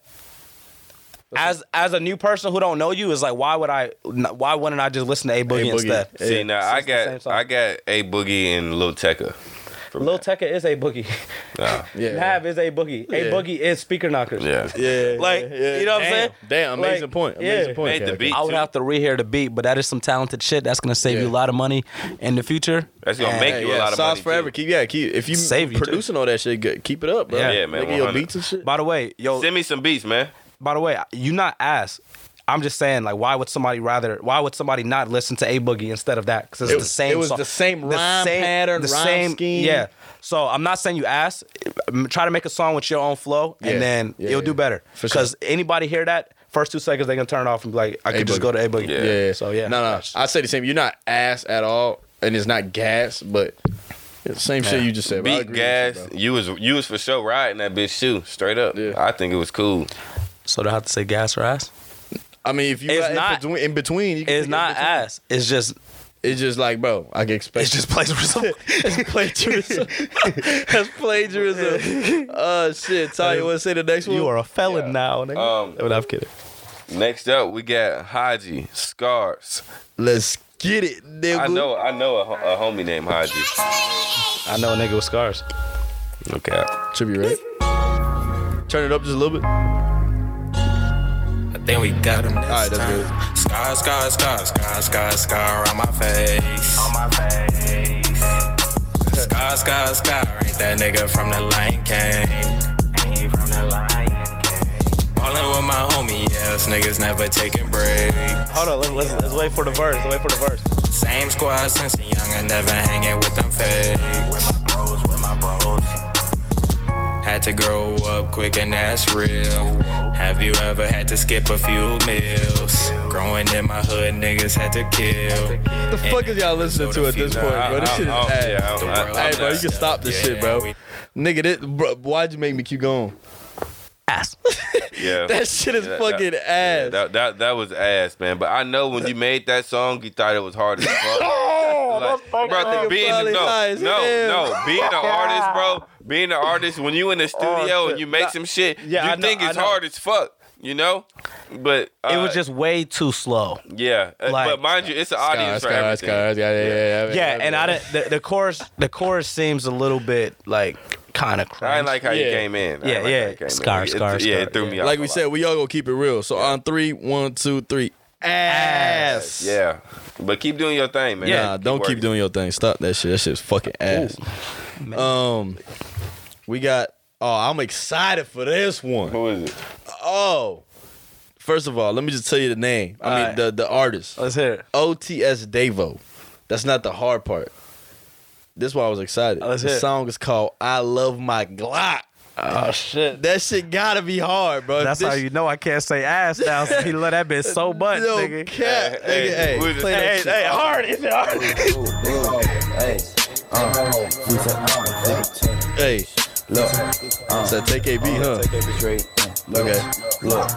[SPEAKER 3] as as a new person who don't know you, is like, why would I? Why wouldn't I just listen to A Boogie,
[SPEAKER 2] Boogie.
[SPEAKER 3] instead?
[SPEAKER 4] See, now I
[SPEAKER 3] It's the same
[SPEAKER 4] got
[SPEAKER 3] song.
[SPEAKER 4] I got a boogie and Lil Tecca.
[SPEAKER 3] Lil Tecca is A Boogie.
[SPEAKER 4] Nah.
[SPEAKER 2] Yeah,
[SPEAKER 3] Nav is A Boogie. A
[SPEAKER 2] Yeah.
[SPEAKER 3] Boogie is Speaker Knockers.
[SPEAKER 4] Yeah.
[SPEAKER 2] yeah,
[SPEAKER 3] Like, you know
[SPEAKER 2] Damn,
[SPEAKER 3] what I'm saying?
[SPEAKER 2] Damn, amazing
[SPEAKER 3] Like,
[SPEAKER 2] point, amazing
[SPEAKER 3] yeah.
[SPEAKER 2] point.
[SPEAKER 4] Made the
[SPEAKER 2] Cat.
[SPEAKER 4] beat.
[SPEAKER 5] I would
[SPEAKER 4] too.
[SPEAKER 5] have to rehear the beat, but that is some talented shit. That's gonna save
[SPEAKER 2] Yeah.
[SPEAKER 5] you a lot of money in the future.
[SPEAKER 4] That's gonna
[SPEAKER 5] And-
[SPEAKER 4] make
[SPEAKER 2] Hey,
[SPEAKER 4] you a
[SPEAKER 2] yeah,
[SPEAKER 4] lot of
[SPEAKER 2] sauce
[SPEAKER 4] money.
[SPEAKER 2] forever.
[SPEAKER 4] too.
[SPEAKER 2] Keep yeah, keep if you
[SPEAKER 5] Save you, too.
[SPEAKER 2] producing all that shit, good, keep it up, bro.
[SPEAKER 4] Yeah. Yeah, man,
[SPEAKER 2] Making your
[SPEAKER 4] 100.
[SPEAKER 2] beats and shit.
[SPEAKER 5] By the way, yo,
[SPEAKER 4] Send me some beats, man.
[SPEAKER 5] by the way, you not ass.
[SPEAKER 10] I'm just saying, like, why would somebody rather? Why would somebody not listen to A Boogie instead of that? Because it's the same.
[SPEAKER 2] it was
[SPEAKER 10] song-
[SPEAKER 2] the same rhyme pattern, rhyme scheme.
[SPEAKER 10] Yeah. So I'm not saying you ask. m- Try to make a song with your own flow,
[SPEAKER 2] Yeah.
[SPEAKER 10] and then
[SPEAKER 2] Yeah,
[SPEAKER 10] it'll
[SPEAKER 2] yeah.
[SPEAKER 10] do better.
[SPEAKER 2] For sure.
[SPEAKER 10] Because anybody hear that first two seconds, they gonna turn it off and be like, I could just
[SPEAKER 2] Boogie.
[SPEAKER 10] go to A Boogie.
[SPEAKER 4] Yeah.
[SPEAKER 2] Yeah.
[SPEAKER 10] So yeah.
[SPEAKER 2] No, no. I say the same. You're not ass at all, and it's not gas, but it's the same shit you just said. bro. I
[SPEAKER 4] Beat
[SPEAKER 2] agree with
[SPEAKER 4] gas.
[SPEAKER 2] you,
[SPEAKER 4] You, was you was for sure riding that bitch shoe straight up.
[SPEAKER 2] Yeah.
[SPEAKER 4] I think it was cool.
[SPEAKER 3] So they have to say gas or ass.
[SPEAKER 2] bro. I mean, if you
[SPEAKER 3] It's
[SPEAKER 2] got in
[SPEAKER 3] not-
[SPEAKER 2] between, in between, you can
[SPEAKER 3] It's
[SPEAKER 2] pick
[SPEAKER 3] not
[SPEAKER 2] in between.
[SPEAKER 3] ass. It's just
[SPEAKER 2] It's just like, bro, I can expect.
[SPEAKER 3] it's just place for some.
[SPEAKER 2] That's plagiarism. That's plagiarism. Oh shit, Ty, you want to say the next one?
[SPEAKER 3] you are a felon now. Nigga.
[SPEAKER 4] Um,
[SPEAKER 3] but I'm kidding.
[SPEAKER 4] Next up, we got Haji Scars.
[SPEAKER 2] Let's get it, nigga.
[SPEAKER 4] I know, I know a, ho- a homie named Haji.
[SPEAKER 10] I know a nigga with scars.
[SPEAKER 4] Look out.
[SPEAKER 2] Tribute, right? Turn it up just a little bit.
[SPEAKER 9] I think we got him this
[SPEAKER 2] Alright, that's
[SPEAKER 9] time. Good. Sky, sky, sky, sky, sky, sky around my face. On my face. sky, sky, sky, ain't that nigga from the Lion King? Ain't from the Lion King. Ballin' with my homie, yes, niggas never taking breaks.
[SPEAKER 10] Hold on, let's, let's, let's wait for the verse. Let's wait for the verse.
[SPEAKER 9] Same squad since young, I never hanging with them fakes. With my bros, with my bros. Had to grow up quick and that's real. Have you ever had to skip a few meals? Growing in my hood, niggas had to kill.
[SPEAKER 2] The fuck is y'all listening to at this point, bro? This shit is
[SPEAKER 4] I'm- I'm-
[SPEAKER 2] ass.
[SPEAKER 4] Oh, yeah, I'm- I-
[SPEAKER 2] Hey, bro, you can stop this shit, bro.
[SPEAKER 9] we-
[SPEAKER 2] Nigga, this, bro, why'd you make me keep going?
[SPEAKER 4] Yeah.
[SPEAKER 2] That shit is
[SPEAKER 4] Yeah, that-
[SPEAKER 2] fucking ass.
[SPEAKER 4] That, that that was ass, man. But I know when you made that song, you thought it was hard as fuck. oh, like, bro,
[SPEAKER 2] nigga
[SPEAKER 4] being no,
[SPEAKER 2] probably high
[SPEAKER 4] no,
[SPEAKER 2] as hell. Oh,
[SPEAKER 4] no, being an artist, bro. Being an artist, when you in the studio and you make some shit,
[SPEAKER 10] Yeah,
[SPEAKER 4] you
[SPEAKER 10] I know-
[SPEAKER 4] think
[SPEAKER 10] I
[SPEAKER 4] it's
[SPEAKER 10] know.
[SPEAKER 4] hard as fuck, you know. But uh,
[SPEAKER 3] It was just way too slow.
[SPEAKER 4] yeah. Uh,
[SPEAKER 3] like-
[SPEAKER 4] but mind you, it's an
[SPEAKER 2] Scars,
[SPEAKER 4] audience for
[SPEAKER 2] scars,
[SPEAKER 4] everything.
[SPEAKER 2] scars, yeah, yeah, yeah, yeah.
[SPEAKER 3] Yeah, and I didn't. The, the chorus, the chorus seems a little bit like kind of
[SPEAKER 4] I
[SPEAKER 3] crazy.
[SPEAKER 4] didn't like how you
[SPEAKER 2] Yeah.
[SPEAKER 4] came in. I
[SPEAKER 3] Yeah,
[SPEAKER 4] didn't like
[SPEAKER 3] yeah.
[SPEAKER 4] how you came in.
[SPEAKER 3] Scar,
[SPEAKER 4] It-
[SPEAKER 3] scar,
[SPEAKER 4] Yeah,
[SPEAKER 3] scar.
[SPEAKER 4] it threw me off.
[SPEAKER 2] Like
[SPEAKER 4] a
[SPEAKER 2] we
[SPEAKER 4] lot.
[SPEAKER 2] said, we all gonna keep it real. So on three, one, two, three. Ass.
[SPEAKER 4] yeah. But keep doing your thing, man.
[SPEAKER 2] Nah, don't keep
[SPEAKER 4] working.
[SPEAKER 2] doing your thing. Stop that shit. That shit's fucking ass. um, we got. Oh, I'm excited for this one.
[SPEAKER 4] Who is it?
[SPEAKER 2] Oh, first of all, let me just tell you the name. I mean,
[SPEAKER 3] Alright.
[SPEAKER 2] the the artist.
[SPEAKER 3] Let's hear it.
[SPEAKER 2] OTS Devo. That's not the hard part. This is why I was excited.
[SPEAKER 3] Let's
[SPEAKER 2] the
[SPEAKER 3] hear Oh, it.
[SPEAKER 2] song is called "I Love My Glock."
[SPEAKER 3] Oh shit.
[SPEAKER 2] That shit gotta be hard, bro. If
[SPEAKER 3] That's
[SPEAKER 2] this-
[SPEAKER 3] how you know I can't say ass now. since he let that bitch so much,
[SPEAKER 2] No
[SPEAKER 3] nigga.
[SPEAKER 2] cap, nigga.
[SPEAKER 4] Hey,
[SPEAKER 2] Hey,
[SPEAKER 4] who is it?
[SPEAKER 2] play that
[SPEAKER 4] Hey,
[SPEAKER 2] shit.
[SPEAKER 3] Hey, hard is it hard?
[SPEAKER 2] Hey.
[SPEAKER 11] uh,
[SPEAKER 2] Look. It's that TKB, huh? Okay.
[SPEAKER 11] Look,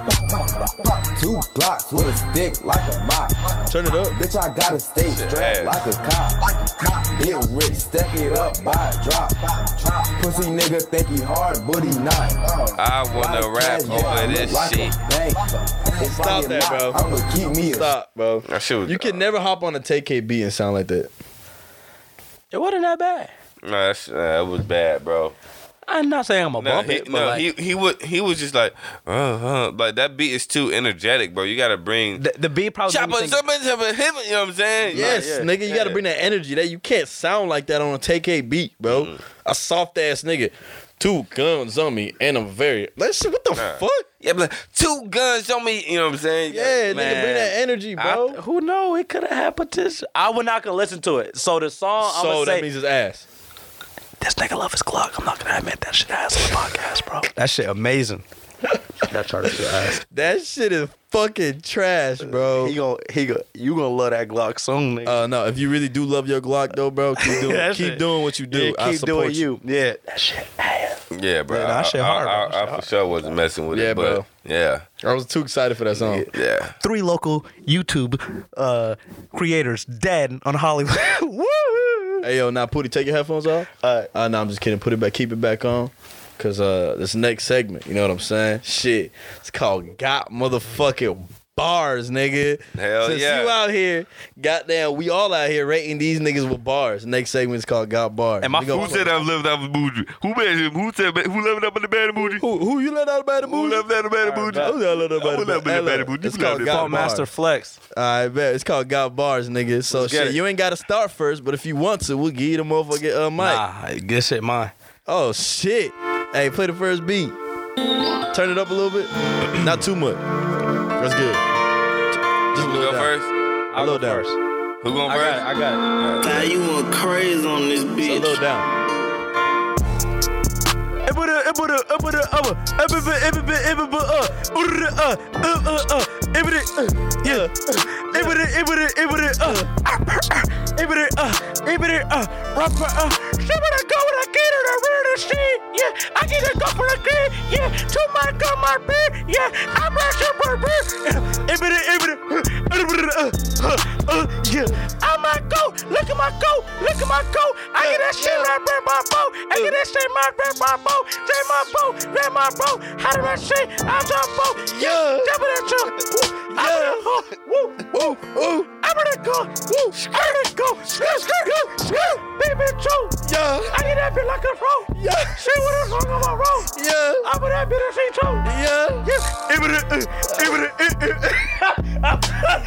[SPEAKER 11] two blocks with a stick like a mop.
[SPEAKER 2] Turn it up.
[SPEAKER 11] Bitch, I gotta stay strapped
[SPEAKER 4] ass.
[SPEAKER 11] like a cop. Get rich, step it up, buy a drop. Pussy nigga think he hard, but he not.
[SPEAKER 4] I wanna rap over this shit.
[SPEAKER 2] Stop that, bro.
[SPEAKER 11] I'ma keep me a
[SPEAKER 2] Stop, bro.
[SPEAKER 4] That shit was
[SPEAKER 2] You can never hop on a TKB and sound like that.
[SPEAKER 3] It wasn't that bad.
[SPEAKER 4] No, that's, uh, that was bad, bro.
[SPEAKER 3] I'm not saying I'm a
[SPEAKER 4] No,
[SPEAKER 3] bump
[SPEAKER 4] he,
[SPEAKER 3] it, but
[SPEAKER 4] no,
[SPEAKER 3] like,
[SPEAKER 4] he he was he was just like, uh, uh, like that beat is too energetic, bro. You gotta bring
[SPEAKER 3] the, the beat probably. made
[SPEAKER 4] chopper,
[SPEAKER 3] me think-
[SPEAKER 4] chopper, chopper, him. You know what I'm saying?
[SPEAKER 2] Yes,
[SPEAKER 4] Like, yeah,
[SPEAKER 2] nigga, you gotta
[SPEAKER 4] yeah.
[SPEAKER 2] bring that energy. That you can't sound like that on a TK beat, bro. A soft ass nigga. Two guns on me and I'm very that shit, what the
[SPEAKER 4] Nah.
[SPEAKER 2] fuck?
[SPEAKER 4] Yeah, but like, two guns on me. You know what I'm saying?
[SPEAKER 2] Yeah, nigga, bring
[SPEAKER 3] man.
[SPEAKER 2] that energy,
[SPEAKER 3] I-
[SPEAKER 2] bro.
[SPEAKER 3] who know? It could have had potential. I would not gonna listen to it. So the song, I'm
[SPEAKER 2] so
[SPEAKER 3] gonna
[SPEAKER 2] that
[SPEAKER 3] say
[SPEAKER 2] means his ass.
[SPEAKER 3] this nigga love his clock. I'm not gonna admit that shit ass on the podcast, bro. That shit amazing. that chart is your ass.
[SPEAKER 2] That shit is fucking trash, bro.
[SPEAKER 3] Uh, He gonna he gonna you gonna love that Glock soon, nigga.
[SPEAKER 2] Uh, no, if you really do love your Glock though, bro, keep doing,
[SPEAKER 3] That
[SPEAKER 2] keep
[SPEAKER 3] shit.
[SPEAKER 2] doing what you do.
[SPEAKER 3] Yeah,
[SPEAKER 2] I
[SPEAKER 3] keep
[SPEAKER 2] support
[SPEAKER 3] doing
[SPEAKER 2] you.
[SPEAKER 3] you. Yeah, that shit ass.
[SPEAKER 4] yeah, bro.
[SPEAKER 3] Yeah,
[SPEAKER 4] I,
[SPEAKER 3] that shit
[SPEAKER 4] I-
[SPEAKER 3] hard, bro.
[SPEAKER 4] I,
[SPEAKER 3] That
[SPEAKER 4] I
[SPEAKER 3] shit
[SPEAKER 4] for sure wasn't messing with
[SPEAKER 2] Yeah,
[SPEAKER 4] it, but
[SPEAKER 2] bro.
[SPEAKER 4] yeah,
[SPEAKER 2] I was too excited for that song.
[SPEAKER 4] yeah.
[SPEAKER 3] Three local YouTube uh, creators dead on Hollywood. Woo!
[SPEAKER 2] Hey yo, now Pooty, take your headphones off.
[SPEAKER 3] Alright.
[SPEAKER 2] Uh, no, I'm just kidding. Put it back. Keep it back on. Cause uh, this next segment, you know what I'm saying? Shit, it's called "Got Motherfucking Bars," nigga.
[SPEAKER 4] Hell
[SPEAKER 2] Since
[SPEAKER 4] yeah.
[SPEAKER 2] you out here, goddamn, we all out here rating these niggas with bars. Next segment's called "Got Bars."
[SPEAKER 3] And my
[SPEAKER 2] We gonna-
[SPEAKER 3] food-
[SPEAKER 4] I've lived out of bougie? Who made him? Who said who lived up in the bad bougie?
[SPEAKER 2] who, who you let out about the movie?
[SPEAKER 4] out of bad bougie?
[SPEAKER 2] Who you let out about
[SPEAKER 4] Who
[SPEAKER 2] the
[SPEAKER 4] let out about the
[SPEAKER 2] Hello.
[SPEAKER 4] booty?
[SPEAKER 2] It's
[SPEAKER 4] Who let
[SPEAKER 2] called
[SPEAKER 4] out
[SPEAKER 2] Got
[SPEAKER 4] about
[SPEAKER 2] Bars.
[SPEAKER 3] Master Flex.
[SPEAKER 2] I bet it's called "Got Bars," nigga. So
[SPEAKER 4] Let's get
[SPEAKER 2] shit,
[SPEAKER 4] it.
[SPEAKER 2] you ain't gotta start first, but if you want to, we'll give you the motherfucking uh, mic.
[SPEAKER 3] Nah, good shit, mine.
[SPEAKER 2] Oh shit! Hey, play the first beat. Turn it up a little bit. Not too much. That's good.
[SPEAKER 4] Who go first?
[SPEAKER 3] I'll go
[SPEAKER 2] down.
[SPEAKER 3] first.
[SPEAKER 4] Who going
[SPEAKER 3] I got
[SPEAKER 4] first?
[SPEAKER 3] it. I got it.
[SPEAKER 12] Now you went crazy on this
[SPEAKER 2] A
[SPEAKER 12] bitch.
[SPEAKER 2] little down. uh, uh, uh, uh,
[SPEAKER 4] uh,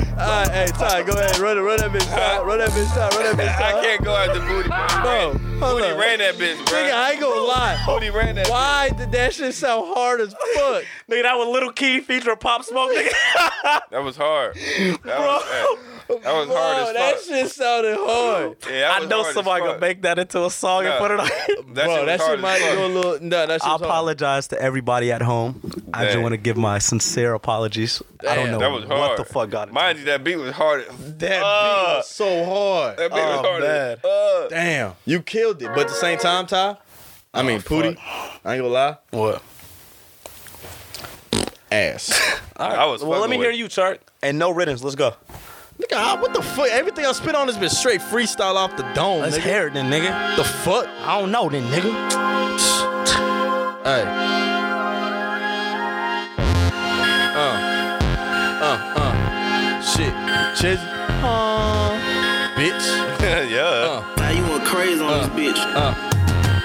[SPEAKER 2] Alright, hey, Ty, go ahead. Run it, run that bitch, Ty. Run that bitch, Ty. Run that bitch, Ty.
[SPEAKER 4] I can't go after Booty.
[SPEAKER 2] Bro, hold
[SPEAKER 4] Booty
[SPEAKER 2] up.
[SPEAKER 4] ran that bitch, bro.
[SPEAKER 2] Nigga, I ain't gonna lie.
[SPEAKER 4] Booty ran that.
[SPEAKER 2] Why did that shit sound hard as fuck?
[SPEAKER 3] Nigga, that was Little Key featuring Pop Smoke. Nigga,
[SPEAKER 4] bitch. That was hard. That was, that, that was
[SPEAKER 2] Bro,
[SPEAKER 4] hard as
[SPEAKER 2] that
[SPEAKER 4] fuck.
[SPEAKER 2] shit sounded hard.
[SPEAKER 4] yeah, that
[SPEAKER 3] I
[SPEAKER 4] was
[SPEAKER 3] know
[SPEAKER 4] hard as
[SPEAKER 3] somebody
[SPEAKER 4] fuck.
[SPEAKER 3] gonna make that into a song
[SPEAKER 4] Nah.
[SPEAKER 3] and put it on.
[SPEAKER 4] That
[SPEAKER 2] Bro,
[SPEAKER 4] shit was
[SPEAKER 2] that
[SPEAKER 4] hard
[SPEAKER 2] shit
[SPEAKER 4] as
[SPEAKER 2] might
[SPEAKER 4] fuck.
[SPEAKER 2] go a little. No, that shit
[SPEAKER 3] I
[SPEAKER 2] was hard.
[SPEAKER 3] apologize to everybody at home. I just
[SPEAKER 4] Dang.
[SPEAKER 3] want to give my sincere apologies. I don't
[SPEAKER 2] Damn.
[SPEAKER 3] know
[SPEAKER 4] That was hard.
[SPEAKER 3] what the fuck got it.
[SPEAKER 4] Mind you, that beat was hard.
[SPEAKER 2] That beat was so hard.
[SPEAKER 4] That beat
[SPEAKER 3] Oh,
[SPEAKER 4] was hard. Oh, as- uh,
[SPEAKER 2] Damn, you killed it. But at the same time, Ty, I mean, Pootie, I ain't gonna lie,
[SPEAKER 3] what?
[SPEAKER 2] ass.
[SPEAKER 4] I was.
[SPEAKER 3] Well, let
[SPEAKER 4] fucking
[SPEAKER 3] me
[SPEAKER 4] with
[SPEAKER 3] hear
[SPEAKER 4] it.
[SPEAKER 3] you, Chart, and no riddance. Let's go.
[SPEAKER 2] Nigga, I- what the fuck? Everything I spit on has been straight freestyle off the dome.
[SPEAKER 5] Let's
[SPEAKER 2] nigga.
[SPEAKER 5] hear it then, nigga.
[SPEAKER 2] The fuck?
[SPEAKER 5] I don't know then, nigga.
[SPEAKER 2] Hey. Uh. Uh. Uh. Shit. Chiz. Bitch. Uh.
[SPEAKER 4] yeah.
[SPEAKER 12] Now you went crazy on this bitch.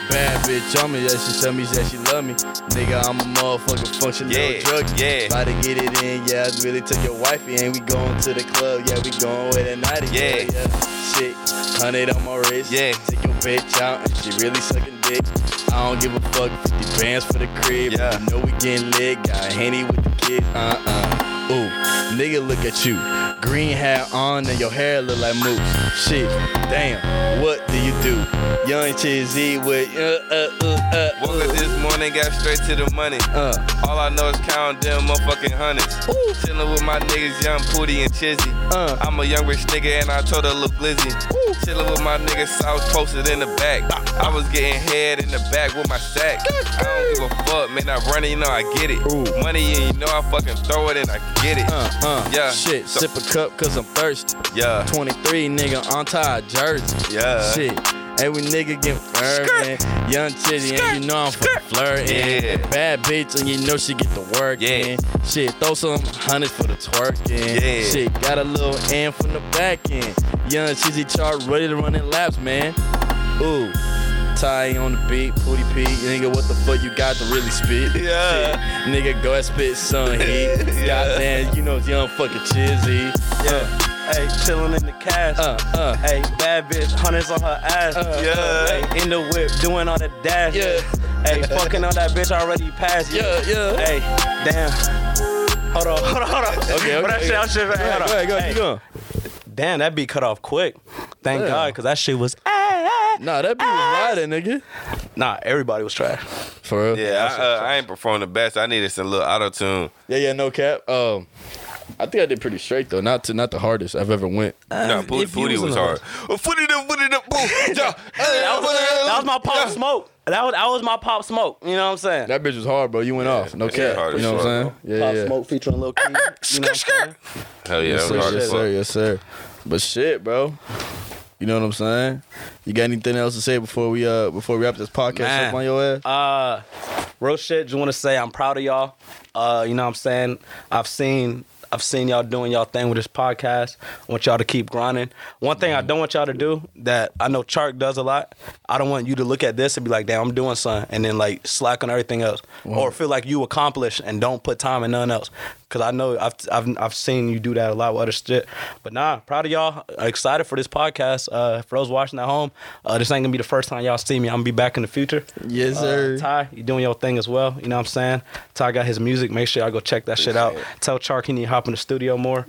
[SPEAKER 2] Bad bitch on me. Yeah, she tell me that she love me. Nigga, I'm a motherfucking functional
[SPEAKER 4] Yeah,
[SPEAKER 2] drug.
[SPEAKER 4] yeah.
[SPEAKER 2] About to get it in. Yeah, I really took your wifey and we going to the club. Yeah, we going with a night
[SPEAKER 4] Yeah.
[SPEAKER 2] Shit. Hundred on my wrist.
[SPEAKER 4] Yeah.
[SPEAKER 2] Take your bitch out and she really sucking dick. I don't give a fuck. 50 bands for the crib.
[SPEAKER 4] Yeah.
[SPEAKER 2] You know we getting lit. Got handy with the kids. Uh uh. Ooh, nigga, look at you. Green hat on and your hair look like moose. Shit, damn. What do you do? Young Chizzy with uh uh uh
[SPEAKER 4] Woke up this morning, got straight to the money.
[SPEAKER 2] uh. uh.
[SPEAKER 4] All I know is counting them motherfucking hundreds. Chillin' with my niggas, young Pooty and Chizzy.
[SPEAKER 2] Uh.
[SPEAKER 4] I'm a young rich nigga and I told her look glizzy. Chillin' with my niggas, I was posted in the back.
[SPEAKER 2] Ah.
[SPEAKER 4] I was getting head in the back with my sack. I don't give a fuck, man. I run it, you know I get it.
[SPEAKER 2] Ooh.
[SPEAKER 4] Money and you know I fucking throw it and I get it.
[SPEAKER 2] Uh, uh,
[SPEAKER 4] Yeah.
[SPEAKER 2] Shit,
[SPEAKER 4] So-
[SPEAKER 2] sip a cup cause I'm thirsty.
[SPEAKER 4] Yeah.
[SPEAKER 2] 23, nigga, on tie jersey.
[SPEAKER 4] Yeah.
[SPEAKER 2] Shit. Every nigga get flirtin'. Young chitty, and you know I'm for flirtin'.
[SPEAKER 4] Yeah.
[SPEAKER 2] Bad bitch, and you know she get the work
[SPEAKER 4] Yeah.
[SPEAKER 2] in. Shit, throw some hundreds for the twerkin'.
[SPEAKER 4] Yeah.
[SPEAKER 2] Shit, got a little in from the back end. Young chizzy chart ready to run in laps, man. Ooh. Tie on the beat, booty pee, nigga. What the fuck you got to really spit?
[SPEAKER 4] Yeah.
[SPEAKER 2] Shit, nigga, go and spit some heat.
[SPEAKER 4] Yeah.
[SPEAKER 2] Goddamn, you know it's young fucking chizzy.
[SPEAKER 3] Hey, chilling in the cash.
[SPEAKER 2] Uh, uh.
[SPEAKER 3] Hey, bad bitch, hundreds on her ass.
[SPEAKER 5] Uh.
[SPEAKER 4] Yeah.
[SPEAKER 3] Hey, in the whip, doing all the dash.
[SPEAKER 2] Yeah.
[SPEAKER 3] Hey, fucking on that bitch already passed.
[SPEAKER 2] Yeah, yeah.
[SPEAKER 3] Hey, damn. Hold on, hold on, hold on.
[SPEAKER 2] Okay,
[SPEAKER 3] But that
[SPEAKER 2] okay.
[SPEAKER 3] shit, that shit,
[SPEAKER 2] Go
[SPEAKER 3] hold
[SPEAKER 2] ahead,
[SPEAKER 3] on.
[SPEAKER 2] go ahead, go ahead,
[SPEAKER 3] Hey,
[SPEAKER 2] keep going.
[SPEAKER 3] Damn, that beat cut off quick. Thank
[SPEAKER 2] Yeah.
[SPEAKER 3] God, cause that shit was. ah,
[SPEAKER 2] Nah, that be riding, nigga.
[SPEAKER 3] Nah, everybody was trash.
[SPEAKER 2] For real.
[SPEAKER 4] Yeah, I, uh, I ain't performing the best. I needed some little auto tune.
[SPEAKER 2] Yeah, yeah, no cap. Um, I think I did pretty straight though. Not to, not the hardest I've ever went.
[SPEAKER 4] No, booty,
[SPEAKER 5] if you
[SPEAKER 4] booty
[SPEAKER 5] was
[SPEAKER 4] was
[SPEAKER 5] in a-
[SPEAKER 4] hard. Oh, Footy the booty the boo. Yeah.
[SPEAKER 3] That was, that was my pop smoke. That was that was my pop smoke. You know what I'm saying?
[SPEAKER 2] That bitch was hard, bro. You went off, no
[SPEAKER 4] yeah,
[SPEAKER 2] cap.
[SPEAKER 4] hard
[SPEAKER 2] You
[SPEAKER 4] as
[SPEAKER 2] know what I'm
[SPEAKER 4] fuck,
[SPEAKER 2] saying? Yeah, yeah.
[SPEAKER 3] smoke featuring Lil Kim. You know what I'm saying?
[SPEAKER 4] Hell yeah,
[SPEAKER 2] Yes,
[SPEAKER 4] that was
[SPEAKER 2] sir,
[SPEAKER 4] hard
[SPEAKER 2] yes,
[SPEAKER 4] as
[SPEAKER 2] sir,
[SPEAKER 4] fuck.
[SPEAKER 2] yes, sir. But shit, bro. You know what I'm saying? You got anything else to say before we uh before we wrap this podcast
[SPEAKER 3] Man.
[SPEAKER 2] up on your ass?
[SPEAKER 3] Uh, real shit. Just want to say I'm proud of y'all. Uh, you know what I'm saying? I've seen I've seen y'all doing y'all thing with this podcast. I want y'all to keep grinding. One thing I
[SPEAKER 2] Mm-hmm.
[SPEAKER 3] don't want y'all to do that I know Chark does a lot. I don't want you to look at this and be like, "Damn, I'm doing something," and then like slack on everything else,
[SPEAKER 2] Mm.
[SPEAKER 3] or feel like you accomplished and don't put time in nothing else. Cause I know I've I've I've seen you do that a lot with other shit. But nah, proud of y'all. Uh, Excited for this podcast. Uh, for those watching at home, uh, this ain't gonna be the first time y'all see me. I'm gonna be back in the future.
[SPEAKER 2] Yes,
[SPEAKER 3] Uh,
[SPEAKER 2] sir.
[SPEAKER 3] Ty, you doing your thing as well. You know what I'm saying? Ty got his music. Make sure y'all go check that shit out. Tell Char he need to hop in the studio more,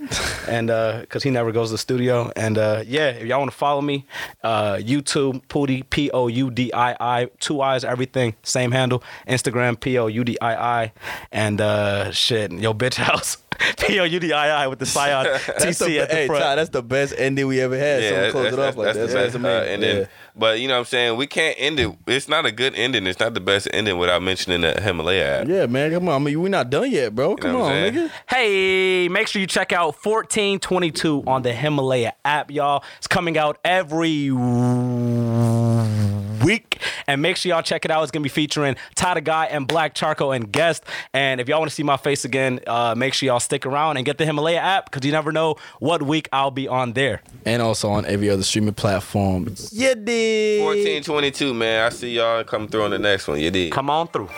[SPEAKER 3] and because he never goes to the studio. And uh, yeah, if y'all want to follow me, uh, YouTube Pudi P O U D I I two eyes everything same handle. Instagram P O U D I I, and uh, shit, yo bitch house P O U D I I with the scion T
[SPEAKER 2] That's
[SPEAKER 3] C
[SPEAKER 2] the,
[SPEAKER 3] at the
[SPEAKER 2] hey,
[SPEAKER 3] front.
[SPEAKER 2] Ty, that's the best ending we ever had. so we
[SPEAKER 4] that-
[SPEAKER 2] close it off like that.
[SPEAKER 4] that's-
[SPEAKER 2] That's
[SPEAKER 4] that's- uh,
[SPEAKER 2] amazing.
[SPEAKER 4] and
[SPEAKER 2] Yeah.
[SPEAKER 4] then, but you know what I'm saying? We can't end it. It's not a good ending. It's not the best ending without mentioning the Himalaya app.
[SPEAKER 2] yeah. man, come on. I mean, we're not done yet, bro. Come
[SPEAKER 4] what
[SPEAKER 2] on,
[SPEAKER 4] I'm saying?
[SPEAKER 2] nigga.
[SPEAKER 3] Hey, make sure you check out 1422 on the Himalaya app, y'all. It's coming out every week. And make sure y'all check it out. It's going to be featuring Ty the Guy and Black Charco and Guest. And if y'all want to see my face again, uh, make sure y'all stick around and get the Himalaya app because you never know what week I'll be on there.
[SPEAKER 2] And also on every other streaming platform. Yeah, dig.
[SPEAKER 4] 1422, man. I see y'all come through on the next one. You did.
[SPEAKER 3] Come on through.